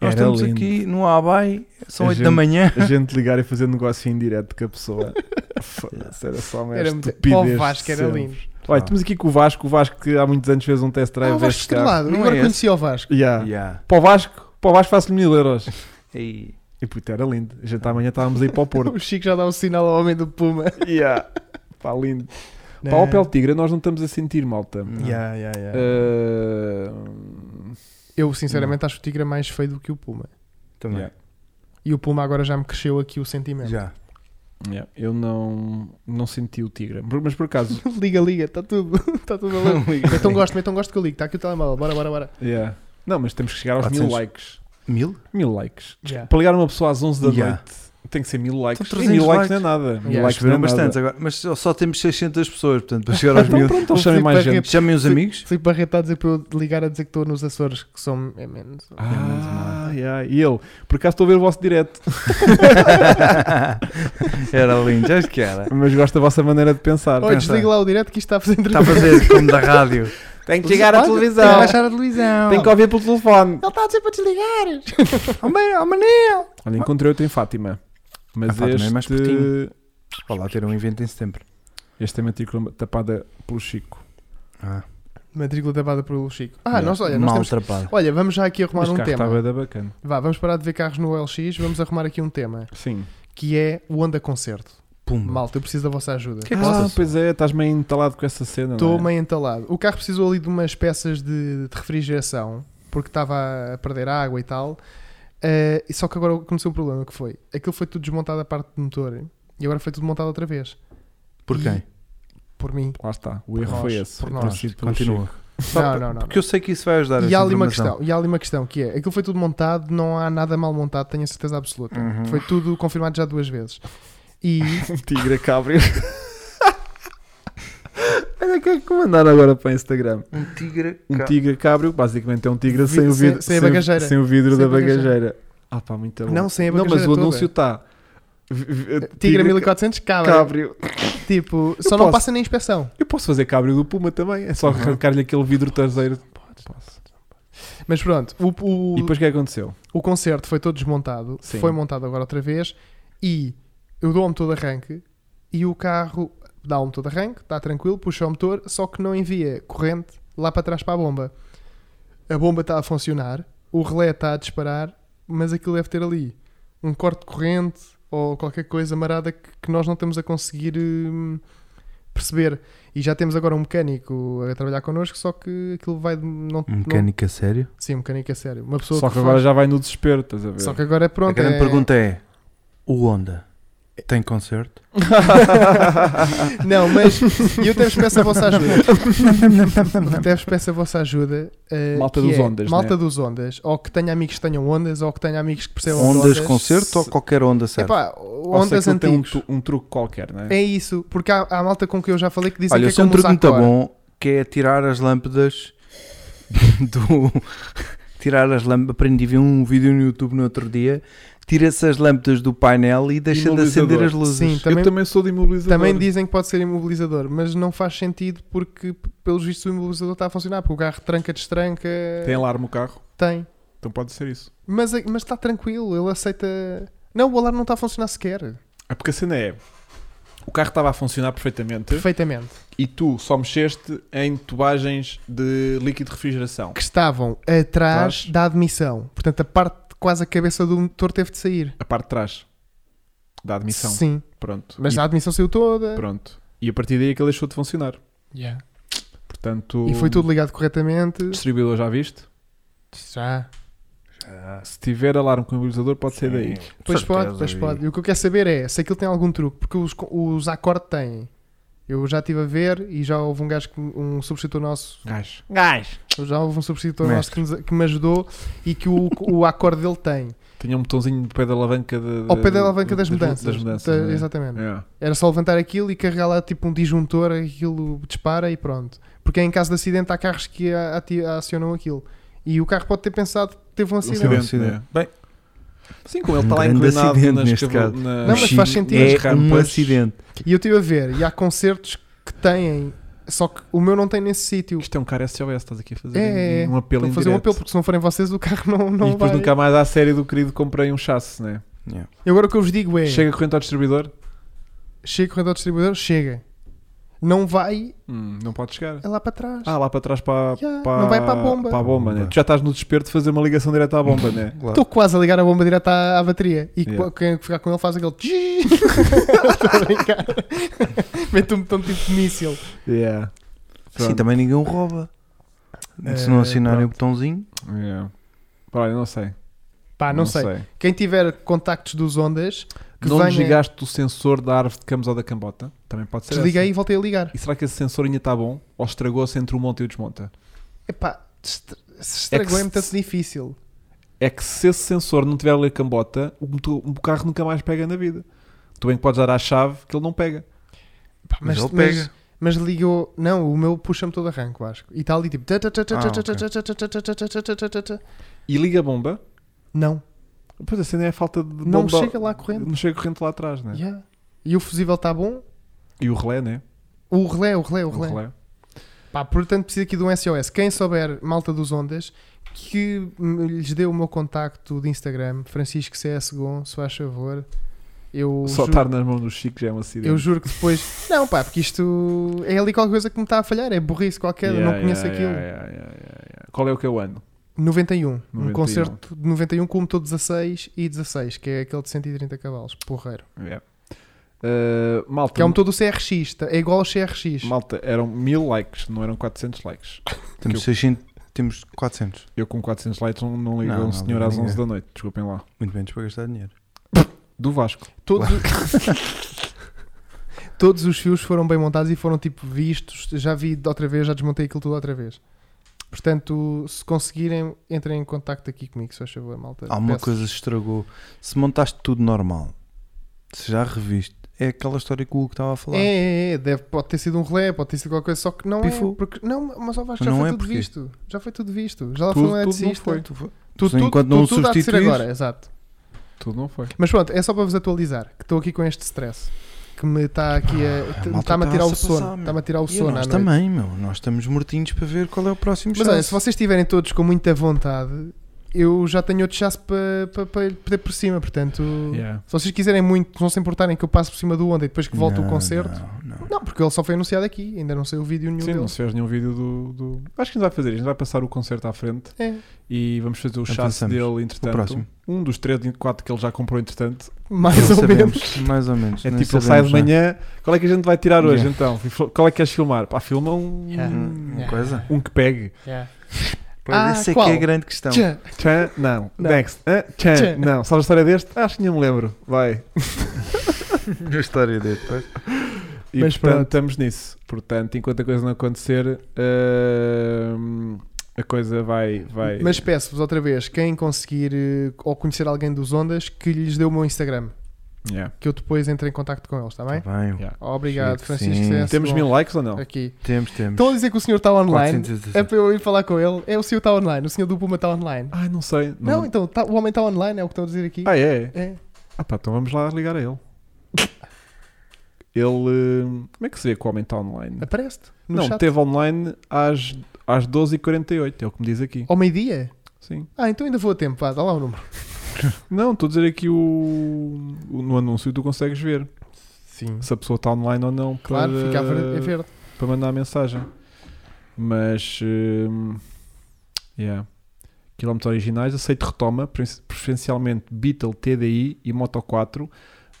S1: Nós
S2: Era
S1: estamos
S2: lindo.
S1: aqui no Abai, são
S2: A
S1: 8 da
S2: gente-
S1: manhã.
S2: A gente ligar e fazer negócio em direto com a pessoa. Foda-se, era só uma
S3: Era muito.
S2: estupidez.
S3: Ó, Vasco, era
S2: sempre.
S3: lindo.
S2: Olha, estamos aqui com o Vasco. O Vasco que há muitos anos fez um test drive.
S3: Ah, o Vasco
S2: deste carro.
S3: estrelado.
S1: Não
S3: Agora
S1: é
S3: conheci o Vasco.
S2: Yeah.
S1: Yeah.
S2: Para o Vasco, para o Vasco faço-lhe mil euros.
S1: E-
S2: E puto, era lindo. A gente amanhã estávamos aí para o Porto.
S3: O Chico já dá o sinal ao homem do Puma.
S2: yeah. Pá, lindo. Para
S3: Não.
S2: o Opel Tigre, nós não estamos a sentir, malta.
S1: Não. Eh,
S3: Yeah, yeah, yeah.
S2: Ah,
S3: Eu, sinceramente, acho o Tigra mais feio do que o Puma.
S1: Também.
S2: Yeah.
S3: E o Puma agora já me cresceu aqui o sentimento.
S1: Já.
S2: yeah, eu não, não senti o Tigre. Por- Mas por acaso,
S3: Liga, liga, está tudo, está tudo a ler. Então gosto, então gosto que eu ligo, está aqui o telemóvel, bora, bora, bora.
S2: yeah. não, mas temos que chegar aos mil
S1: 400.
S2: likes.
S1: Mil?
S2: Mil likes.
S3: Yeah.
S2: Para ligar uma pessoa às 11 da
S1: Yeah.
S2: noite, tem que ser mil likes.
S1: São
S2: E mil
S1: 300
S2: likes não é
S1: likes.
S2: nada. Mil likes
S3: Yeah.
S2: não é
S1: Choveram bastantes
S2: nada.
S1: agora, mas só, só temos 600 pessoas, portanto, para chegar aos
S2: Então
S1: mil.
S2: pronto, então
S3: Então
S2: chamem
S3: fico
S2: mais
S3: para
S2: gente.
S1: Chamem os amigos.
S3: Filipe Barreto está a dizer para eu ligar a dizer que estou nos Açores, que são é menos.
S2: Ah, yeah. e ele, por acaso estou a ver o vosso direto,
S1: era lindo, acho que era.
S2: mas gosto da vossa maneira de pensar.
S3: Olha,
S1: pensa.
S3: desliga lá o direto que isto está a fazer
S2: Tá
S1: Está a fazer como da rádio.
S2: Tem
S3: Olha, Tem que baixar a televisão.
S2: Tem que ouvir pelo telefone.
S3: Ele está a dizer para desligar.
S1: Ó Manel!
S2: Olha, encontrei outro em Fátima. Mas
S1: Ah, Fátima é
S2: este,
S1: mais pertinho. Vá lá ter um evento em setembro.
S2: este é matrícula tapada pelo Chico.
S1: Ah,
S3: Matrícula tapada pelo Chico. Ah,
S2: Yeah.
S3: nós, olha, nós
S1: mal
S3: temos...
S1: atrapado.
S3: Olha, vamos já aqui arrumar
S2: este
S3: um
S2: carro
S3: tema.
S2: está bué da bacana.
S3: Vá, vamos parar de ver carros no LX, vamos arrumar aqui um tema,
S2: Sim.
S3: que é o Honda Concerto.
S1: Pumba.
S3: Malta, eu preciso da vossa ajuda.
S1: Que é que se
S2: ah,
S1: passa?
S2: pois é, estás meio entalado com essa
S1: Ah,
S2: cena.
S3: Estou
S2: não é?
S3: meio entalado. O carro precisou ali de umas peças de, de refrigeração porque estava a perder água e tal. Eh, e só que agora aconteceu um problema que foi. Aquilo foi tudo desmontado a parte do motor e agora foi tudo montado outra vez.
S1: Por quem?
S3: Por mim.
S2: Lá está, o erro
S3: nós,
S2: foi esse.
S3: por
S2: Ter
S3: nós.
S2: sido pelo
S1: Continua.
S2: Chico.
S1: Só
S3: não,
S1: por-
S3: não, não.
S1: Porque eu sei que isso vai ajudar.
S3: não. E
S1: essa
S3: há ali uma
S1: informação.
S3: questão, e há ali uma questão que é, aquilo foi tudo montado, não há nada mal montado, tenho a certeza absoluta.
S1: Uhum.
S3: Foi tudo confirmado já duas vezes. E
S2: Um tigre a cabrio. Olha que é que mandaram agora para o Instagram.
S1: Um tigre.
S2: Um
S1: ca-
S2: tigre cabrio, basicamente é um tigre
S3: Vi-
S2: sem o
S3: sem-
S2: vidro,
S3: sem a
S2: o-
S3: bagageira.
S2: sem o vidro
S3: Sem
S2: da
S3: a bagageira.
S2: bagageira. Ah pá, muito bom.
S3: Não, sem a
S2: Não, mas
S3: bagageira
S2: o
S3: toda.
S2: anúncio está. Vi- vi-
S3: Tigra
S2: ca-
S3: 1400 cabra.
S2: cabrio.
S3: Tipo,
S2: Eu
S3: só não
S2: posso.
S3: passa na inspeção.
S2: Eu posso fazer cabrio do Puma também, é só arrancar-lhe aquele vidro traseiro.
S3: Mas pronto, o, o-
S2: E depois o que é que aconteceu?
S3: o concerto foi todo desmontado,
S2: Sim.
S3: foi montado agora outra vez e eu dou ao motor de arranque e o carro dá ao motor de arranque, está tranquilo, puxa o motor, só que não envia corrente lá para trás para a bomba. a bomba está a funcionar, o relé está a disparar, mas aquilo deve ter ali um corte de corrente ou qualquer coisa marada que, que nós não estamos a conseguir hum, perceber. E já temos agora um mecânico a trabalhar connosco, só que aquilo vai. de- Não,
S1: Um
S3: não-
S1: mecânico a sério?
S3: sim, um mecânico a sério. Uma pessoa
S2: Só que
S3: faz-
S2: agora já vai no desespero, estás a ver?
S3: Só que agora é pronto.
S1: a grande
S3: é-
S1: pergunta é: o Honda tem concerto?
S3: Não, mas eu até vos peço a vossa ajuda. até vos peço a vossa ajuda. uh,
S2: Malta
S3: que
S2: dos
S3: é
S2: Ondas,
S3: Malta
S2: né?
S3: dos ondas. Ou que tenha amigos que tenham ondas, ou que tenha amigos que percebam de
S1: Ondas
S3: ondas.
S1: concerto ou qualquer onda serve?
S3: Epá,
S2: Ou sei
S3: ondas
S2: que ele tem um,
S3: antigos.
S2: tu- um truque qualquer, não é?
S3: É isso, porque há, há malta com que eu já falei que dizem
S1: Olha, eu
S3: que é
S1: sei um
S3: como
S1: truque
S3: usar
S1: muito
S3: cor.
S1: bom que é tirar as lâmpadas do. tirar as lâmpadas. Aprendi a ver um vídeo no YouTube no outro dia. Tira-se as lâmpadas do painel e deixa de
S2: Imobilizador.
S1: acender as luzes.
S3: Sim,
S2: eu
S3: também,
S2: também sou um de imobilizador.
S3: também dizem que pode ser imobilizador, mas não faz sentido porque, p- pelos vistos, o imobilizador está a funcionar, porque o carro tranca, destranca.
S2: Tem alarme o carro,
S3: Tem.
S2: então pode ser isso.
S3: Mas, é, mas está tranquilo, ele aceita. Não, o alarme não está a funcionar sequer.
S2: É porque a cena é. O carro estava a funcionar perfeitamente
S3: Perfeitamente.
S2: e tu só mexeste em tubagens de líquido de refrigeração.
S3: Que estavam atrás
S2: Atrás.
S3: da admissão. Portanto, a parte, quase a cabeça do motor teve de sair.
S2: A parte de trás da admissão.
S3: Sim,
S2: Pronto.
S3: mas
S2: e,
S3: a admissão saiu toda.
S2: pronto. E a partir daí aquilo deixou de funcionar.
S3: Yeah.
S2: Portanto,
S3: E foi tudo ligado corretamente.
S2: distribuidor já viste?
S3: Já.
S2: Se tiver alarme com imobilizador, Ah, pode ser daí.
S3: Pois
S1: Certeza,
S3: pode, pois
S1: e-
S3: pode. E o que eu quero saber é se aquilo tem algum truque, porque os, co- os Accord têm. Eu já estive a ver e já houve um gajo, que, um substituto nosso,
S2: Gajo.
S3: já houve um substituto nosso que, nos- que me ajudou e que o, o Accord dele tem.
S2: Tinha um botãozinho de pé da alavanca. De,
S3: Ao pé da alavanca das mudanças.
S2: Das mudanças
S3: Da-
S2: não é?
S3: Exatamente.
S2: É.
S3: Era só levantar aquilo e carregar lá tipo um disjuntor, aquilo dispara e pronto. Porque é em caso de acidente há carros que a- ati- acionam aquilo. E o carro pode ter pensado que teve um acidente.
S2: acidente,
S1: acidente.
S2: né? Bem, sim, como ele
S1: Um
S2: está lá
S1: é? grande
S2: inclinado
S1: acidente
S2: nas
S1: neste
S2: cava-
S1: caso.
S2: na-
S3: Não, mas faz
S1: Sim,
S3: sentido.
S2: nas
S1: É um
S2: rampas.
S1: acidente.
S3: E eu estive a ver, e há concertos que têm, só que o meu não tem nesse sítio.
S2: Isto é um cara SOS, estás aqui a fazer
S3: É, é,
S2: um apelo
S3: Estão
S2: em
S3: a fazer um apelo, porque se não forem vocês, o carro não, não
S2: E depois
S3: vai.
S2: nunca mais há a série do querido comprei um chasse, né?
S3: E agora o que eu vos digo é: chega,
S2: Chega corrente ao distribuidor?
S3: correndo ao distribuidor, chega. Não vai
S2: Hum, não pode chegar.
S3: é lá para trás.
S2: Ah, lá para trás para,
S3: Yeah, não vai para a bomba.
S2: para a bomba, né?
S1: Bomba.
S2: Tu já estás no desespero de fazer uma ligação direta à bomba, né?
S1: Claro.
S3: Estou quase a ligar a bomba direto à, à bateria. E
S2: Yeah.
S3: qu- quem ficar com ele faz aquele. Estou a brincar. Mete um botão tipo míssil.
S2: Yeah.
S1: Sim, também ninguém o rouba. Se não
S3: Eh,
S1: assinarem o botãozinho,
S2: Yeah. Pá, eu não sei.
S3: Pá, Ah, não, sei. Quem tiver contactos dos ondas, que
S2: Não
S3: venha-
S2: desligaste o sensor da árvore de camus ou da cambota? Também pode ser.
S3: desliguei
S2: essa.
S3: e voltei a ligar.
S2: E será que esse sensor ainda está bom? Ou estragou-se entre o monte e o desmonta?
S3: Epá, estra- se estragou é,
S2: se-
S3: muito difícil.
S2: É que se esse sensor não tiver ali a cambota, o, motor- o carro nunca mais pega na vida. Tu bem que podes dar à chave que ele não pega.
S3: Pá,
S1: mas,
S3: mas,
S1: ele
S3: mas-
S1: pega.
S3: mas ligou. Não, o meu puxa-me todo arranco, acho. E está ali tipo.
S2: E liga a bomba.
S3: Não,
S2: Pois a cena é a falta de
S3: não
S2: bomba.
S3: chega lá a corrente.
S2: Não chega corrente lá atrás, né?
S3: Yeah. E o fusível está bom?
S2: E o relé, né?
S3: O relé, o relé, o
S2: O
S3: relé.
S2: relé.
S3: Pá, portanto preciso aqui de um SOS. Quem souber, malta dos ondas, que me- lhes dê o meu contacto de Instagram, Francisco CS Gon, se faz favor. Eu
S2: Só
S3: ju-
S2: estar nas mãos do Chico já é um acidente.
S3: Eu juro que depois. Não, pá, porque isto é ali qualquer coisa que me está a falhar. É burrice qualquer, eu
S2: Yeah,
S3: não conheço
S2: yeah,
S3: aquilo.
S2: yeah, yeah, yeah, yeah. Qual é o que é o ano?
S3: 91, Um
S2: 91.
S3: concerto de 91 com o motor 16 e 16, que é aquele de 130 cavalos. Porreiro.
S2: Yeah. Uh, malta,
S3: Que é um motor do CRX. tá- É igual ao CRX.
S2: malta, eram mil likes, não eram 400 likes.
S1: Temos, 600, temos 400.
S2: Eu com 400 likes não, não ligo
S1: Não,
S2: a um
S1: não
S2: senhor
S1: ligo
S2: às
S1: ninguém.
S2: 11 da noite, desculpem lá.
S1: Muito menos para gastar dinheiro.
S2: Do Vasco.
S3: Todos, todos os fios foram bem montados e foram tipo vistos. Já vi de outra vez, já desmontei aquilo tudo outra vez. Portanto, se conseguirem, entrem em contacto aqui comigo, se faz favor, malta.
S1: Alguma
S3: Peço.
S1: coisa se estragou. Se montaste tudo normal, se já reviste, é aquela história que o Hugo estava a falar.
S3: É, é, é, deve, pode ter sido um relé, pode ter sido qualquer coisa, só que não
S1: Pifou.
S3: é. Porque, não, mas ó, Vasco, já
S1: Não
S3: foi
S1: é
S3: tudo
S1: porquê?
S3: visto. Já foi tudo visto. Já lá
S2: Tudo-
S3: foi
S2: tudo
S3: um
S2: não
S3: eletricista.
S2: foi.
S1: Tu foi-
S3: Tudo, tudo,
S1: Enquanto não
S3: tudo,
S1: o
S3: tudo há de ser
S1: substituís.
S3: agora, exato.
S2: Tudo não foi.
S3: Mas pronto, é só para vos atualizar, que estou aqui com este stress, que me está aqui
S1: Ah,
S3: a.
S1: a malta
S3: está-me a tirar o
S1: está-se a passar,
S3: sono.
S1: meu.
S3: Está-me a tirar o
S1: E
S3: sono. à
S1: nós
S3: noite.
S1: também, meu. Nós estamos mortinhos para ver qual é o próximo
S3: Mas
S1: chá.
S3: olha, se vocês estiverem todos com muita vontade, eu já tenho outro chasse para, para, para poder por cima, portanto.
S2: Yeah.
S3: Se vocês quiserem muito, se não se importarem que eu passe por cima do onda e depois que volta o
S1: Não,
S3: concerto,
S1: Não, não.
S3: Não, porque ele só foi anunciado aqui, ainda não saiu vídeo nenhum
S2: Sim,
S3: dele.
S2: não se fez nenhum vídeo do, do- Acho que a gente vai fazer isto. A gente vai passar o concerto à frente
S3: É,
S2: e vamos fazer o chasse
S1: Avançamos.
S2: dele,
S1: O
S2: entretanto.
S1: próximo.
S2: Um dos 3 de 4 que ele já comprou, entretanto.
S3: mais
S2: Não
S3: ou
S2: sabemos.
S3: menos.
S1: Mais ou menos.
S2: É
S1: nem
S2: tipo, ele
S1: sabemos
S2: sai de
S1: já.
S2: manhã. Qual é que a gente vai tirar hoje,
S1: Yeah.
S2: então? Fil- Qual é que queres filmar? Pá, filma um.
S3: Yeah.
S1: Hum, uma coisa.
S2: Um que pegue.
S3: Ah,
S1: Essa é
S3: É. qual?
S1: que é a grande questão.
S3: Tchã.
S2: Tchan, não.
S3: Não.
S2: Next. Hã? Tchan,
S3: Tchan.
S2: não. Sabes a história deste? Acho que nem me lembro. Vai.
S1: A história dele, pois.
S2: E
S3: Mas
S2: portanto
S3: pronto.
S2: estamos nisso. Portanto, enquanto a coisa não acontecer, hum, a coisa vai. vai...
S3: Mas peço-vos outra vez, quem conseguir eh, ou conhecer alguém dos Ondas, que lhes dê o meu Instagram,
S2: Yeah.
S3: que eu depois entre em contacto com eles, está bem?
S1: Tá bem.
S2: Yeah.
S3: Obrigado,
S1: Chique,
S3: Francisco.
S1: sim.
S3: César
S2: Temos
S3: Simão,
S2: mil likes ou não?
S3: aqui.
S1: Temos, temos.
S3: Estão a dizer que o senhor está online.
S1: 416.
S3: É para eu ir falar com ele. É o senhor está online, o senhor do Puma está online.
S2: Ai, não sei.
S3: Não, então tá- o homem está online, é o que estão a dizer aqui.
S2: Ah, é?
S3: É.
S2: Ah, pá, então vamos lá ligar a ele. Ele. hum, Como é que se vê que o homem está online?
S3: Aparece-te É no
S2: Não,
S3: chat.
S2: esteve online às, às 12h48, é o que me diz aqui.
S3: Ao meio-dia?
S2: Sim.
S3: Ah, então ainda vou a tempo, vá, dá lá o número.
S2: Não, estou a dizer aqui o, o- no anúncio tu consegues ver
S3: Sim.
S2: se a pessoa está online ou não
S3: Claro,
S2: para,
S3: fica a ver. é a ver.
S2: para mandar a mensagem. Mas hum, yeah. quilómetros originais, aceito retoma, pref- preferencialmente Beetle, TDI e Moto 4.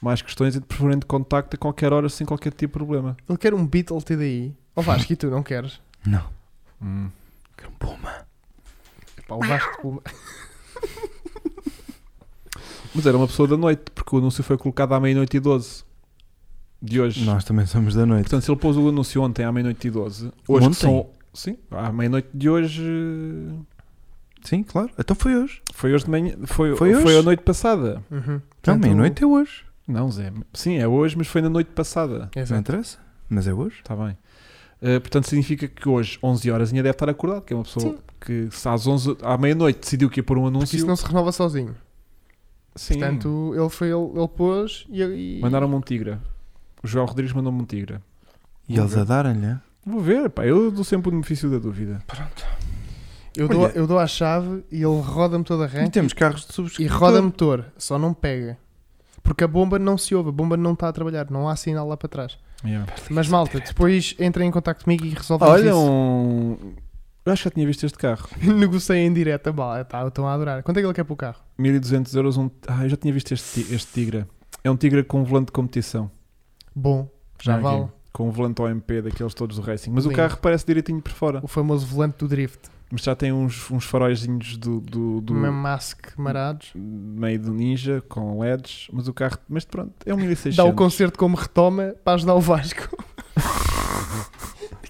S2: Mais questões e de preferente contacto a qualquer hora sem qualquer tipo de problema.
S3: Ele quer um Beatle TDI. Ó Vasco, e tu não queres?
S1: Não.
S2: Hum.
S1: Que puma.
S3: Epá, o Vasco Puma.
S2: Mas era uma pessoa da noite, porque o anúncio foi colocado à meia-noite e 12 de hoje.
S1: Nós também somos da noite.
S2: Portanto, se ele pôs o anúncio ontem à meia-noite e 12, hoje
S1: Ontem?
S2: que são. Sim, à meia-noite de hoje. eh,
S1: Sim, claro. Então foi hoje.
S2: Foi hoje de manhã. Foi,
S1: Foi
S2: foi,
S1: hoje?
S2: a noite passada.
S3: Uhum.
S1: Não,
S3: Portanto,
S1: meia-noite é hoje.
S2: Não, Zé. Sim, é hoje, mas foi na noite passada.
S1: Não
S3: Exato.
S1: interessa. Mas é hoje.
S2: Está bem. Eh, portanto, significa que hoje, 11 horas, ainda deve estar acordado, que é uma pessoa
S3: Sim.
S2: que se às 11, à meia-noite decidiu que ia pôr um
S3: Porque
S2: anúncio.
S3: isso não se renova sozinho.
S2: Sim,
S3: Portanto, ele foi, ele, ele pôs e. e...
S2: mandaram-me um tigre. O João Rodrigues mandou-me um tigre.
S1: E eles a darem-lhe.
S2: Vou ver, pá, eu dou sempre o benefício da dúvida.
S3: Eu, dou,
S1: Olha.
S3: eu dou a chave e ele roda-me toda a
S1: E
S2: Então,
S3: rã
S1: temos carros de
S3: É, e
S1: subscrição.
S3: roda motor, só não pega. Porque a bomba não se ouve, a bomba não está a trabalhar, não há sinal lá para trás.
S2: Yeah.
S3: Mas malta, depois entrem em contato comigo e resolvam
S2: é Ah, Olha,
S3: isso.
S2: um. Eu acho que já tinha visto este carro.
S3: Negociei em direto, malta, tá, estão a adorar. Quanto é que ele quer para o carro?
S2: 1200 euros. Um... Ah, eu já tinha visto este, ti- este tigre. É um tigre com um volante de competição.
S3: Bom, já
S2: Aqui.
S3: vale.
S2: Com um volante OMP daqueles todos do racing. Mas o
S3: Lindo.
S2: carro parece direitinho por fora.
S3: O famoso volante do drift,
S2: Mas já tem uns, uns faróizinhos do, do, do-
S3: do Mask Marados.
S2: meio do ninja com LEDs. Mas o carro. Mas pronto, é um
S3: Dá o
S2: 1600.
S3: concerto como retoma para ajudar o Vasco.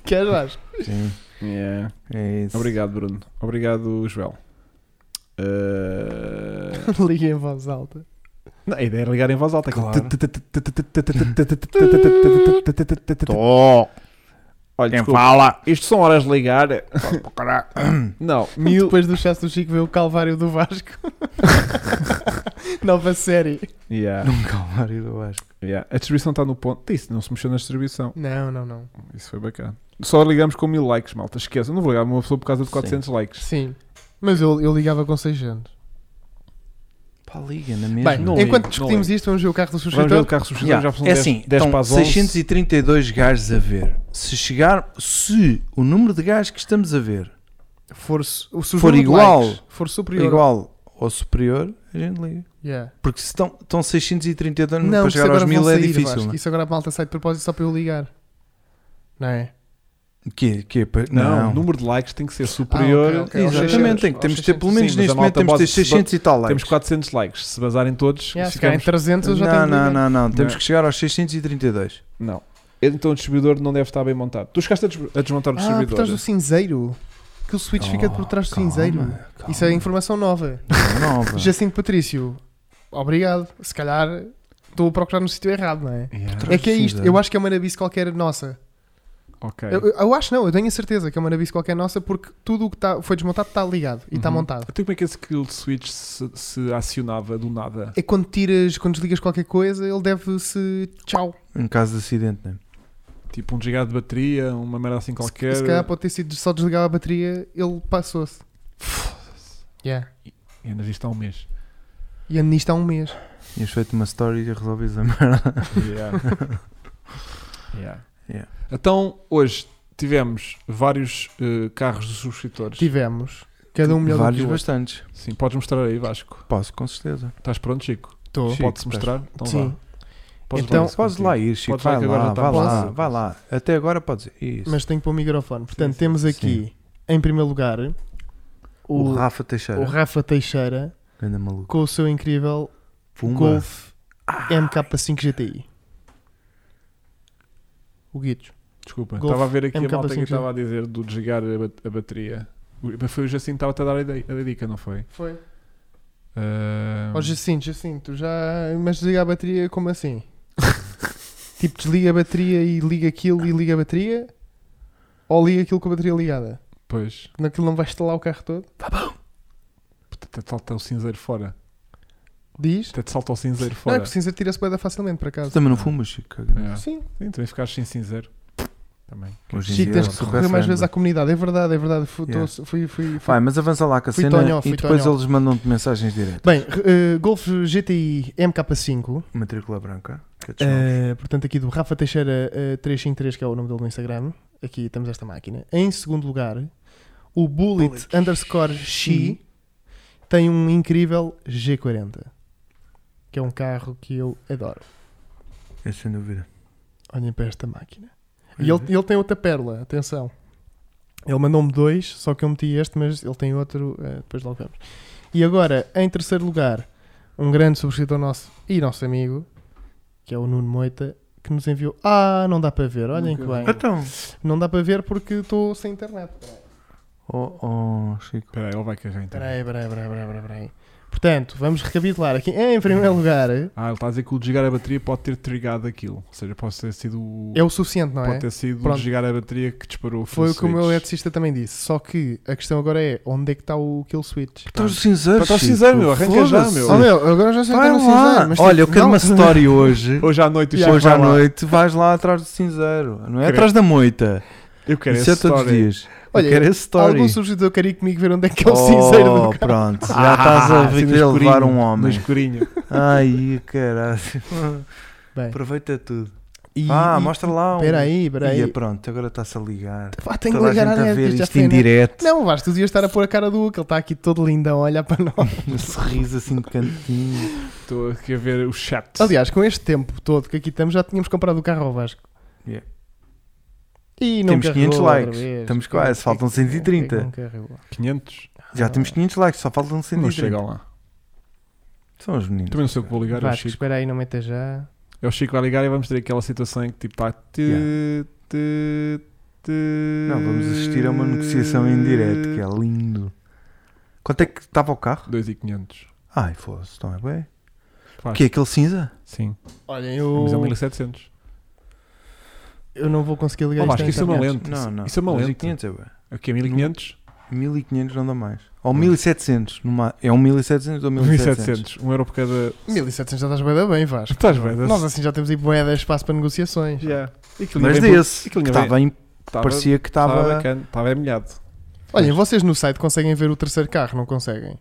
S3: Queres Vasco?
S1: Sim,
S2: Yeah.
S1: é isso.
S2: Obrigado, Bruno. Obrigado, Joel. Ah,
S3: Liga em voz alta.
S2: não, a ideia é ligar em voz alta.
S1: Claro.
S4: Tô.
S2: Olha,
S4: Quem
S2: desculpa,
S4: fala?
S2: isto são horas de ligar.
S4: Caralho.
S2: Não, mil,
S3: Depois do chasse do Chico veio o Calvário do Vasco. Nova série.
S2: Yeah,
S1: Um calvário do Vasco.
S2: yeah. A distribuição está no ponto. Isso, não se mexeu na distribuição.
S3: Não, não, não.
S2: Isso foi bacana. Só ligamos com mil likes, malta. Esqueça, não vou ligar a uma pessoa por causa de 400 likes.
S3: Sim. Mas eu, eu ligava com 600.
S1: Pá, liga é na mesma.
S3: Bem,
S2: não ligo,
S3: enquanto
S2: não
S3: discutimos isto, vamos então? ver o carro do
S2: Vamos ver o
S3: subscritor.
S2: carro subscrito,
S1: Yeah.
S2: já são
S1: É
S2: 10,
S1: assim,
S3: então,
S2: 10 para
S1: estão
S2: as 11.
S1: 632 gajos a ver. Se chegar, se o número de gajos que estamos a ver
S3: For, su- o
S1: For igual.
S3: For
S1: é
S3: superior.
S1: igual ou superior, a gente liga.
S3: Yeah.
S1: Porque se estão, estão 632
S3: Não,
S1: para
S3: porque
S1: chegar
S3: agora
S1: aos
S3: vão
S1: mil é
S3: sair,
S1: difícil.
S3: Vasco.
S1: não é?
S3: Isso agora a malta sai de propósito só para eu ligar. Não é?
S1: Que, que, pa-
S2: Não,
S1: não.
S2: o número de likes tem que ser superior.
S3: Ah, ok, ok, aos
S1: Exatamente,
S3: 600,
S1: tem que, temos
S3: aos
S1: de ter pelo
S3: 600.
S1: menos
S2: Sim, mas
S1: neste
S2: a malta
S1: momento temos de ter
S2: bota-
S1: 600 e tal
S2: Temos
S1: likes.
S2: 400 likes. Se basarem todos,
S3: Yeah, se
S2: ficamos...
S3: ficarem 300 eu já um
S1: Não,
S3: tenho
S1: não,
S3: que
S1: não,
S3: ligar.
S1: não, temos
S2: Não.
S1: que chegar aos 632.
S2: não. Então o distribuidor não deve estar bem montado. Tu chegaste a, des- a desmontar o
S3: Ah, por
S2: distribuidor.
S3: trás do cinzeiro. Que o switch fica por trás do
S1: Calma,
S3: cinzeiro.
S1: calma.
S3: Isso é informação nova.
S1: Não, nova.
S3: Jacinto Patrício, obrigado. Se calhar estou a procurar no sítio errado, não é?
S2: Yeah.
S1: Por
S3: É que é isto.
S1: Precisa.
S3: Eu acho que é uma nabice qualquer nossa.
S1: É.
S2: Ok.
S3: Eu, eu acho não, eu tenho a certeza que é uma nabice qualquer nossa porque tudo o que tá- foi desmontado está ligado e está
S2: Uhum.
S3: montado.
S2: Então como é que esse kill switch se, se acionava do nada?
S3: É quando tiras, quando desligas qualquer coisa, ele deve-se. Tchau.
S1: Em caso de acidente, né?
S2: Tipo um desligado de bateria, uma merda assim qualquer.
S3: Se calhar pode ter sido só desligar a bateria, ele passou-se. Yeah.
S2: E ainda isto há um mês.
S3: E ando nisto há um mês.
S1: Tinhas feito uma story e resolves a merda.
S2: Yeah. Yeah.
S1: Yeah.
S2: Então, hoje tivemos vários eh, carros dos subscritores.
S3: Tivemos cada um melhor
S1: Vários
S3: do que o outro.
S1: bastantes.
S2: Sim, podes mostrar aí, Vasco.
S1: Posso, com certeza.
S2: Estás pronto, Chico?
S3: Tô.
S1: Chico,
S2: Pode-se mostrar? Então
S3: Sim.
S2: vá. Podes
S3: Então-
S2: levar isso
S1: Podes lá
S2: contigo.
S1: ir, Chico.
S2: Podes lá
S1: Vai
S2: que agora
S1: lá,
S2: não tá
S1: vai lá,
S2: posso.
S1: vai lá. Até agora podes ir. Isso.
S3: Mas tenho que pôr o microfone. Portanto,
S2: sim,
S3: temos
S1: sim.
S3: aqui, em primeiro lugar,
S1: o,
S3: o,
S1: Rafa Teixeira.
S3: o Rafa Teixeira
S1: Ganda maluco.
S3: com o seu incrível
S1: Pumba.
S3: Golf Ah. MK5 GTI. O Guitos.
S2: Desculpa,
S3: Golf
S2: estava a ver aqui a
S3: MK5
S2: malta que
S3: sim.
S2: estava a dizer do desligar a, ba- a bateria. O- Foi o Jacinto que estava-te a dar a ide- a dica, não foi?
S3: Foi.
S2: Ah,
S1: Hum.
S3: Ó Jacinto, Jacinto, já. Mas desliga a bateria como assim? tipo, desliga a bateria e liga aquilo e liga a bateria? Ou liga aquilo com a bateria ligada?
S2: Pois,
S3: Naquilo não vai estalar o carro todo?
S2: até te salta o cinzeiro fora.
S3: Diz?
S2: Até te salta o cinzeiro
S3: Não, é
S2: fora.
S3: que o cinza tira-se bem facilmente, por
S1: Tu
S3: acaso.
S1: também não fumas, Chico.
S2: É.
S3: Sim,
S2: Sim, também ficaste sem cinzeiro. Também.
S1: Hoje em
S3: Chico,
S1: dia,
S3: tens de
S1: sou
S3: recorrer mais
S1: referendo.
S3: vezes à comunidade, é verdade, é verdade. Fui,
S1: Yeah.
S3: tô- fui, fui, fui-
S1: Vai, mas avança lá com a
S3: Fui
S1: cena
S3: tonhão,
S1: e
S3: fui
S1: depois
S3: tonhão.
S1: eles mandam-te mensagens direto.
S3: Bem, re- eh, Golf GTI MK5,
S1: Matrícula branca. que é eu te chamo.
S3: eh, portanto aqui do Rafa Teixeira eh, 353, que é o nome dele no Instagram. Aqui temos esta máquina. Em segundo lugar, o Bullet, underscore X Hum. tem um incrível G40, que é um carro que eu adoro.
S1: É sem dúvida.
S3: Olhem para esta máquina. E
S2: é.
S3: ele, ele tem outra pérola, atenção. Ele mandou-me dois, só que eu meti este, mas ele tem outro, eh, depois logo vemos. E agora, em terceiro lugar, um grande subscritor nosso e nosso amigo, que é o Nuno Moita, que nos enviou. Ah, não dá para ver, olhem que
S2: Nunca
S3: bem.
S2: vi.
S1: Então.
S3: Não dá para ver porque estou sem internet.
S1: Oh, oh, Chico.
S2: Espera aí, ele vai carregar então.
S3: Espera aí, espera aí, espera aí, espera aí, espera aí. Portanto, vamos recapitular aqui. Em primeiro lugar, é
S2: Ah, ele está a dizer que o desligar a bateria pode ter trigado aquilo. Ou seja, pode ter sido. o-
S3: é o suficiente, não é?
S2: Pode ter sido
S3: Pronto.
S2: o desligar a bateria que disparou
S3: Foi o que o meu
S2: switch.
S3: eletricista também disse. Só que a questão agora é onde é que está o kill switch?
S2: Então,
S1: Estás de cinzeiro,
S2: Estás de
S1: Chico.
S2: cinzeiro, meu, arranca já,
S1: Foda-se.
S2: meu.
S3: Oh, meu, agora já sei que
S1: Vai
S3: eu não sei
S1: lá.
S3: usar, mas
S1: Olha,
S3: tipo,
S1: eu quero
S3: não-
S1: uma story hoje.
S2: Hoje à noite o Chico
S1: Hoje
S2: vai
S1: à
S2: lá.
S1: noite vais lá atrás do cinzeiro. Não é
S2: Quero-
S1: atrás da moita.
S2: Eu quero
S1: Isso
S2: essa
S1: é todos os
S2: história.
S1: dias.
S3: Olha,
S1: eu quero esse story. Oh,
S3: Algum subscritor quer ir comigo ver onde é que é o cinzeiro do Ah, carro.
S1: pronto.
S2: Ah,
S1: Já estás a
S2: assim, no
S1: ver levar
S2: escurinho,
S1: um
S2: No
S1: homem.
S2: escurinho.
S1: Ai, caralho.
S3: Bem,
S1: Aproveita tudo.
S3: e-
S1: ah,
S3: e-
S1: mostra lá. um-
S3: Espera aí, espera
S1: Ia,
S3: aí.
S1: pronto, agora está-se a ligar.
S3: Pá, tenho que
S1: Toda a gente
S3: ligar à
S1: a
S3: net,
S1: ver
S3: isto já
S1: isto
S3: foi
S1: em
S3: na-
S1: direto.
S3: Não, Vasco, tu devias estar a pôr a cara do Hugo, ele está aqui todo lindão a olhar para nós.
S1: Um sorriso assim de cantinho.
S2: Estou aqui a ver o chat.
S3: Aliás, com este tempo todo que aqui estamos, já tínhamos comprado o carro ao Vasco.
S1: Yeah.
S3: E não
S1: Temos 500
S3: carregou outra
S1: likes.
S3: vez.
S1: Estamos
S3: Como é
S1: quase,
S3: que-
S1: faltam 130.
S3: como é que não carregou?
S2: 500.
S3: Ah.
S1: Já temos 500 likes, só faltam
S2: Não
S1: 130.
S2: chegam lá.
S1: São os meninos.
S2: Também não sei o que vou ligar. É o
S3: Vasco,
S2: Chico.
S3: espera aí, não meta já.
S2: É o Chico vai ligar e vamos ter aquela situação em que tipo está.
S1: Yeah. Não, vamos assistir a uma negociação em direto, que é lindo. Quanto é que estava o carro?
S2: 2,500.
S1: Ai, foda-se, então é bem.
S2: Faz.
S1: O que é aquele cinza?
S2: Sim.
S3: Olha,
S2: Mas é
S3: eu,
S2: 1700.
S3: eu não vou conseguir ligar
S2: Oh,
S3: isto
S2: Vasco,
S3: à
S2: isso é uma
S3: internet.
S2: lente.
S1: Não, não.
S2: Isso é uma lente.
S1: 1500 é bem.
S2: O que é 1500?
S1: 1500 não dá mais. Ou 1700. Numa... É um 1700 ou 1700?
S2: 1700. 1 euro por cada.
S3: 1700 já estás bué da bem, Vasco.
S2: Estás bem?
S3: Nós assim já temos aí bué de espaço para negociações.
S2: Yeah. E aquilo
S1: Mas
S2: ainda bem-
S1: desse, que
S2: aquilo ainda
S1: estava em...
S2: estava-
S1: parecia que
S2: Estava
S1: estava...
S2: bacana, estava emmelhado.
S3: Olhem, vocês no site conseguem ver o terceiro carro, não conseguem?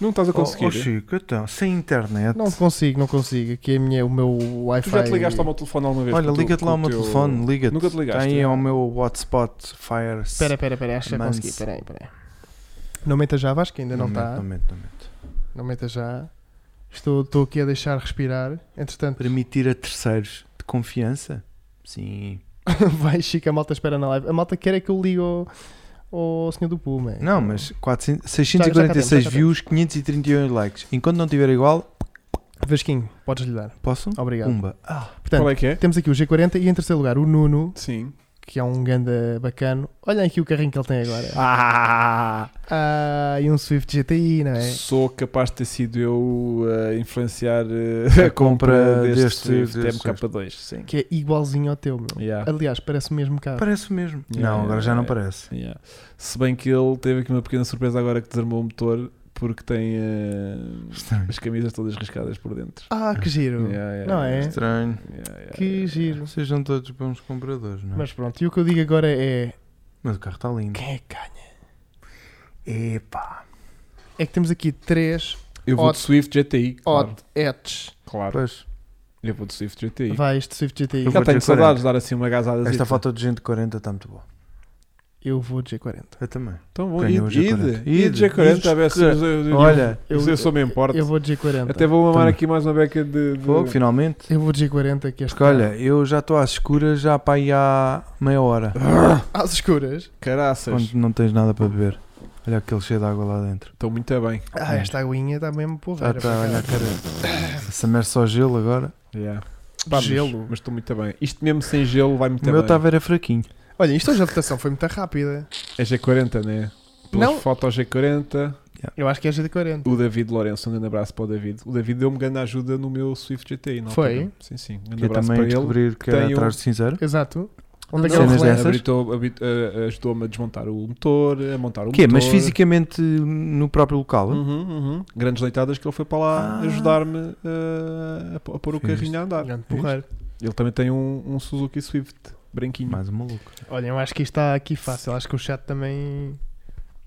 S2: Não estás a
S1: Oh,
S2: conseguir.
S1: oh, Chico, então, sem internet.
S3: Não consigo, não consigo. Aqui é a minha, o meu
S2: tu
S3: Wi-Fi.
S2: já te ligaste ao meu telefone alguma vez?
S1: Olha,
S2: com o teu-
S1: liga-te lá
S2: com
S1: ao meu
S2: teu-
S1: telefone, liga-te.
S2: tá Nunca te ligaste. é?
S1: Tem ao meu hotspot Fire.
S3: Espera, espera, espera, acho que já
S1: Mans.
S3: consegui. Espera aí, espera aí. Não meta já, Vasco, ainda não
S2: tá.
S1: mete,
S3: está.
S1: Não mete, não mete.
S3: Não meta já. Estou, estou aqui a deixar respirar. Entretanto,
S1: Permitir a terceiros de confiança? Sim.
S3: vai Chico, a malta espera na live. A malta quer é que eu ligue ao, ao senhor do Puma.
S1: Não, mas 400,
S3: Já cá
S1: 646
S3: temos, já cá
S1: views, 531 likes. Enquanto não tiver igual,
S3: Vasquinho, podes lhe dar.
S1: posso?
S3: Obrigado.
S1: Pumba. Ah,
S3: Portanto,
S2: Qual é que é?
S3: temos aqui o G40 e em terceiro lugar o Nuno,
S2: Sim.
S3: que é um ganda bacano. Olhem aqui o carrinho que ele tem agora.
S2: Ah,
S3: Ah, e um Swift GTI, não é?
S2: Sou capaz de ter sido eu a influenciar eh,
S1: A compra deste-
S2: Swift
S1: deste
S2: MK2. Sim.
S3: Que é igualzinho ao teu, meu.
S2: Yeah.
S3: Aliás, parece o mesmo carro.
S1: parece o mesmo.
S2: Yeah,
S1: não, agora
S2: yeah,
S1: já não
S2: yeah.
S1: parece.
S2: Yeah. Se bem que ele teve aqui uma pequena surpresa agora que desarmou o motor porque tem eh,
S1: Estranho.
S2: as camisas todas riscadas por dentro.
S3: Ah, que giro.
S2: Yeah, yeah,
S3: Não é?
S1: Estranho.
S2: yeah, yeah,
S3: Que
S2: yeah.
S3: giro.
S1: Vocês são todos bons compradores, não é? Mas,
S3: Mas pronto, e o que eu digo agora é.
S1: o carro está lindo.
S3: Quem é que ganha?
S1: Epá.
S3: É que temos aqui três
S2: Eu vou
S3: Hot.
S2: de Swift GTI. Claro.
S3: hot hatches
S2: claro.
S1: Pois.
S2: Eu vou de Swift GTI.
S3: Vai este Swift GTI.
S1: Eu
S2: Já
S1: vou
S2: tenho
S1: de
S2: saudades de dar assim uma gazada.
S1: Esta foto de gente de 40 está muito boa.
S3: Eu vou de G40.
S1: Eu também.
S2: Então bom,
S1: Ganhou o
S2: id,
S1: G40.
S2: id, id G40, a ver se
S1: Id-
S2: os- os-
S1: Olha,
S2: é eu, eu, sou me importo.
S3: Eu vou de G40.
S2: Até vou mamar
S1: Também.
S2: aqui mais uma beca de. de...
S1: Fogo, finalmente.
S3: Eu vou de G40 que este
S1: Porque olha, eu já estou às escuras já para aí há meia hora.
S3: carro- tá às escuras.
S2: Caraças,
S1: Quando não tens nada para beber. Olha aquele cheio de água lá dentro.
S2: estão muito bem.
S3: Ah, esta aguinha está mesmo
S1: Já
S3: porra.
S1: está a olhar, cara. Essa merda só gelo agora.
S2: Yeah.
S3: Pá,
S2: Pá,
S3: Gelo.
S2: Mas estou muito bem. Isto mesmo sem gelo vai muito
S1: o meu
S2: Tá
S1: tá
S2: bem.
S1: estava era é fraquinho.
S3: Olha, isto hoje a votação foi muito rápida.
S2: É G40, né? Pelas
S3: Não.
S2: foto ao G40.
S3: Eu acho que é G40.
S2: O David Lourenço, um grande abraço para o David. O David deu-me grande ajuda no meu Swift GTI, não
S3: Foi?
S2: Sim, sim. Um grande
S1: Eu
S2: abraço
S1: também
S2: para ele.
S1: descobrir que era
S2: Tem um-
S1: atrás de cinzeiro.
S3: Exato. Onde é que
S1: Não,
S3: é o
S1: cenas
S3: relé?
S1: dessas.
S2: habilitou- habit- eh, Ajudou-me a desmontar o motor, a montar o
S1: O Hum. quê?
S2: motor.
S1: Mas fisicamente no próprio local?
S2: Uhum, uhum. Grandes leitadas que ele foi para lá
S1: Ah.
S2: ajudar-me eh, a, pô- a pôr o
S1: Fiz.
S2: carrinho a andar.
S3: Grande porreiro.
S2: Ele também tem um, um Suzuki Swift branquinho.
S1: Mais um maluco.
S3: Olha, eu acho que isto está aqui fácil. Acho que o chat também.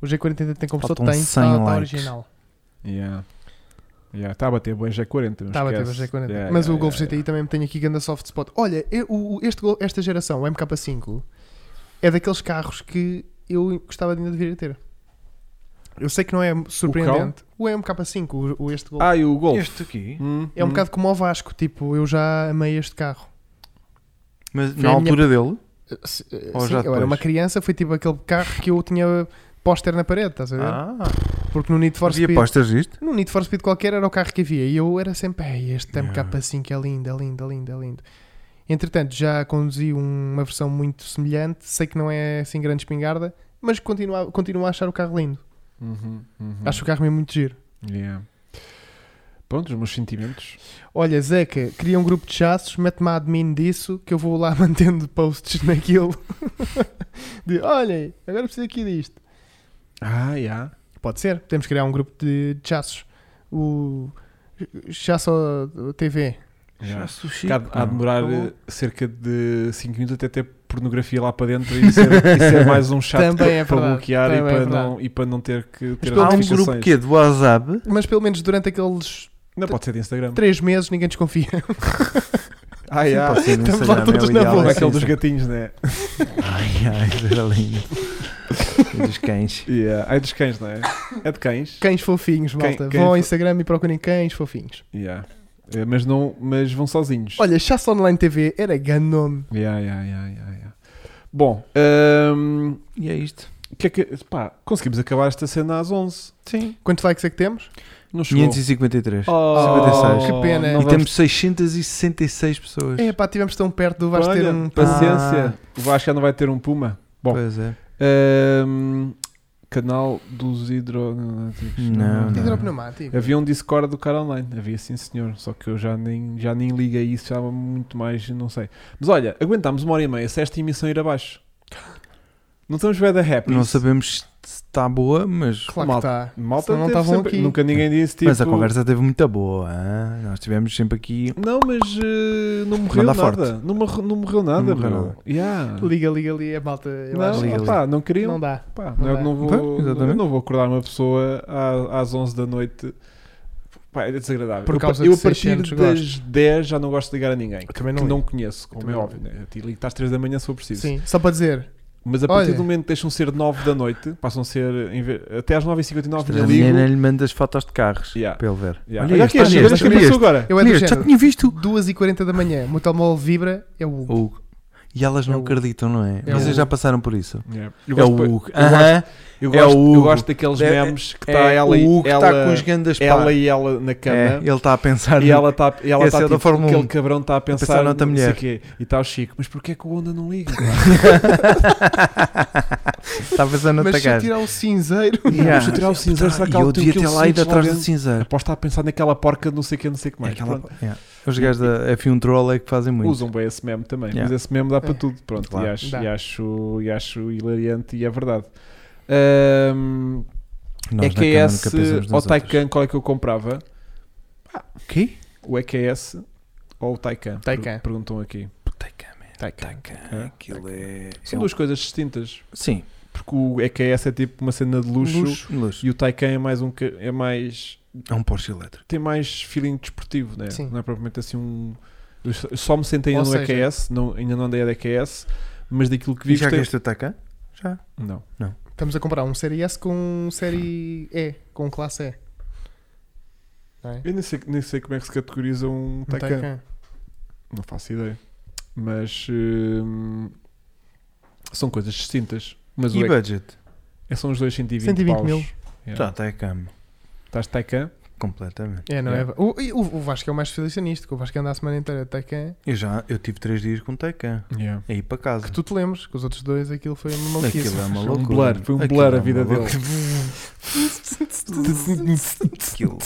S3: O G40 ainda tem compressor?
S1: Faltam
S3: Tem.
S1: 100
S3: Está tá
S1: likes.
S3: original.
S2: Yeah. Yeah, Está a bater bem G40. não
S3: Está Tá tipo a bater
S2: esquece.
S3: o G40.
S2: Yeah,
S3: Mas
S2: yeah,
S3: o Golf
S2: yeah,
S3: GTI também tem aqui grande soft spot. Olha, eu- o- este, Gol- esta geração, o MK5, é daqueles carros que eu gostava de ainda de vir a ter. Eu sei que não é surpreendente. O, MK5, o, o este Golf.
S2: Ah, e o Golf.
S1: Este aqui?
S2: Hum,
S3: é um
S2: hum.
S3: bocado como o Vasco. Tipo, eu já amei este carro.
S1: Mas
S3: Foi
S1: na
S3: a
S1: altura dele?
S3: Eh, Sim,
S1: Ou já
S3: eu era
S1: depois?
S3: uma criança, foi tipo aquele carro que eu tinha póster na parede, estás a ver?
S1: Ah,
S3: Porque no Need for
S1: havia
S3: Speed.
S1: posters disto?
S3: Num Need for Speed qualquer era o carro que havia e eu era sempre, ei, este
S1: Yeah.
S3: MK5 é lindo, é lindo, é lindo, é lindo. Entretanto, já conduzi um- uma versão muito semelhante, sei que não é assim grande espingarda, mas continuo, a- continuo a achar o carro lindo.
S2: Uhum, uhum.
S3: Acho o carro mesmo muito giro.
S2: Yeah. Pronto, os meus sentimentos.
S3: Olha, Zeca, cria um grupo de chassos, mete-me a admin disso, que eu vou lá mantendo posts naquilo. de, olhem, agora preciso aqui disto.
S2: Ah, yeah.
S3: Pode ser, podemos criar um grupo de de chassos. O Chasso TV.
S2: yeah.
S3: Tipo,
S1: sushi.
S2: Fica a,
S3: ah,
S2: a
S3: tá
S2: demorar eh, cerca de 5 minutos até ter pornografia lá para dentro e ser, e ser mais um chat
S3: Também
S2: para,
S3: é
S2: para
S3: verdade,
S2: bloquear e
S3: também é
S2: para,
S3: verdade.
S2: não, e para não ter que ter
S1: Há um
S2: notificações.
S1: grupo quê? De WhatsApp?
S3: Mas pelo menos durante aqueles
S2: Não pode ser de Instagram.
S3: três meses ninguém desconfia.
S2: Ah, yeah.
S1: Pode ser no
S3: Estamos lá
S1: Instagram,
S3: todos
S1: é o
S3: na
S1: ideal,
S2: Como
S3: boa.
S1: é
S2: aquele dos
S1: assim.
S2: gatinhos, né?
S1: Ai, ai, era lindo. E dos cães.
S2: Yeah. É dos cães, não é? É de cães.
S3: Cães fofinhos,
S2: Quem-
S3: malta.
S2: quem
S3: Vão ao
S2: fo-
S3: Instagram e procurem cães fofinhos.
S2: Yeah. Eh, Mas, não, mas vão sozinhos.
S3: Olha, Chasse Online TV era grande nome.
S2: Yeah, yeah, yeah, yeah, yeah. Bom, ahm,
S1: E é isto.
S2: o que é que, pá, conseguimos acabar esta cena às 11.
S1: Sim.
S3: Quantos likes é que temos?
S2: Não chegou.
S1: 553.
S2: Oh,
S1: 56.
S3: Que pena.
S2: não
S1: e
S2: vamos-
S1: temos 666 pessoas.
S3: É pá, estivemos tão perto do Vasco ter
S2: Olha,
S3: um.
S2: paciência. O Vasco já não vai ter um Puma. Bom.
S1: Pois é.
S2: Ahm, canal dos hidropneumáticos.
S1: Não, não.
S3: Hidropneumático.
S2: Havia um Discord do cara online, havia sim senhor, só que eu já nem, já nem ligo a isso, já há muito mais, não sei. Mas olha, aguentámos uma hora e meia se esta emissão ir abaixo. Não estamos bem da happy.
S1: Não sabemos se está boa, mas.
S3: É Claro que tá. está.
S2: Malta
S3: Senão não
S2: teve
S3: estavam
S2: sempre-
S3: aqui.
S2: Nunca ninguém disse tipo.
S1: Mas a conversa teve muita boa. hã? Nós tivemos sempre aqui.
S2: Não, mas eh, não morreu nada.
S1: Manda forte.
S2: Não, morre- não morreu nada,
S1: Não morreu
S2: meu.
S1: nada.
S2: Yeah.
S3: Liga, liga, liga. Malta, eu
S2: Não,
S3: acho
S1: liga,
S2: opá,
S1: liga.
S2: não
S3: que
S2: queriam.
S3: não dá.
S2: Pá,
S3: Não
S2: eu
S3: dá.
S2: não é? vou,
S1: Pois, exatamente.
S2: eu não vou acordar uma pessoa à- às 11 da noite. Pá, é desagradável.
S3: Por
S2: Eu-
S3: causa
S2: eu,
S3: de
S2: a partir
S3: 600
S2: das 10 já não gosto de ligar a ninguém.
S3: Eu também
S2: que
S3: não
S2: não
S3: ligo.
S2: conheço, como
S3: Também
S2: é
S3: não
S2: óbvio. Né? Eu te ligo às 3 da manhã se for preciso.
S3: Sim, só para dizer.
S2: Mas a partir
S3: Olha.
S2: do momento que deixam ser 9 da noite, passam a ser em vez- até às 9h59 eu ligo.
S1: Helena lhe manda as fotas de carros
S2: Yeah.
S1: para ele ver.
S2: Yeah. Olha aqui, este,
S1: este,
S2: este,
S1: olha
S2: começou
S1: este.
S2: agora.
S3: Eu é
S1: Olha
S3: do
S1: este, já
S3: género.
S1: tinha visto.
S3: 2h40 da manhã, o meu telemóvel vibra, é o Hugo.
S1: O Hugo. E elas não
S3: É o-
S1: acreditam, não é?
S3: é o-
S1: Vocês já passaram por isso.
S2: Yeah.
S1: é o
S2: gosto-
S1: Hugo.
S2: eu gosto-
S1: Aham.
S2: Eu
S1: É
S2: gosto,
S1: o
S2: eu
S1: Hugo.
S2: gosto daqueles
S1: É-
S2: memes que tá está
S1: É
S2: ela, e-
S1: o Hugo que
S2: ela,
S1: está com os gandas pá.
S2: ela e ela na cama.
S1: É, ele está a pensar.
S2: E ela está e ela
S1: Esse
S2: tá,
S1: é o da
S2: tipo,
S1: Fórmula
S2: aquele
S1: 1.
S2: cabrão está a pensar,
S1: pensar noutra
S2: não sei
S1: mulher.
S2: quê. E está o Chico, mas porquê que o Honda não liga?
S1: Está Tá a pensar noutra
S3: Mas se eu
S1: gaja.
S3: tirar o cinzeiro,
S1: Yeah. Tá,
S2: Deixa eu tirar o cinzeiro, será que
S1: E
S2: há
S1: eu
S2: um
S1: devia
S2: quilo
S1: ter
S2: de
S1: lá ido
S2: cintos lá
S1: atrás do
S2: dentro?
S1: cinzeiro.
S2: Aposto está a pensar naquela porca de não sei o que, não sei o que mais.
S1: Aquela-
S2: Pronto.
S1: Yeah. Os gajos da F1 Troll é que fazem muito.
S2: Usam bem esse meme também,
S1: Yeah.
S2: mas esse meme dá para
S3: É.
S2: tudo. Pronto,
S1: Claro.
S2: e, acho,
S3: Dá.
S2: e, acho, e acho hilariante e é verdade. Ahm, é
S1: Nós na cama
S2: EQS,
S1: nunca pensamos
S2: ou
S1: nas outras.
S2: Taycan, qual é que eu comprava?
S1: Quê?
S2: O EQS ou o Taycan?
S3: Taycan.
S2: Per- Perguntam aqui.
S1: Taycan, man.
S2: É.
S1: Taycan. Aquilo é.
S2: São
S1: é um-
S2: duas coisas distintas,
S1: Sim.
S2: porque o EQS é tipo uma cena de luxo.
S1: Luxo.
S2: E o Taycan é mais um ca- é mais
S1: É um Porsche elétrico.
S2: tem mais feeling desportivo, né?
S3: Sim.
S2: Não é propriamente assim um Eu só- eu só me sentei ainda
S3: Ou
S2: no
S3: seja-
S2: EQS, não, ainda não andei a EQS, mas daquilo que vi
S1: E já é
S2: gostei-
S1: queres atacar? Já.
S2: Não.
S3: Estamos a comprar um série S com um série E, com um classe E. Não é?
S2: Eu nem sei, nem sei como é que se categoriza um
S3: Um
S2: Taycan.
S3: Taycan.
S2: Não faço ideia. Mas hum, são coisas distintas. Mas o
S1: E
S2: é,
S1: budget?
S2: é- são os dois 120,
S3: 120
S2: paus.
S3: mil.
S1: Já,
S2: Yeah.
S1: está a cama.
S2: Estás Taycan?
S1: Completamente.
S3: É, não
S2: Yeah.
S3: é? O, e o, o Vasco é o mais especialista nisto, que o Vasco anda a semana inteira é de Taycan.
S1: Eu já eu tive 3 dias com Taycan.
S2: Yeah.
S1: Aí para casa.
S3: Que tu te lembres, que os outros dois aquilo foi uma maluquice.
S1: Aquilo é uma
S2: Um
S1: loucura.
S2: blur, foi um
S1: Aquilo
S2: blur a
S1: é uma
S2: vida dele.
S1: loucura. Aquilo.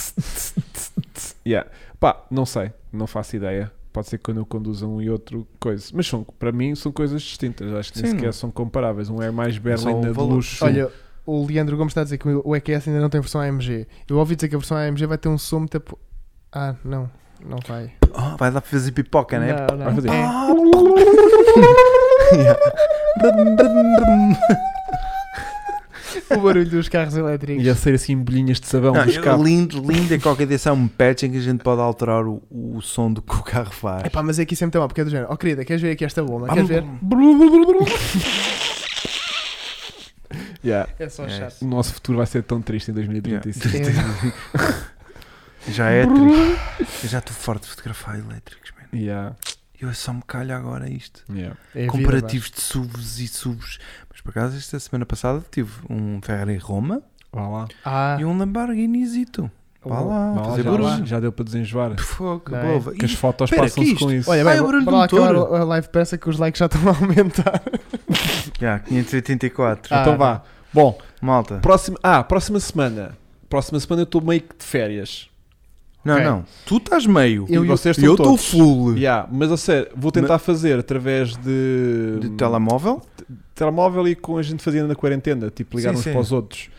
S2: Yeah. Pá, não sei, não faço ideia. Pode ser que quando eu conduza um e outro coisa. Mas são, para mim são coisas distintas. Acho que nem
S1: Sim,
S2: sequer
S1: não.
S2: são comparáveis. Um é mais
S1: Só o
S2: berlina de
S1: valor.
S2: luxo.
S3: Olha, o Leandro Gomes está a dizer que o EQS ainda não tem versão AMG. Eu ouvi dizer que a versão AMG vai ter um som muito. apo- Ah, não, não vai.
S1: Ah, vai dar para fazer pipoca, né?
S3: Não,
S2: Vai fazer-
S3: É.
S1: Ah,
S2: É.
S1: Yeah. Brum, brum, brum.
S3: O barulho dos carros elétricos.
S2: e a ser assim bolinhas de sabão
S1: Não,
S2: dos
S1: eu-
S2: carros.
S1: lindo, lindo. É qualquer desse é um patch em que a gente pode alterar o, o som do que o carro faz.
S3: Epá, mas é aqui sempre tem mal, porque é do género. Oh querida, queres ver aqui esta bomba? Queres ver?
S2: Yeah.
S3: É só
S1: É.
S3: chato.
S2: O nosso futuro vai ser tão triste em
S1: Yeah.
S2: 2035.
S1: Já é triste. Eu já estou forte de fotografar elétricos, man.
S2: Yeah.
S1: Eu só me calho agora isto.
S2: Yeah.
S3: É a vida,
S1: comparativos de SUVs e SUVs. Mas por acaso, esta semana passada tive um Ferrari Roma
S2: Vá lá.
S3: vá. Ah,
S1: e um Lamborghinisito. Vá lá,
S2: Vá lá,
S1: fazer
S2: já,
S1: barulho.
S2: já deu para desenjoar.
S1: Fogo,
S3: Não é?
S1: bova.
S2: Que as
S1: Ih,
S2: fotos
S1: espera, que
S2: passam-se
S1: isto-
S2: com isso.
S3: olha,
S1: Ai,
S3: bem,
S1: é o barulho
S3: para
S1: do
S3: lá acabar
S1: motor.
S3: a a live peça que os likes já estão a aumentar.
S1: Já, 584.
S3: Ah,
S2: então vá. Bom,
S1: Malta.
S2: próximo, ah, próxima semana. Próxima semana eu estou meio que de férias.
S1: Não,
S3: Ok.
S1: não. Tu estás meio.
S2: Eu- e vocês
S1: eu
S2: estão
S1: estou
S2: todos.
S1: full.
S2: Yeah, mas a sério, vou tentar fazer através
S3: é
S2: de,
S1: De telemóvel?
S2: telemóvel e com a gente fazendo na quarentena, tipo ligar
S1: Sim,
S2: uns
S1: sim.
S2: para os outros,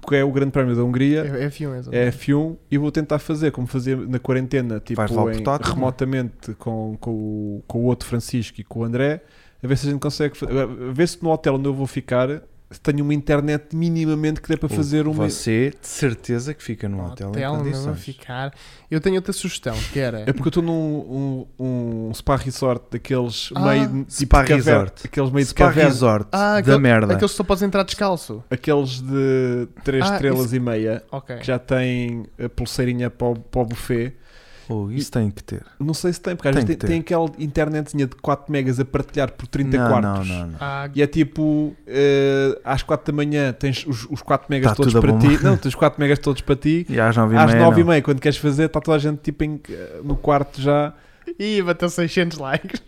S2: porque é o Grande Prémio da Hungria,
S3: É F1, exato.
S2: é F1, e vou tentar fazer como fazia na quarentena, tipo
S1: Vais lá ao
S2: em-
S1: portátil, não é?
S2: remotamente com, com, o- com o outro Francisco e com o André, a ver se a gente consegue, fa- a ver se no hotel onde eu vou ficar se tenho uma internet minimamente que dê para fazer uma.
S1: Você, de certeza, que fica num hotel, em
S3: um não vou
S1: condições.
S3: ficar. Eu tenho outra sugestão, que era.
S2: É porque eu estou num um, um spa resort daqueles
S3: Ah,
S2: meio de-
S1: spa
S2: de caverna-
S1: resort.
S2: Aqueles meio de
S1: Spa
S2: caverna.
S1: Resort
S3: Ah,
S1: da
S3: aquele-
S1: merda.
S3: Aqueles que só podes entrar descalço.
S2: Aqueles de 3
S3: Ah,
S2: estrelas e meia
S3: Ok.
S2: que já têm a pulseirinha para o, para o buffet.
S1: Oh, isso tem que ter.
S2: Não sei se tem, porque às
S1: Tem
S2: vezes
S1: que
S2: tem, tem aquela internetzinha de 4 megas a partilhar por 30
S1: não,
S2: quartos.
S1: não, não, não.
S3: Ah,
S2: E é tipo, eh, às 4 da manhã tens os, os 4 megas
S1: Tá
S2: todos
S1: tudo a
S2: para
S1: bombar.
S2: ti. Não, tens os 4 megas todos para ti.
S1: E às 9h30.
S2: Às 9 e meia, quando queres fazer, está toda a gente tipo em- no quarto já.
S3: Ih, bateu 600 likes.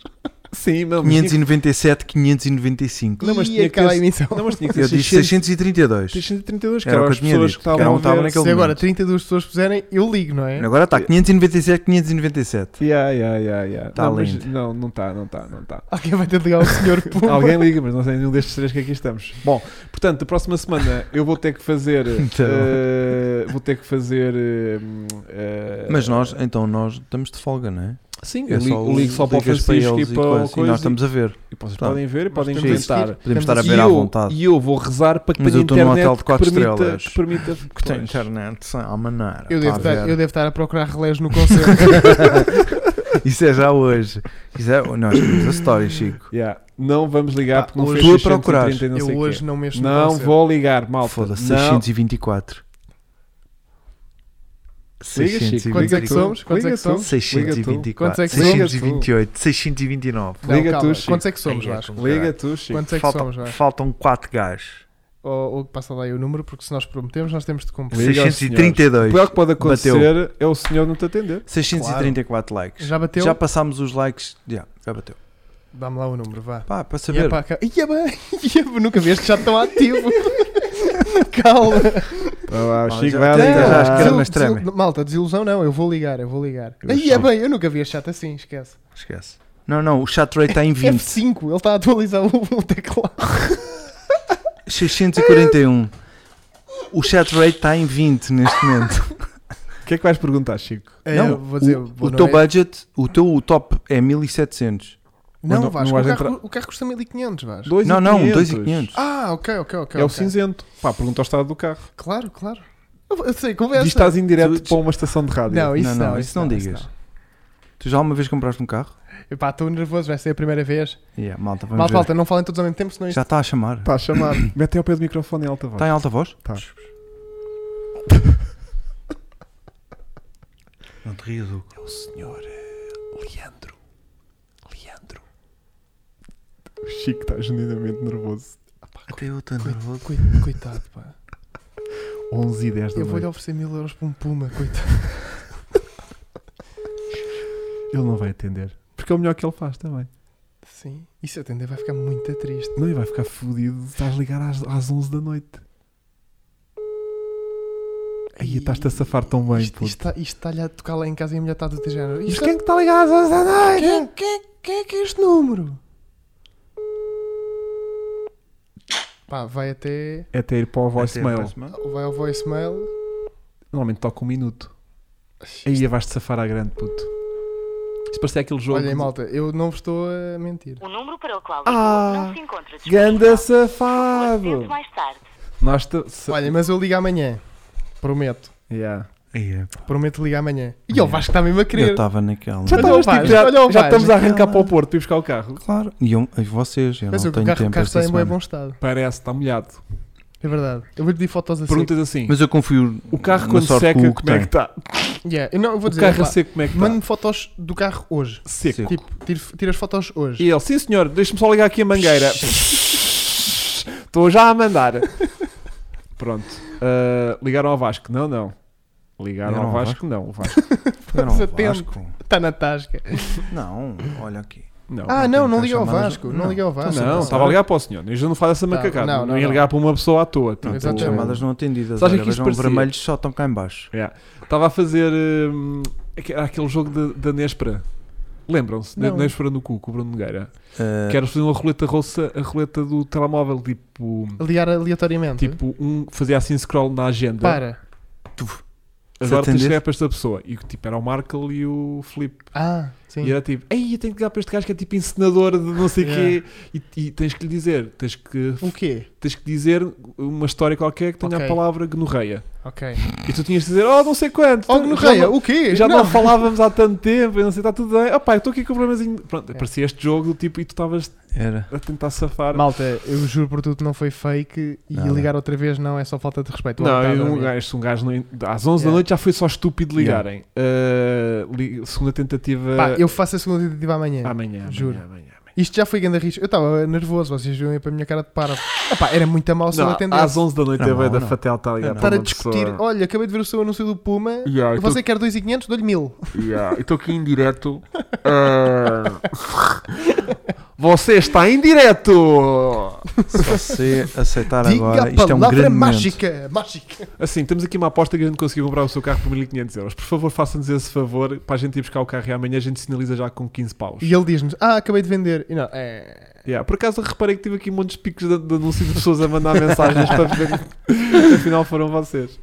S2: Sim, não, mas tinha-
S1: 597, 595.
S2: Não, mas
S3: Ih,
S2: tinha que
S3: aquela
S2: ter-
S3: emissão.
S2: Não, mas tinha que ser
S1: Eu disse
S2: 600,
S1: 632.
S2: 632, que
S1: Era
S2: eram
S1: o que
S2: as
S1: eu tinha
S2: pessoas
S1: dito,
S2: que
S1: que era
S2: estavam
S1: um
S2: a
S1: tabu
S2: ver.
S1: naquele-
S3: Se agora
S1: momento.
S3: 32 pessoas puserem, eu ligo, não é?
S1: Agora tá está 597, 597.
S2: Yeah, yeah, yeah, yeah.
S1: Tá
S2: não, mas-
S1: lindo.
S2: não, não está, não está, não está.
S3: Alguém vai ter de ligar o senhor Pumba.
S2: Alguém liga, mas não sei nenhum destes três que aqui estamos. Bom, portanto, a próxima semana eu vou ter que fazer.
S1: Então.
S2: eh, vou ter que fazer. eh, hum, eh,
S1: Mas nós, então nós estamos de folga, não é?
S2: Sim, eu ligo, ligo só para o
S1: ligas
S2: Francisco
S1: eles
S2: e para o
S1: coisa, e
S2: coisa.
S1: nós estamos a ver.
S2: e vocês
S1: Pronto.
S2: podem ver e podem
S3: Nós
S1: temos de
S2: comentar.
S3: seguir.
S1: Podemos
S3: Estamos
S1: estar a
S2: E
S1: ver à
S2: eu-
S1: vontade.
S2: E eu vou rezar para que
S1: Mas
S2: tenha
S1: eu estou num
S2: internet
S1: hotel de quatro
S2: que permita,
S1: estrelas.
S2: Que permita
S1: Que tem
S2: Pois.
S1: internet sem à maneira.
S3: Eu devo,
S1: Está a
S3: estar,
S1: ver.
S3: eu devo estar a procurar relés no concerto.
S1: Isso é já hoje. Isso é... Nós temos a história, Chico.
S2: Yeah. Não vamos ligar
S3: Pá,
S2: porque não
S3: hoje-
S2: fez
S1: Tu a
S2: 630
S1: procurares.
S2: e não sei
S3: eu
S2: quê.
S3: hoje não mexo no
S2: Não
S3: concerto.
S2: vou ligar, malta.
S1: Foda-se,
S2: não.
S1: 624.
S2: Liga, Chico,
S3: Quantos é que
S2: tu.
S3: somos? Quantos é
S2: Liga
S3: que
S2: tu.
S3: somos? Quantos
S1: 624.
S3: é que
S2: somos?
S1: 628. 629.
S3: Não,
S2: Liga
S3: calma.
S2: tu, Chico.
S3: Quantos é que somos,
S1: Ai, é um.
S3: Vasco?
S1: com
S2: Liga
S1: caralho.
S2: tu, Chico.
S3: Quantos é que
S1: Faltam-
S3: somos, Vasco?
S1: Faltam 4 gajos.
S3: Ou, ou passa lá aí o número, porque se nós prometemos, nós temos de cumprir.
S2: Liga aos
S1: 632.
S2: O pior que pode acontecer
S1: Bateu.
S2: é o senhor não te atender.
S1: 634 likes.
S3: Já bateu?
S1: Já passámos os likes. Já, já bateu.
S3: Dá-me lá o número, vá.
S1: Pá, para
S3: E é
S1: saber.
S3: pá, cá- Ih, é bem, ih, é bem, nunca vês que já estão ativo. Calma.
S2: Ah, lá, o
S1: Ah,
S2: Chico
S1: já-
S2: vai
S1: até já as
S2: ligar.
S1: caras- pernas
S3: Desil-
S1: tremem.
S3: desil- Malta, desilusão não, eu vou ligar, eu vou ligar.
S1: Eu
S3: Aí é
S1: sei.
S3: bem, eu nunca vi a chata assim, esquece.
S1: Esquece. Não, não, o chat rate está
S3: É
S1: em 20.
S3: F5, ele está a atualizar o, o teclado.
S1: 641. O chat rate está em 20 neste momento.
S2: O que é que vais perguntar, Chico?
S3: É,
S1: Não,
S3: eu vou dizer,
S1: o,
S3: boa
S1: o teu
S3: noite.
S1: budget, o teu o top é 1700.
S3: Não,
S2: Não,
S3: Vasco,
S2: não
S3: o,
S2: vais
S3: carro, o carro custa 1500, Vasco.
S2: Dois
S1: Não, um,
S2: e
S1: não,
S2: 500.
S1: 2500.
S3: Ah, ok, ok, ok.
S2: É o
S3: ok.
S2: cinzento. Pá, pergunta ao estado do carro.
S3: Claro, claro. Eu, eu sei,
S2: Diz que
S3: conversa.
S2: estás em direto
S1: Tu-
S2: para uma estação de rádio.
S3: Não, isso
S1: Não,
S3: não,
S1: não, isso não digas. Tu já alguma vez compraste um carro?
S3: Epá, estou nervoso, vai ser a primeira vez.
S1: Yeah, malta, vamos
S3: Malta,
S1: ver.
S3: malta, Tá. não falem todos ao mesmo tempo, senão isto...
S1: Já está a chamar.
S2: Está a chamar. Mete ao pé do microfone em alta voz.
S1: Está em alta voz?
S2: Tá.
S1: Não te rias, Hugo.
S2: É O senhor eh, Leandro. Leandro. O Chico está genuinamente nervoso.
S1: Até eu estou nervoso.
S3: Coi- Coitado, pá.
S2: 11 e 10 da
S3: Eu vou-lhe
S2: noite.
S3: oferecer mil euros para um puma, coitado.
S2: Ele não vai atender. Porque é o melhor que ele faz também.
S3: Sim. E se atender vai ficar muito triste.
S2: Não, e vai ficar fodido. Estás a ligar às, às 11 da noite. Aí estás-te a safar tão bem,
S3: Isto,
S2: puto.
S3: isto está- isto está-lhe a tocar lá em casa e a mulher está do teu género.
S2: Mas
S3: Isto
S2: quem é que está a ligar às 11 da noite?
S3: Quem, quem, quem é que é este número? Pá, vai até.
S2: É até ir para o voicemail.
S3: Vai ao voicemail.
S2: Normalmente toca um minuto. Aí vais-te safar à grande, puto. Isto parece é aquele jogo.
S3: Olhem, malta, eu não vos estou a mentir.
S5: O número para o qual ligou
S2: Ah,
S5: não se encontra disponível.
S2: Ganda
S5: Atende
S2: safado!
S5: mais tarde.
S2: Nós te... se-
S3: Olhem, mas eu ligo amanhã. Prometo.
S2: Yeah.
S1: é.
S3: Prometo ligar amanhã. E ele Vasco está mesmo a
S1: Eu
S3: querer.
S2: tá,
S1: estava naquela.
S2: Já,
S3: Olha
S2: estavas,
S3: o
S2: tipo,
S3: Vasco,
S2: já,
S3: olha o
S2: já
S3: Vasco.
S2: estamos a arrancar para o Porto para ir buscar o carro.
S1: Claro. E, eu, e vocês? Eu
S3: Mas
S1: não
S3: o
S1: tenho
S3: carro, o
S1: tempo
S3: carro
S1: esta
S3: está em bem
S1: semana.
S3: bom estado.
S2: Parece, está molhado.
S3: É verdade. Eu vou lhe pedir fotos assim.
S2: Perguntas assim:
S1: Mas eu confio.
S2: o carro
S1: na
S2: quando
S1: sorte
S2: seca,
S1: que o Hugo
S2: como é que
S1: tem.
S2: está?
S3: Yeah, eu não, eu vou
S2: O
S3: dizer.
S2: carro a
S3: pá,
S2: seco, como é que está?
S3: Manda-me fotos do carro hoje.
S2: Seco.
S1: Seco.
S3: Tipo, tiro, tiro as fotos hoje.
S2: E ele: sim senhor, deixa-me só ligar aqui a mangueira. Estou já a mandar. Pronto. Ah, ligaram ao Vasco? Não, não. Ligaram,
S1: Ligaram
S2: ao
S1: ao
S2: Vasco? Não, o Vasco.
S1: Era um
S3: Desatento.
S1: Vasco.
S3: Está Tá na tasca.
S1: Não, olha aqui.
S2: Não.
S3: Ah,
S1: não
S3: não,
S1: tem que
S3: não liga ao
S1: chamar, mas-
S3: Vasco. Não
S1: não.
S3: liga ao Vasco.
S1: tá
S2: não, estava a ligar para o senhor. Eu já não faz essa
S3: Não,
S2: macacada. Não,
S3: não, não,
S2: ia
S3: não.
S2: ligar para uma pessoa à toa. tipo,
S3: Exatamente.
S1: Chamadas não atendidas.
S2: Sabes o
S1: Olha,
S2: que é que isto
S1: vejam
S2: parecia?
S1: vermelhos só estão cá em baixo.
S2: Estava a fazer hum, aque- aquele jogo da- da Nespra. Lembram-se? Da
S3: Não.
S2: Nespra no cu, com o Bruno Nogueira.
S1: Ah,
S2: Que era fazer uma roleta russa, a roleta do telemóvel, tipo.
S3: Ligar aleatoriamente.
S2: Tipo, um fazia assim scroll na agenda.
S3: Uhum. Para.
S2: Agora
S1: Se
S2: tens de
S1: atender.
S2: ligar para esta pessoa. E tipo, era o Markle e o Filipe.
S3: Ah, sim.
S2: E era tipo, ei, eu tenho que ligar para este gajo que é tipo encenador de não sei o
S3: Yeah.
S2: quê. E, e tens que lhe dizer, tens que,
S3: O quê?
S2: tens que dizer uma história qualquer que tenha
S3: Ok.
S2: a palavra gonorreia.
S3: Ok.
S2: E tu tinhas de dizer, oh, não sei quanto.
S3: Oh,
S2: tu-
S3: gonorreia,
S2: já não-
S3: o quê?
S2: Já não. falávamos há tanto tempo, eu não sei, está tudo bem. Opá, eu estou aqui com um problemazinho. Pronto,
S3: É.
S2: parecia este jogo do tipo, e tu estavas
S1: Era.
S2: a tentar safar.
S3: Malta, eu juro por tudo que não foi fake e
S1: Nada.
S3: ligar outra vez não é só falta de respeito.
S2: Não,
S3: Olha, tá
S2: eu
S3: a
S2: um
S3: dormir.
S2: gajo, um gajo não, às 11
S3: Yeah.
S2: da noite já foi só estúpido
S1: Yeah.
S2: ligarem. Uh, li- segunda tentativa
S3: Pá, eu faço a segunda tentativa amanhã.
S2: amanhã, amanhã,
S3: juro.
S2: amanhã, amanhã.
S3: Isto já foi grande risco. Eu estava nervoso, vocês viram aí para a minha cara de paro. Epá, era muito mal se eu
S2: Não,
S3: atender.
S2: às 11 da noite
S1: Não,
S2: é bué da
S1: não.
S2: Fatel está a ligar
S3: Estar
S2: para
S3: a
S2: uma
S3: discutir.
S2: pessoa.
S3: Olha, acabei de ver o seu anúncio do Puma.
S2: Yeah, eu tô-
S3: Você quer 2,500? Dou-lhe 1000.
S2: Yeah, eu estou aqui em direto. Uh, Você está em direto!
S1: Se você aceitar
S3: Diga
S1: agora,
S3: a
S1: isto é um
S3: palavra
S1: grande momento.
S3: mágica. Mágica.
S2: Assim, temos aqui uma aposta que a gente conseguiu comprar o seu carro por 1500 euros. Por favor, faça-nos esse favor para a gente ir buscar o carro e amanhã a gente sinaliza já com 15 paus.
S3: E ele diz-nos: Ah, acabei de vender. E não, é.
S2: Yeah, por acaso reparei que tive aqui montes de picos de, de anúncio de pessoas a mandar mensagens para ver que afinal foram vocês.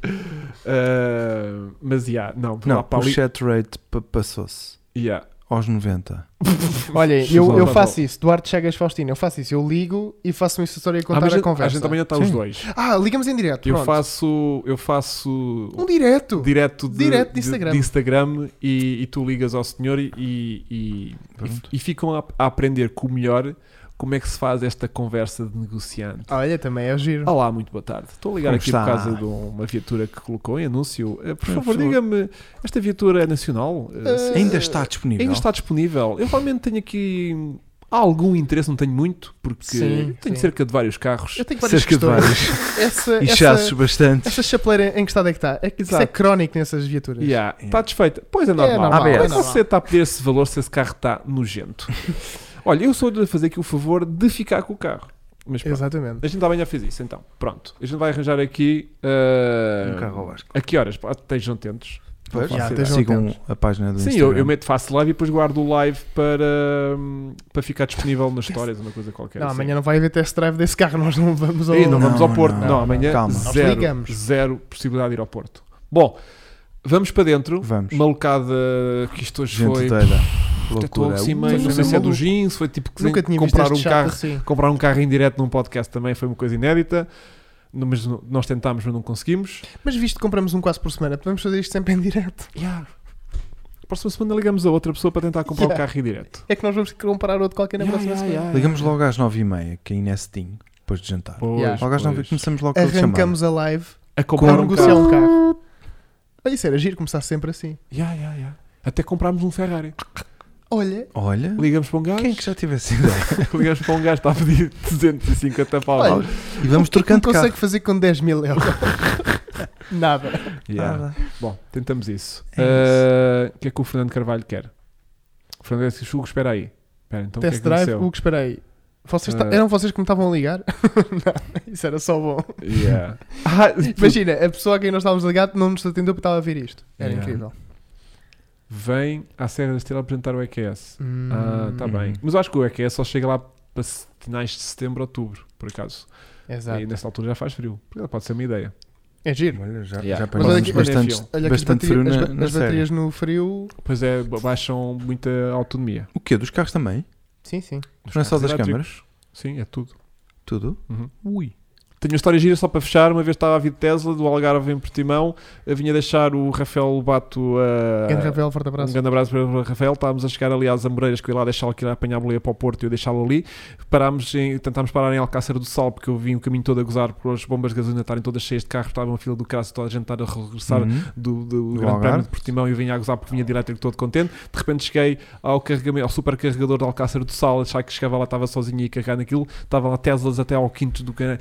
S2: Ah, mas yeah, não,
S1: Não,
S2: lá para
S1: o
S2: ali-
S1: chat rate pa- passou-se
S2: yeah.
S1: aos 90.
S3: Olha, eu, eu
S2: Tá
S3: faço isso. Duarte Chagas Faustino, eu faço isso. Eu ligo e faço uma história a
S2: Ah,
S3: contar
S2: mas
S3: a,
S2: a, a
S3: conversa.
S2: gente amanhã está os
S1: Sim.
S2: dois.
S3: Ah, ligamos em direto.
S2: Eu
S3: pronto.
S2: faço, eu faço
S3: Um direto.
S2: direto, de,
S3: Direto de
S2: de-
S3: Instagram.
S2: de Instagram e, e tu ligas ao senhor e, e, e-
S1: Pronto.
S2: e ficam a, a aprender com o melhor como é que se faz esta conversa de negociante.
S3: Olha, também é giro.
S2: Olá, muito boa tarde. Estou a ligar
S1: Como
S2: aqui
S1: está?
S2: por causa de uma viatura que colocou em anúncio. Eh, Por
S1: Sim,
S2: favor,
S1: por favor.
S2: diga-me, esta viatura é nacional? Eh,
S3: Eh,
S2: sim.
S1: Ainda está disponível.
S2: Ainda está disponível? Eu realmente tenho aqui algum interesse, não tenho muito, porque
S3: Sim,
S2: tenho
S3: sim.
S2: cerca de vários carros.
S3: Eu tenho várias
S1: Cerca de
S3: questões.
S1: vários.
S3: Essa,
S1: E chassos
S3: essa,
S1: bastante.
S3: essa chapeleira em que estado é que está? É que isso é
S2: Exato.
S3: crónico nessas viaturas.
S2: Yeah,
S1: Yeah.
S2: Está desfeita. Pois é normal.
S3: normal,
S2: Como é
S1: é
S2: que
S3: normal.
S2: você está a pedir esse valor se esse carro está nojento? Olha, eu sou-lhe a fazer aqui o favor de ficar com o carro. Mas pronto.
S3: Exatamente.
S2: A gente amanhã fez isso, então. Pronto. A gente vai arranjar aqui. eh,
S1: Um carro ao Vasco.
S2: A que horas? Pá, Estejam atentos.
S1: Pois,
S3: Já, um
S1: Sim,
S3: estejam
S1: sigam
S3: atentos.
S1: a página do
S2: Sim,
S1: Instagram.
S2: eu, eu meto faço live e depois guardo o live para, hum, para ficar disponível nas histórias, uma coisa qualquer.
S3: Não,
S2: assim.
S3: amanhã não vai haver test drive desse carro, nós não vamos ao.
S2: Ei, não, vamos ao
S1: Não,
S2: Porto. Não,
S1: não,
S2: amanhã
S1: calma.
S2: Zero,
S3: Ligamos.
S2: zero possibilidade de ir ao Porto. Bom, vamos para dentro.
S1: Vamos.
S2: Malucada que isto hoje
S1: Gente
S2: foi.
S1: doida.
S2: Até estou
S1: Loucura.
S2: assim meio,
S3: Foi
S2: não sei se é do
S3: maluco.
S2: gin, se foi tipo que
S3: Nunca tinha
S2: comprar
S3: visto
S2: um
S3: este chato
S2: carro,
S3: assim.
S2: comprar um carro em direto num podcast também foi uma coisa inédita. No- Mas no- nós tentámos, mas não conseguimos.
S3: Mas visto que compramos um quase por semana, podemos fazer isto sempre em direto.
S2: Yeah. próxima semana ligamos a outra pessoa para tentar comprar
S3: Yeah.
S2: o carro e direto.
S3: É que nós vamos comprar outro qualquer na
S2: Yeah,
S3: próxima
S2: yeah,
S3: semana.
S2: yeah,
S1: Ligamos
S2: yeah.
S1: logo às 9h30, que a Inés tinha, depois de jantar.
S2: Pois,
S3: Yeah.
S1: Logo às
S2: pois.
S1: 9 começamos logo a chamar.
S3: Arrancamos a live
S2: a
S3: para
S2: comprar um
S3: negociar
S2: carro.
S3: um carro. Olha, Ah, isso era giro começar sempre assim.
S2: Yeah, yeah, yeah. Até comprarmos um Ferrari.
S3: Olha,
S1: Olha,
S2: Ligamos para um gajo.
S1: quem é que já tivesse ideia?
S2: Ligamos para um gajo está a pedir 250 paus.
S3: Olha,
S1: E vamos
S3: não
S1: trocando de
S3: consegue
S1: carro.
S3: fazer com 10 mil euros. Nada.
S2: Yeah.
S1: Nada.
S2: Bom, tentamos isso.
S1: É
S2: Ah, O que é que o Fernando Carvalho quer? O Fernando disse, Hugo, espera aí. Espera, então o
S3: Test
S2: que é que
S3: drive,
S2: aconteceu?
S3: Hugo, espera aí. Vocês ta-
S2: Ah.
S3: Eram vocês que me estavam a ligar? não, isso era só bom.
S2: Yeah. Ah,
S3: Imagina, a pessoa a quem nós estávamos ligados não nos atendeu porque estava a ver isto. Era
S2: Yeah.
S3: incrível.
S2: Vem à Serra da Estrela apresentar o EQS. Ah, tá
S1: Hum.
S2: bem. Mas eu acho que o EQS só chega lá para se- finais de setembro, outubro, por acaso.
S3: Exato.
S2: E nesta altura já faz frio. Porque Pode ser uma ideia.
S3: É giro.
S1: Olha, já,
S2: Yeah.
S1: já
S2: Mas
S1: apanhámos
S3: olha que-
S1: bastante,
S2: olha
S3: Olha que as
S1: bastante
S3: bateri-
S1: frio
S3: as,
S1: na,
S3: ba-
S1: na
S3: as
S1: série.
S3: baterias no frio.
S2: Pois é, ba- baixam muita autonomia.
S1: O quê? Dos carros também?
S3: Sim, sim.
S2: Os
S1: Não é só
S2: carros
S1: das
S2: elétricos.
S1: câmaras?
S2: Sim, é tudo.
S1: Tudo?
S2: Uhum.
S1: Ui.
S2: Tenho uma história gira só para fechar. Uma vez estava a vir de Tesla do Algarve em Portimão. Eu vinha deixar o Rafael Bato a.
S3: Grande Rafael, forte
S2: Um
S3: abraço.
S2: grande abraço para o Rafael. Estávamos a chegar ali às Amoreiras, que eu ia lá deixá-lo aqui, apanhar a boleia para o Porto e eu deixá-lo ali. Parámos em, tentámos parar em Alcácer do Sal, porque eu vim o caminho todo a gozar por as bombas de gasolina estarem todas cheias de carros, estava uma fila do caso, toda a gente estava a regressar
S1: Uhum.
S2: do, do
S1: Do
S2: Grande
S1: Algarve.
S2: Prémio de Portimão e eu vinha a gozar porque vinha de elétrico todo contente. De repente cheguei ao, carregamento, ao supercarregador de Alcácer do Sal, achava que chegava lá, estava sozinho e ia carregar naquilo. Estava lá Teslas até ao quinto do cana-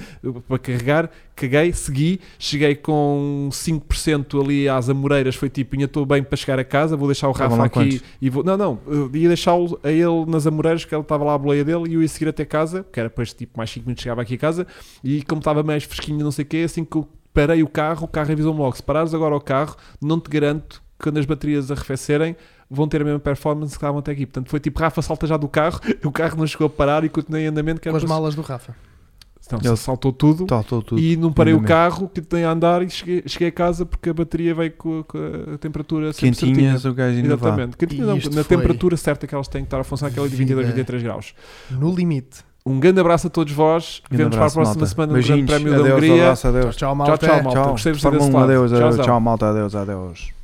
S2: para carregar. Caguei, segui, cheguei com 5% ali às Amoreiras. Foi tipo, ainda estou bem para chegar a casa, vou deixar o
S1: Estavam
S2: Rafa
S1: lá
S2: aqui e vou. Não, não, eu ia deixá-lo a ele nas Amoreiras, que ele estava lá a boleia dele e eu ia seguir até casa, que era depois tipo mais 5 minutos chegava aqui a casa. E como estava mais fresquinho, não sei o quê, assim que eu parei o carro, o carro avisou-me logo: se parares agora o carro, não te garanto que quando as baterias arrefecerem vão ter a mesma performance que estavam até aqui. Portanto, foi tipo Rafa salta já do carro, o carro não chegou a parar e continuei em andamento. Que
S3: Com
S2: era
S3: as
S2: para-
S3: malas do Rafa.
S2: Não,
S1: Ele- Então,
S2: saltou tudo
S1: Tal, tal, tudo.
S2: e não parei o
S1: Andamento.
S2: carro que tem a andar e cheguei, cheguei a casa porque a bateria veio com, com a temperatura sempre certinha.
S1: Quentinhas, o gajo ainda vá.
S2: Exatamente. Quentinha
S3: E
S2: não,
S3: isto
S2: na
S3: foi
S2: temperatura certa que elas têm que estar a funcionar, aquela de 22,
S3: vida.
S2: 23 graus.
S3: No limite.
S2: Um grande abraço a todos vós.
S1: Grande
S2: Vemos para a
S1: abraço,
S2: próxima
S1: malta.
S2: semana no
S1: Beijinhos.
S2: Grande Prémio da
S1: adeus,
S2: Hungria.
S1: abraço, adeus.
S2: Tchau,
S3: Tchau, tchau, malta.
S2: tchau, malta. Gostei de
S1: Fórmula
S2: desse
S1: 1,
S2: lado.
S1: adeus, adeus.
S2: Tchauzão.
S1: Tchau, malta, adeus, adeus.